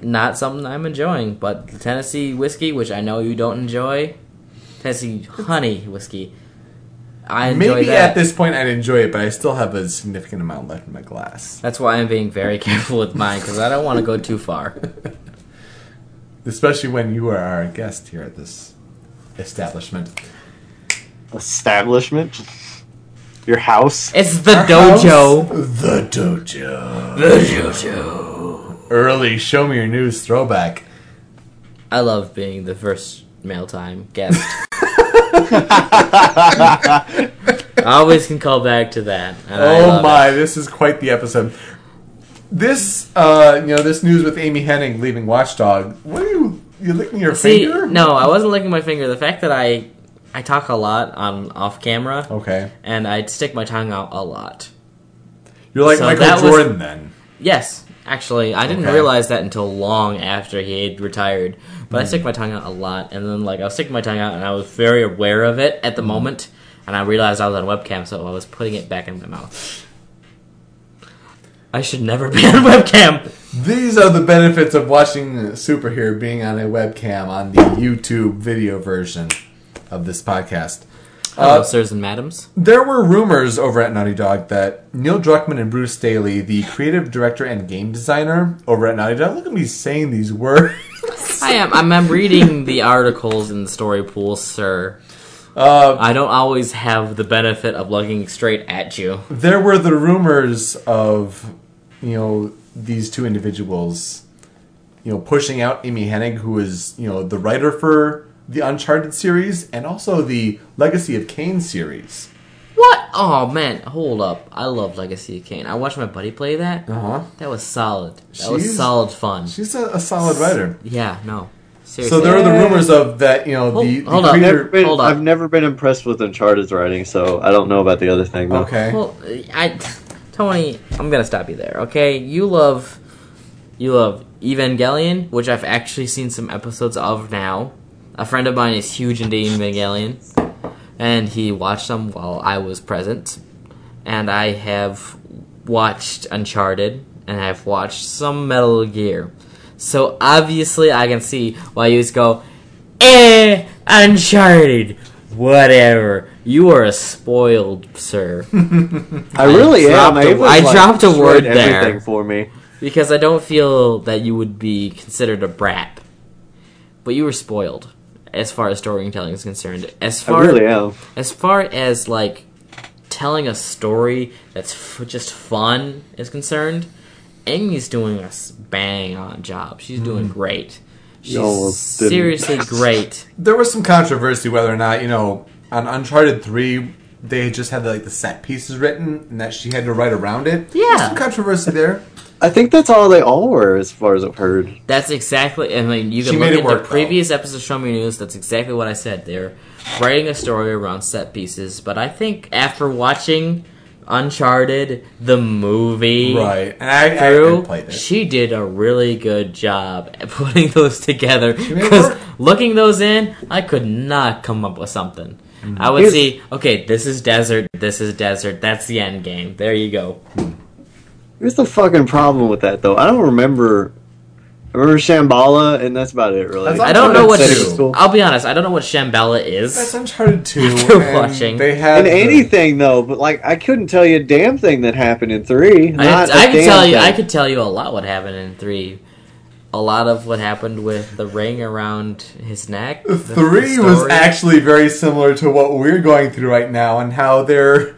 Not something I'm enjoying, but the Tennessee whiskey, which I know you don't enjoy, Tennessee honey whiskey. I enjoy Maybe that. at this point I'd enjoy it, but I still have a significant amount left in my glass. That's why I'm being very careful with mine because I don't want to go too far. Especially when you are our guest here at this establishment. Establishment. Your house. It's the Our dojo. house, The dojo. The dojo. Early show me your news throwback. I love being the first mail time guest. I always can call back to that. and I Oh love it. my, this is quite the episode. This, uh, you know, this news with Amy Henning leaving Watchdog. What are you? You licking your See, finger? no, I wasn't licking my finger. The fact that I I talk a lot on off camera Okay. and I'd stick my tongue out a lot. You're like So that Michael was- Jordan then. Yes, actually, I didn't Okay. realize that until long after he had retired. But I stick my tongue out a lot, and then like I was sticking my tongue out, and I was very aware of it at the moment, and I realized I was on webcam, so I was putting it back in my mouth. I should never be on webcam. These are the benefits of watching Superhero being on a webcam on the YouTube video version of this podcast. Hello, sirs and madams. There were rumors over at Naughty Dog that Neil Druckmann and Bruce Daly, the creative director and game designer over at Naughty Dog, look at me saying these words. I am. I'm, I'm reading the articles in the story pool, sir. I don't always have the benefit of looking straight at you. there were the rumors of you know these two individuals you know pushing out Amy Hennig who is you know the writer for the Uncharted series and also the Legacy of Kane series. What? Oh man, hold up! I love Legacy of Kane. I watched my buddy play that. Uh-huh. That was solid. That She's- was solid fun. She's a, a solid writer. Yeah, no. Seriously. So there are the rumors of that you know the, the Hold- hold up. Never creator been- Hold on. I've never been impressed with Uncharted's writing, so I don't know about the other thing. Though. okay Well, I, Tony, I'm gonna stop you there. Okay, you love, you love Evangelion, which I've actually seen some episodes of now. A friend of mine is huge into Evangelion, and he watched them while I was present. And I have watched Uncharted, and I've watched some Metal Gear. So obviously, I can see why you just go, eh, Uncharted, whatever. You are a spoiled sir. I really am. dropped a- It was, I like, dropped a word destroyed there. everything for me. Because I don't feel that you would be considered a brat. But you were spoiled as far as storytelling is concerned. As I far really am. as far as like telling a story that's f- just fun is concerned, Amy's doing a s- bang on job. She's doing great. She's almost Mm-hmm. didn't. seriously great. there was some controversy whether or not you know on Uncharted three they just had like the set pieces written and that she had to write around it. There's Yeah. some controversy there. I think that's all they all were, as far as I've heard. That's exactly. I mean, you She can made it look at work, the though. previous episode of Show Me Your News. That's exactly what I said. They're writing a story around set pieces, but I think after watching Uncharted, the movie. Right. And I, I, I Through, played it. she did a really good job at putting those together. made it Because work. looking those in, I could not come up with something. Mm-hmm. I would Here's- see, okay, this is desert, this is desert, that's the end game. There you go. Here's the fucking problem with that though. I don't remember. I remember Shambhala, and that's about it, really. That's I don't know what. Uncharted That's cool. I'll be honest. I don't know what Shambhala That's is. Uncharted 2. After and watching. They had And the- anything though, but like I couldn't tell you a damn thing that happened in three. I, Not I a could damn tell you. thing. I could tell you a lot what happened in three. A lot of what happened with the ring around his neck. The, the Three was story. actually very similar to what we're going through right now, and how they're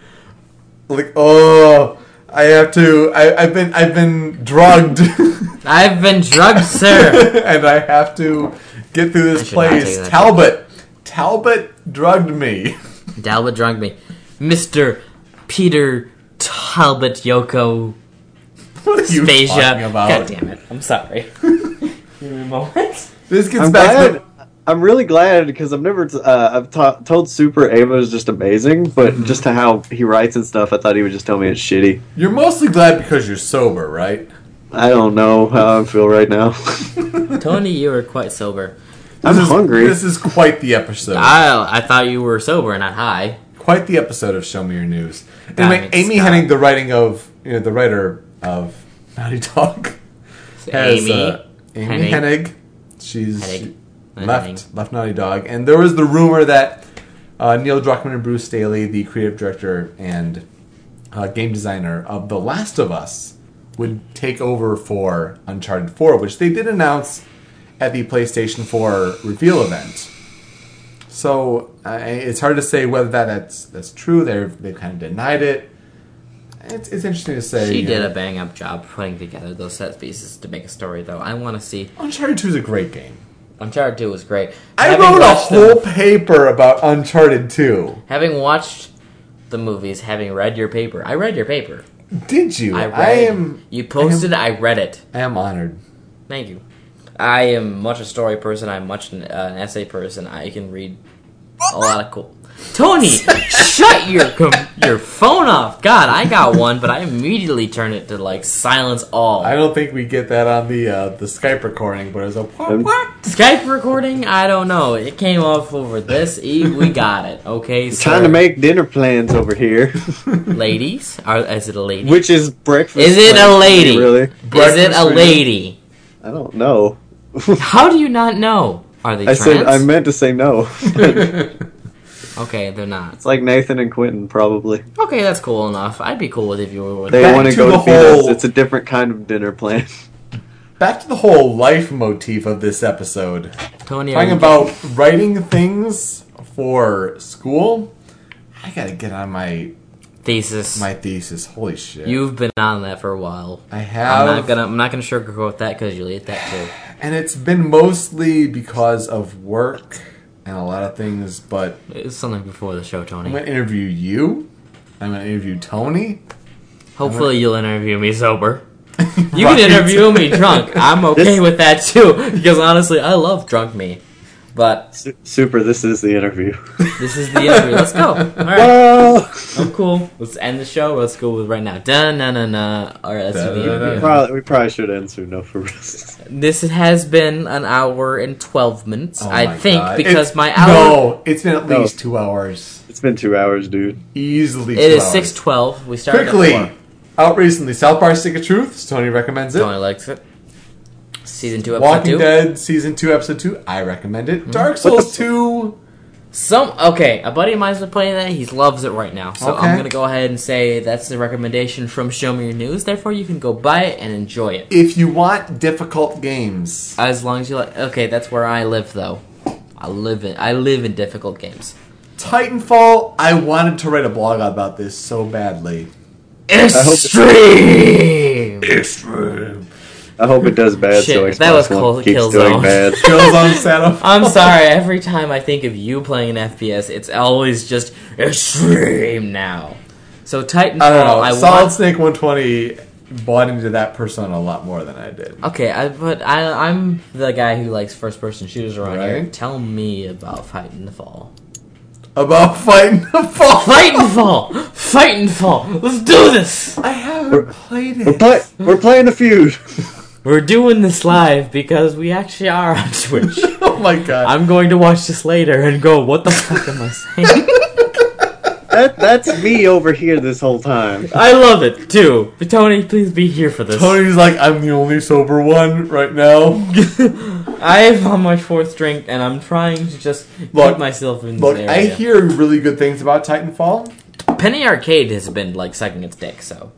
like, oh, I have to. I, I've been, I've been drugged, I've been drugged, sir. and I have to get through I this should not take place. that. Talbot, Talbot drugged me. Talbot drugged me, Mister Peter Talbot Yoko What are you Spacia. talking God about? damn it! I'm sorry. Give me a moment. This gets I'm back glad. to I'm really glad because I've never t- uh, I've ta- told Super Ava is just amazing, Mm-hmm. but just to how he writes and stuff, I thought he would just tell me it's shitty. You're mostly glad because you're sober, right? I don't know how I feel right now. Tony, you were quite sober. I'm This is- hungry. This is quite the episode. I I thought you were sober and not high. quite the episode of Show Me Your News. Anyway, it, Amy Scott. Henning, the writing of you know the writer of Naughty Dog, has Amy uh, Amy Hennig. Hennig. She's Hennig. left Hennig. left Naughty Dog, and there was the rumor that uh, Neil Druckmann and Bruce Staley, the creative director and uh, game designer of The Last of Us, would take over for Uncharted Four, which they did announce at the PlayStation Four reveal event. So I it's hard to say whether that, that's that's true. They've they've kind of denied it. It's, it's interesting to say. She you did know, a bang up job putting together those set pieces to make a story, though. I want to see. Uncharted Two is a great game. Uncharted 2 was great. I Having wrote a watched whole The, paper about Uncharted Two. having watched the movies, having read your paper. I read your paper. Did you? I I, read. am. you posted, I, read it. I am honored. Thank you. I am much a story person. I'm much an, uh, an essay person. I can read a lot of cool. Tony, shut your com- your phone off. God, I got one, but I immediately turned it to like silence all. I don't think we get that on the uh, the Skype recording, but it's a what? what? Skype recording? I don't know. It came off over this eve. We got it. Okay, so Trying to make dinner plans over here, ladies. Are, is it a lady? which is breakfast. Is it plans a for me, lady? Really? is it breakfast a menu? lady? I don't know. How do you not know? Are they I trans? said I meant to say no. okay, they're not. It's like Nathan and Quentin, probably. Okay, that's cool enough. I'd be cool with if you were with. They Back want to to go the to Vito's. whole- It's a different kind of dinner plan. Back to the whole life motif of this episode. Tony, are Talking you- about writing things for school. I gotta get on my thesis. my thesis. Holy shit! You've been on that for a while. I I'm have. not gonna. I'm not gonna sugarcoat that because you'll eat that too. and it's been mostly because of work and a lot of things, but It's something before the show, Tony. I'm gonna interview you. I'm gonna interview Tony. Hopefully, you'll interview me sober. You Right. can interview me drunk. I'm okay with that too, because honestly, I love drunk me. But Su- Super, this is the interview. this is the interview. Let's go. All right, Well, I'm cool. Let's end the show. Let's go with right now. Da na na na. All right, let's do the Da-na-na-na. interview. probably, we probably should answer no for real. This has been an hour and twelve minutes, Oh I my think, God. because It's- my hour. No, it's been at No. least two hours. It's been two hours, dude. Easily. It two is hours. six twelve. We started at Quickly, four. out recently. South Park: Stick of Truth. Tony recommends it. Tony likes it. Season two, episode Walking two. Mm-hmm. Dead season two, episode two. I recommend it. Dark Souls two. Some okay, a buddy of mine's been playing that. He loves it right now, so Okay. I'm gonna go ahead and say that's the recommendation from Show Me Your News. Therefore, you can go buy it and enjoy it If you want difficult games, as long as you like. Okay, that's where I live though. I live in I live in difficult games. Titanfall. I wanted to write a blog about this so badly. Extreme. Extreme. I hope it does bad. so Shit, Xbox that was One cold keeps kill doing zone. bad. Kills on Saddam. I'm sorry. Every time I think of you playing an FPS, it's always just extreme now. So Titanfall, I don't know. Oh, I Solid want Snake 120 bought into that persona a lot more than I did. Okay, I, but I, I'm the guy who likes first-person shooters around here. Right. Tell me about Fighting the Fall. About fighting the fall. Fighting the Fall! Titanfall. Let's do this. I haven't played We're, it. play- we're playing a feud. We're doing this live because we actually are on Twitch. Oh my god. I'm going to watch this later and go, what the fuck am I saying? That that's me over here this whole time. I love it too. But Tony, please be here for this. Tony's like, I'm the only sober one right now. I'm on my fourth drink and I'm trying to just Look, keep myself in Look, this I area. hear really good things about Titanfall. Penny Arcade has been like sucking its dick, so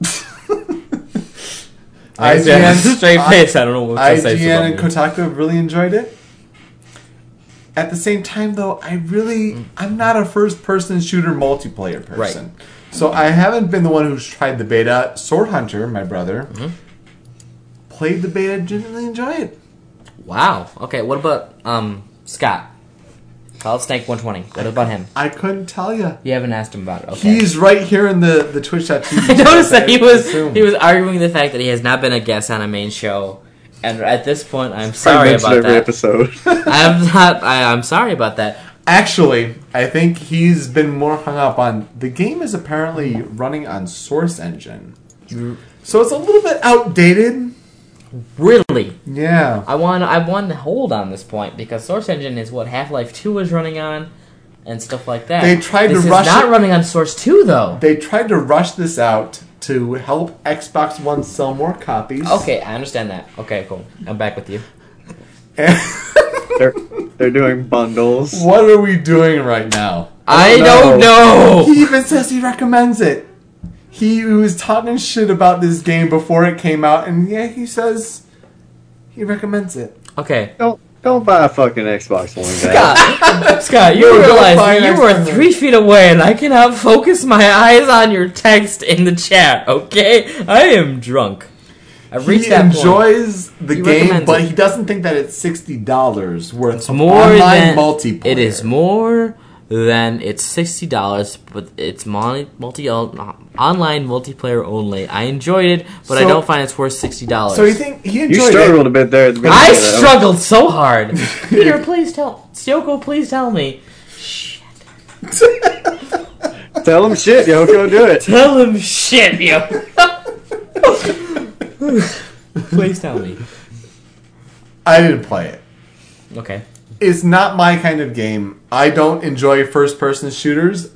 I Yeah, straight face. I don't know what to say. IGN and about it. Kotaku have really enjoyed it. At the same time, though, I Mm. really I'm not a first-person shooter multiplayer person, so I haven't been the one who's tried the beta. Sword Hunter, my brother, Mm-hmm. played the beta, didn't really enjoy it. Wow. Okay. What about um Scott? Solid Snake 120. What about him? I couldn't tell you. You haven't asked him about it. Okay. He's right here in the the Twitch.tv. I noticed that he was assume. he was arguing the fact that he has not been a guest on a main show, and at this point, I'm sorry I mentioned about every that. episode. I'm not. I, I'm sorry about that. Actually, I think he's been more hung up on the game is apparently running on Source Engine, so it's a little bit outdated. Really, Yeah. I want I want to hold on this point because Source Engine is what Half Life Two was running on, and stuff like that. They tried to This is rush not it- running on Source Two though. They tried to rush this out to help Xbox One sell more copies. Okay, I understand that. Okay, cool. I'm back with you. they're they're doing bundles. What are we doing right now? I don't know. He even says he recommends it. He was talking shit about this game before it came out, and yeah, he says he recommends it. Okay, Don't don't buy a fucking Xbox One, guys. Scott, you We're realize gonna that find you were extra- three feet away and I cannot focus my eyes on your text in the chat, okay? I am drunk. I've reached He that point. enjoys the He game, recommends but it. he doesn't think that it's sixty dollars worth of More online than multiplayer. it is more than it's sixty dollars, but it's multi, multi uh, online multiplayer only. I enjoyed it, but I So- don't find it's worth sixty dollars. So you think he You enjoyed it? struggled a bit there at the beginning. I of that. struggled so hard. Peter, please tell Sioko, please tell me. Tell them shit, yo, go do it. Tell him shit, yo. Please tell me. I didn't play it. Okay. It's not my kind of game. I don't enjoy first person shooters.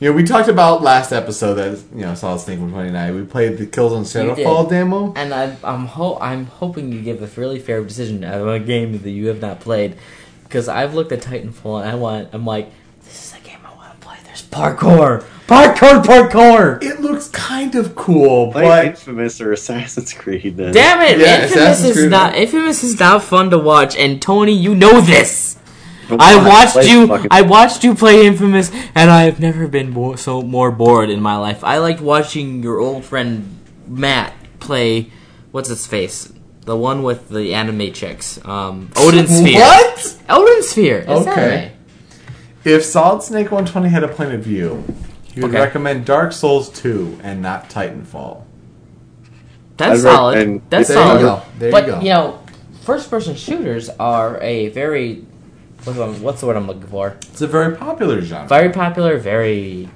You know, we talked about last episode that you know Solid Snake 129. We played the Kills on did. Shadowfall demo. And I, I'm ho- I'm hoping you give a fairly fair decision of a game that you have not played, because I've looked at Titanfall and I want I'm like, this is a game I want to play. There's parkour, parkour, parkour. It looks kind of cool, Play but Infamous or Assassin's Creed then. Damn it! Yeah, Infamous Assassin's is Creed. not Infamous is not fun to watch, and Tony, you know this. I Play watched you. fucking- I watched you play Infamous, and I have never been bo- so more bored in my life. I liked watching your old friend Matt play. What's his face? The one with the anime chicks. Um, Odin Sphere. what Odin Sphere. Is Okay. okay. if Solid Snake 120 had a point of view? He would Okay. recommend Dark Souls 2 and not Titanfall. That's I'd rec- solid. and- That's There you solid. go. There you but go. know, first-person shooters are a very what's the- what's the word I'm looking for? It's a very popular genre. very popular, very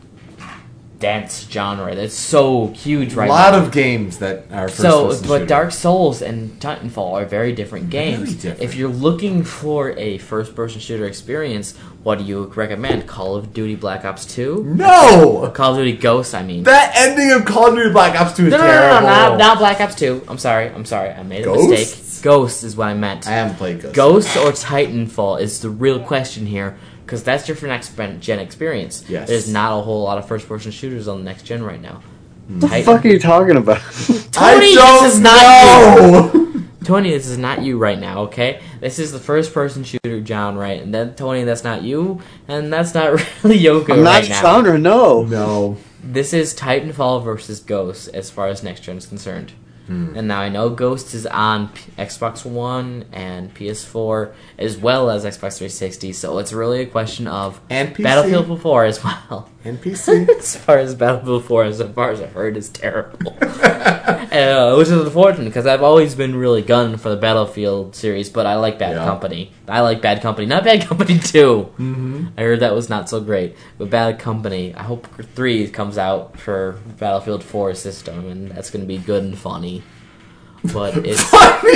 dense genre that's so huge a right lot now. of games that are first so, person but shooter. Dark Souls and Titanfall are very different games. different. If you're looking for a first-person shooter experience, what do you recommend? Call of Duty Black Ops Two, No! Call of Duty Ghosts. I mean, That ending of Call of Duty Black Ops 2 is no, no, no, no, no, terrible. not, not Black Ops Two. I'm sorry, I'm sorry, I made a Ghosts? mistake. Ghosts is what I meant. I haven't played Ghost. Ghost or Titanfall is the real question here, because that's your for next gen gen experience. Yes. There's not a whole lot of first person shooters on the next gen right now. Hmm. What the fuck are you talking about? I Tony, don't this is not know. you. Tony, this is not you right now, okay? This is the first person shooter John right and then Tony, that's not you, and that's not really Yoko I'm not right your now. founder, no. No. This is Titanfall versus Ghost as far as next gen is concerned. And now I know Ghost is on P- Xbox One and PS4 as well as Xbox 360, so it's really a question of And PC. Battlefield 4 as well. And PC. As far as Battlefield 4, as far as I've heard, is terrible. uh, which is unfortunate because I've always been really gunning for the Battlefield series, but I like Bad Yeah. Company. I like Bad Company, not Bad Company 2 Mm-hmm. I heard that was not so great, but Bad Company. I hope three comes out for Battlefield Four system, and that's going to be good and funny. But it's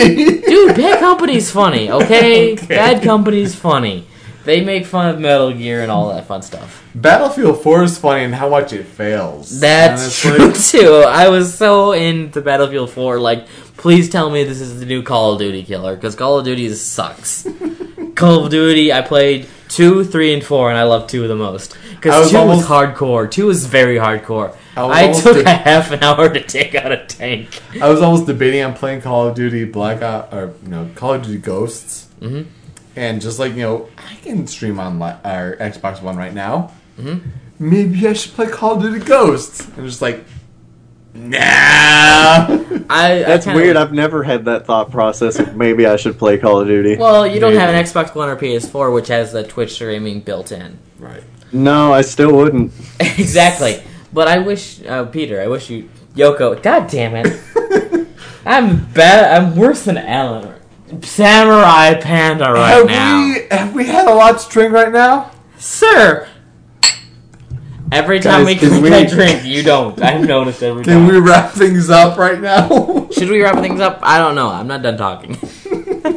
dude, Bad Company's funny, okay? Bad Company's funny. They make fun of Metal Gear and all that fun stuff. Battlefield 4 is funny and how much it fails. That's Honestly. true too. I was so into Battlefield 4. Like, please tell me this is the new Call of Duty killer because Call of Duty sucks. Call of Duty, I played two, three, and four, and I love two the most I because was two almost- was hardcore. Two is very hardcore. I was I almost took did- a half an hour to take out a tank. I was almost debating on playing Call of Duty Black Ops or you know Call of Duty Ghosts, mm-hmm. and just like you know, I can stream on li- our Xbox One right now. Mm-hmm. Maybe I should play Call of Duty Ghosts. And just like, nah. I That's I kinda- weird. I've never had that thought process of maybe I should play Call of Duty. Well, you don't have an Maybe. Xbox One or PS4, which has the Twitch streaming built in. right. no, I still wouldn't. exactly. But I wish, uh, Peter, I wish you, Yoko. God damn it! I'm bad. I'm worse than Alan. Samurai Panda right have now, we have we had a lot to drink right now? sir. Every time Guys, we can we... we- drink, you don't. I've noticed every Can time. we wrap things up right now? Should we wrap things up? I don't know. I'm not done talking.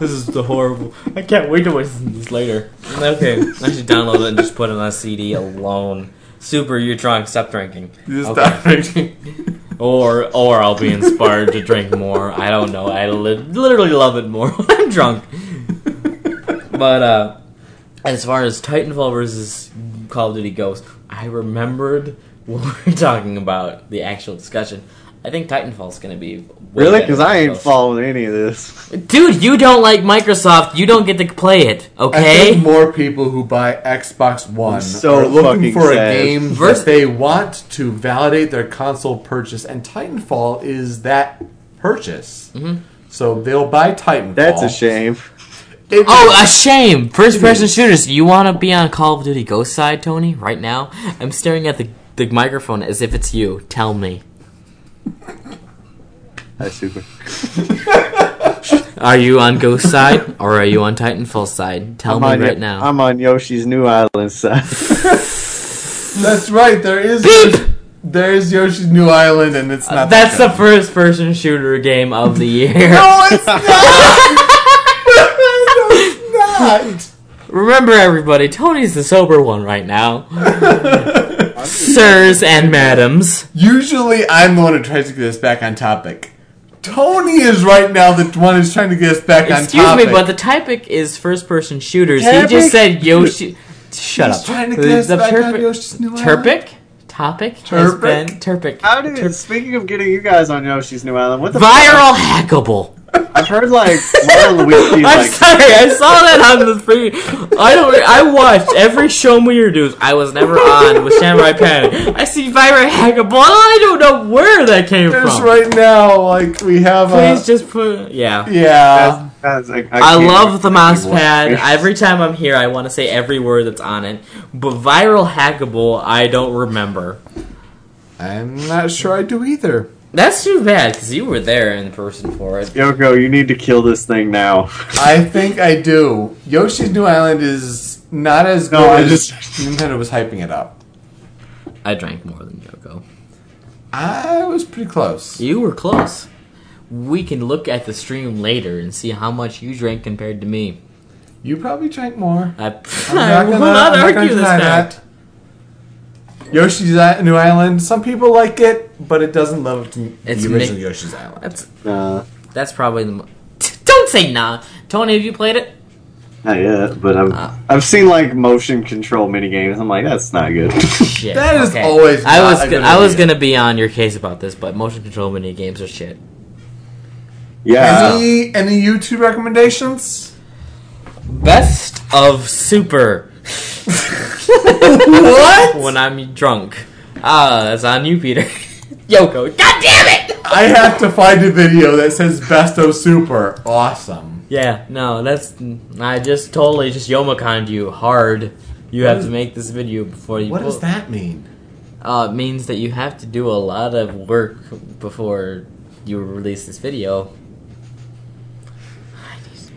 this is the horrible. I can't wait to listen to this later. Okay, I should download it and just put it on a CD alone. Super, you're drunk. Stop drinking. You just Okay. stop drinking. or or I'll be inspired to drink more. I don't know. I li- literally love it more when I'm drunk. But uh, as far as Titanfall versus Call of Duty goes, I remembered what we were talking about the actual discussion. I think Titanfall's gonna be way Really? better Because than I ain't Ghost. following any of this. Dude, you don't like Microsoft. You don't get to play it. I Okay. think more people who buy Xbox One so are looking fucking for sad. a game Vers- that they want to validate their console purchase, and Titanfall is that purchase. Mm-hmm. So they'll buy Titanfall. That's a shame. It- Oh, a shame! First person shooters. You want to be on Call of Duty Ghost Side, Tony? Right now, I'm staring at the the microphone as if it's you. Tell me, That's super. are you on Ghost Side or are you on Titanfall Side? Tell me on, right Yo- now. I'm on Yoshi's New Island side. that's right. There is Beep! there is Yoshi's New Island, and it's not. That's the that first person shooter game of the year. good. not. Remember, everybody, Tony's the sober one right now. Sirs and madams. Usually, I'm the one who tries to get us back on topic. Tony is right now the one who's trying to get us back on Excuse topic. me, but the topic is first person shooters. He Topic? just said Yoshi. Shut He's up. trying to get us back on perp- Yoshi's New Island. Turpic? Topic? Turpic? Has been, Turpic. How did, speaking of getting you guys on Yoshi's New Island, what the Viral hackable. I've heard like Mario and Luigi I'm like sorry, I saw that on the feed. I don't. I watched every show me your news. I was never on with Samurai Panic. I see viral hackable. I don't know where that came Just from. right now, like we have. Please a, just put. Yeah. yeah. Guys, I, I can't- love the mouse People. pad. Every time I'm here, I want to say every word that's on it. But viral hackable, I don't remember. I'm not sure I do either. That's too bad because you were there in person for it. Yoko, you need to kill this thing now. I think I do. Yoshi's New Island is not as good No, I as just- Nintendo was hyping it up. I drank more than Yoko. I was pretty close. You were close. We can look at the stream later and see how much you drank compared to me. You probably drank more. I, I'm I will not I'm argue this deny fact. that. Yoshi's I- New Island. Some people like it, but it doesn't live up to It's the original mi- Yoshi's Island. That's Nah, that's probably the. Mo- don't say nah, Tony. Have you played it? not yet. But I've Uh. I've seen like motion control minigames. I'm like, that's not good. Shit. That is always I not was a go- good I was idea. gonna be on your case about this, but motion control mini games are shit. yeah, Any uh, any YouTube recommendations? Best of Super. What? When I'm drunk. Ah, that's on you, Peter. Yoko. God damn it! I have to find a video that says Best of Super. Awesome. Yeah, no, that's. I just totally just Yomakoned you hard. You have to make this video before you. What does po- that mean? uh, means that you have to do a lot of work before you release this video.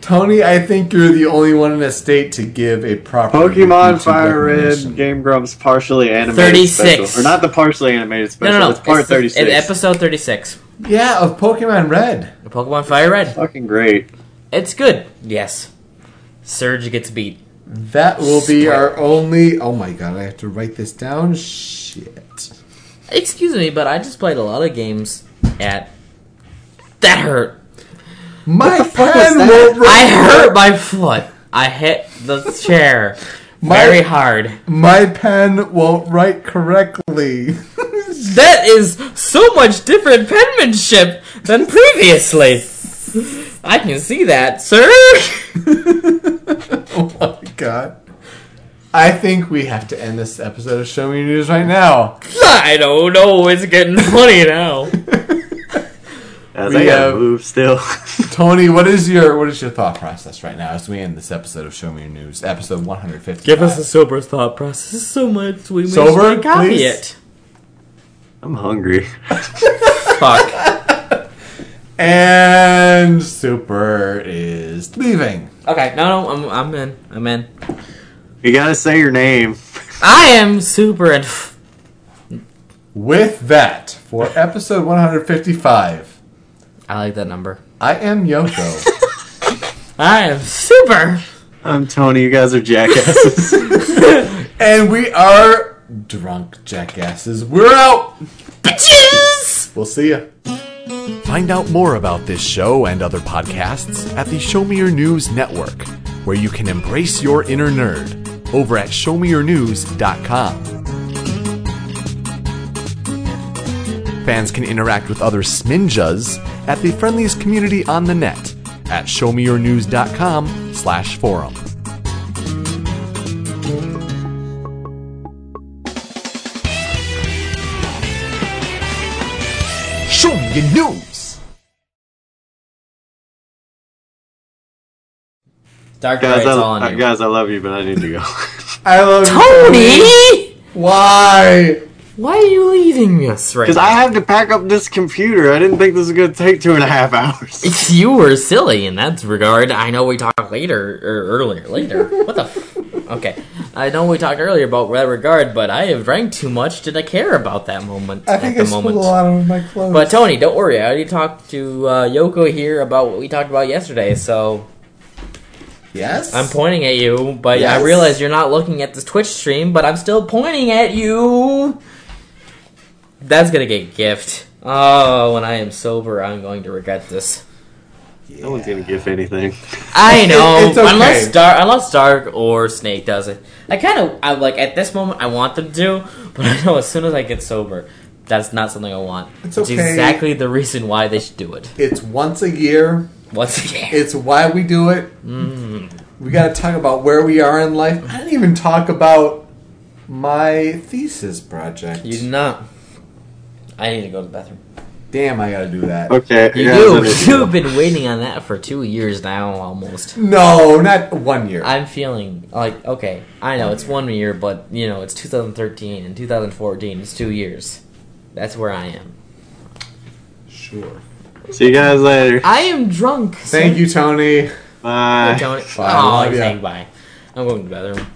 Tony, I think you're the only one in the state to give a proper Pokemon YouTube Fire Red recommendation. Game Grumps partially animated 36. special, or not the partially animated No, special. no, no. It's part it's the- thirty six. it's episode 36. Yeah, of Pokemon Red. The Pokemon Fire Red. Fucking great. It's good. Yes. Surge gets beat. That will be our only. Oh my god, I have to write this down. Shit. Excuse me, but I just played a lot of games at. That hurt. My fuck was friend that? won't re- I hurt my foot. I hit the chair very hard. My pen won't write correctly. That is so much different penmanship than previously. I can see that, sir. oh my god. I think we have to end this episode of Show Me Your News right now. I don't know. It's getting funny now. As We I gotta have- move still. Tony, what is your what is your thought process right now as we end this episode of Show Me Your News, episode 150? Give us a sober thought process. So much we Sober, should copy please? it. I'm hungry. Fuck. and Super is leaving. Okay, no, no, I'm, I'm in. I'm in. You gotta say your name. I am super and With that, for episode 155, I like that number. I am Yoko. I am super. I'm Tony. You guys are jackasses. And we are drunk jackasses. We're out. Bitches. We'll see ya. Find out more about this show and other podcasts at the Show Me Your News Network, where you can embrace your inner nerd over at showmeyournews.com. Fans can interact with other Sminjas at the friendliest community on the net at showmeyournews.com slash forum. Show Me Your News! Dark guys, Ride's I, all on you. guys, I love you, but I need to go. I love you, Tony, Why? why are you leaving us right Because I have to pack up this computer. I didn't think this was gonna take two and a half hours. It's you were silly in that regard. I know we talked later or earlier. Later, what the? F- okay, I know we talked earlier about that regard, but I have drank too much to not care about that moment I at think the I spilled a moment. lot of my clothes. But Tony, don't worry. I already talked to uh, Yoko here about what we talked about yesterday, so yes, I'm pointing at you. But Yes. I realize you're not looking at this Twitch stream, but I'm still pointing at you. That's gonna get gift. Oh, when I am sober, I'm going to regret this. No one's gonna give anything. I know. it's okay. Unless Dark, unless Dark or Snake does it. I kind of, I like at this moment, I want them to, but I know as soon as I get sober, that's not something I want. It's Which is okay. exactly the reason why they should do it. It's once a year. Once again, It's why we do it. Mm. We got to talk about where we are in life. I didn't even talk about my thesis project. you do not. I need to go to the bathroom. Damn, I got to do that. Okay. You guys, I do. need to go. You've been waiting on that for two years now, almost. No, not one year. I'm feeling like okay. I know it's one year, but you know it's 2013 and 2014. It's two years. That's where I am. sure. See you guys later. I am drunk. Thank you, Tony. Bye. Don't. Bye. Oh, Love ya. saying bye. I'm going to the bathroom.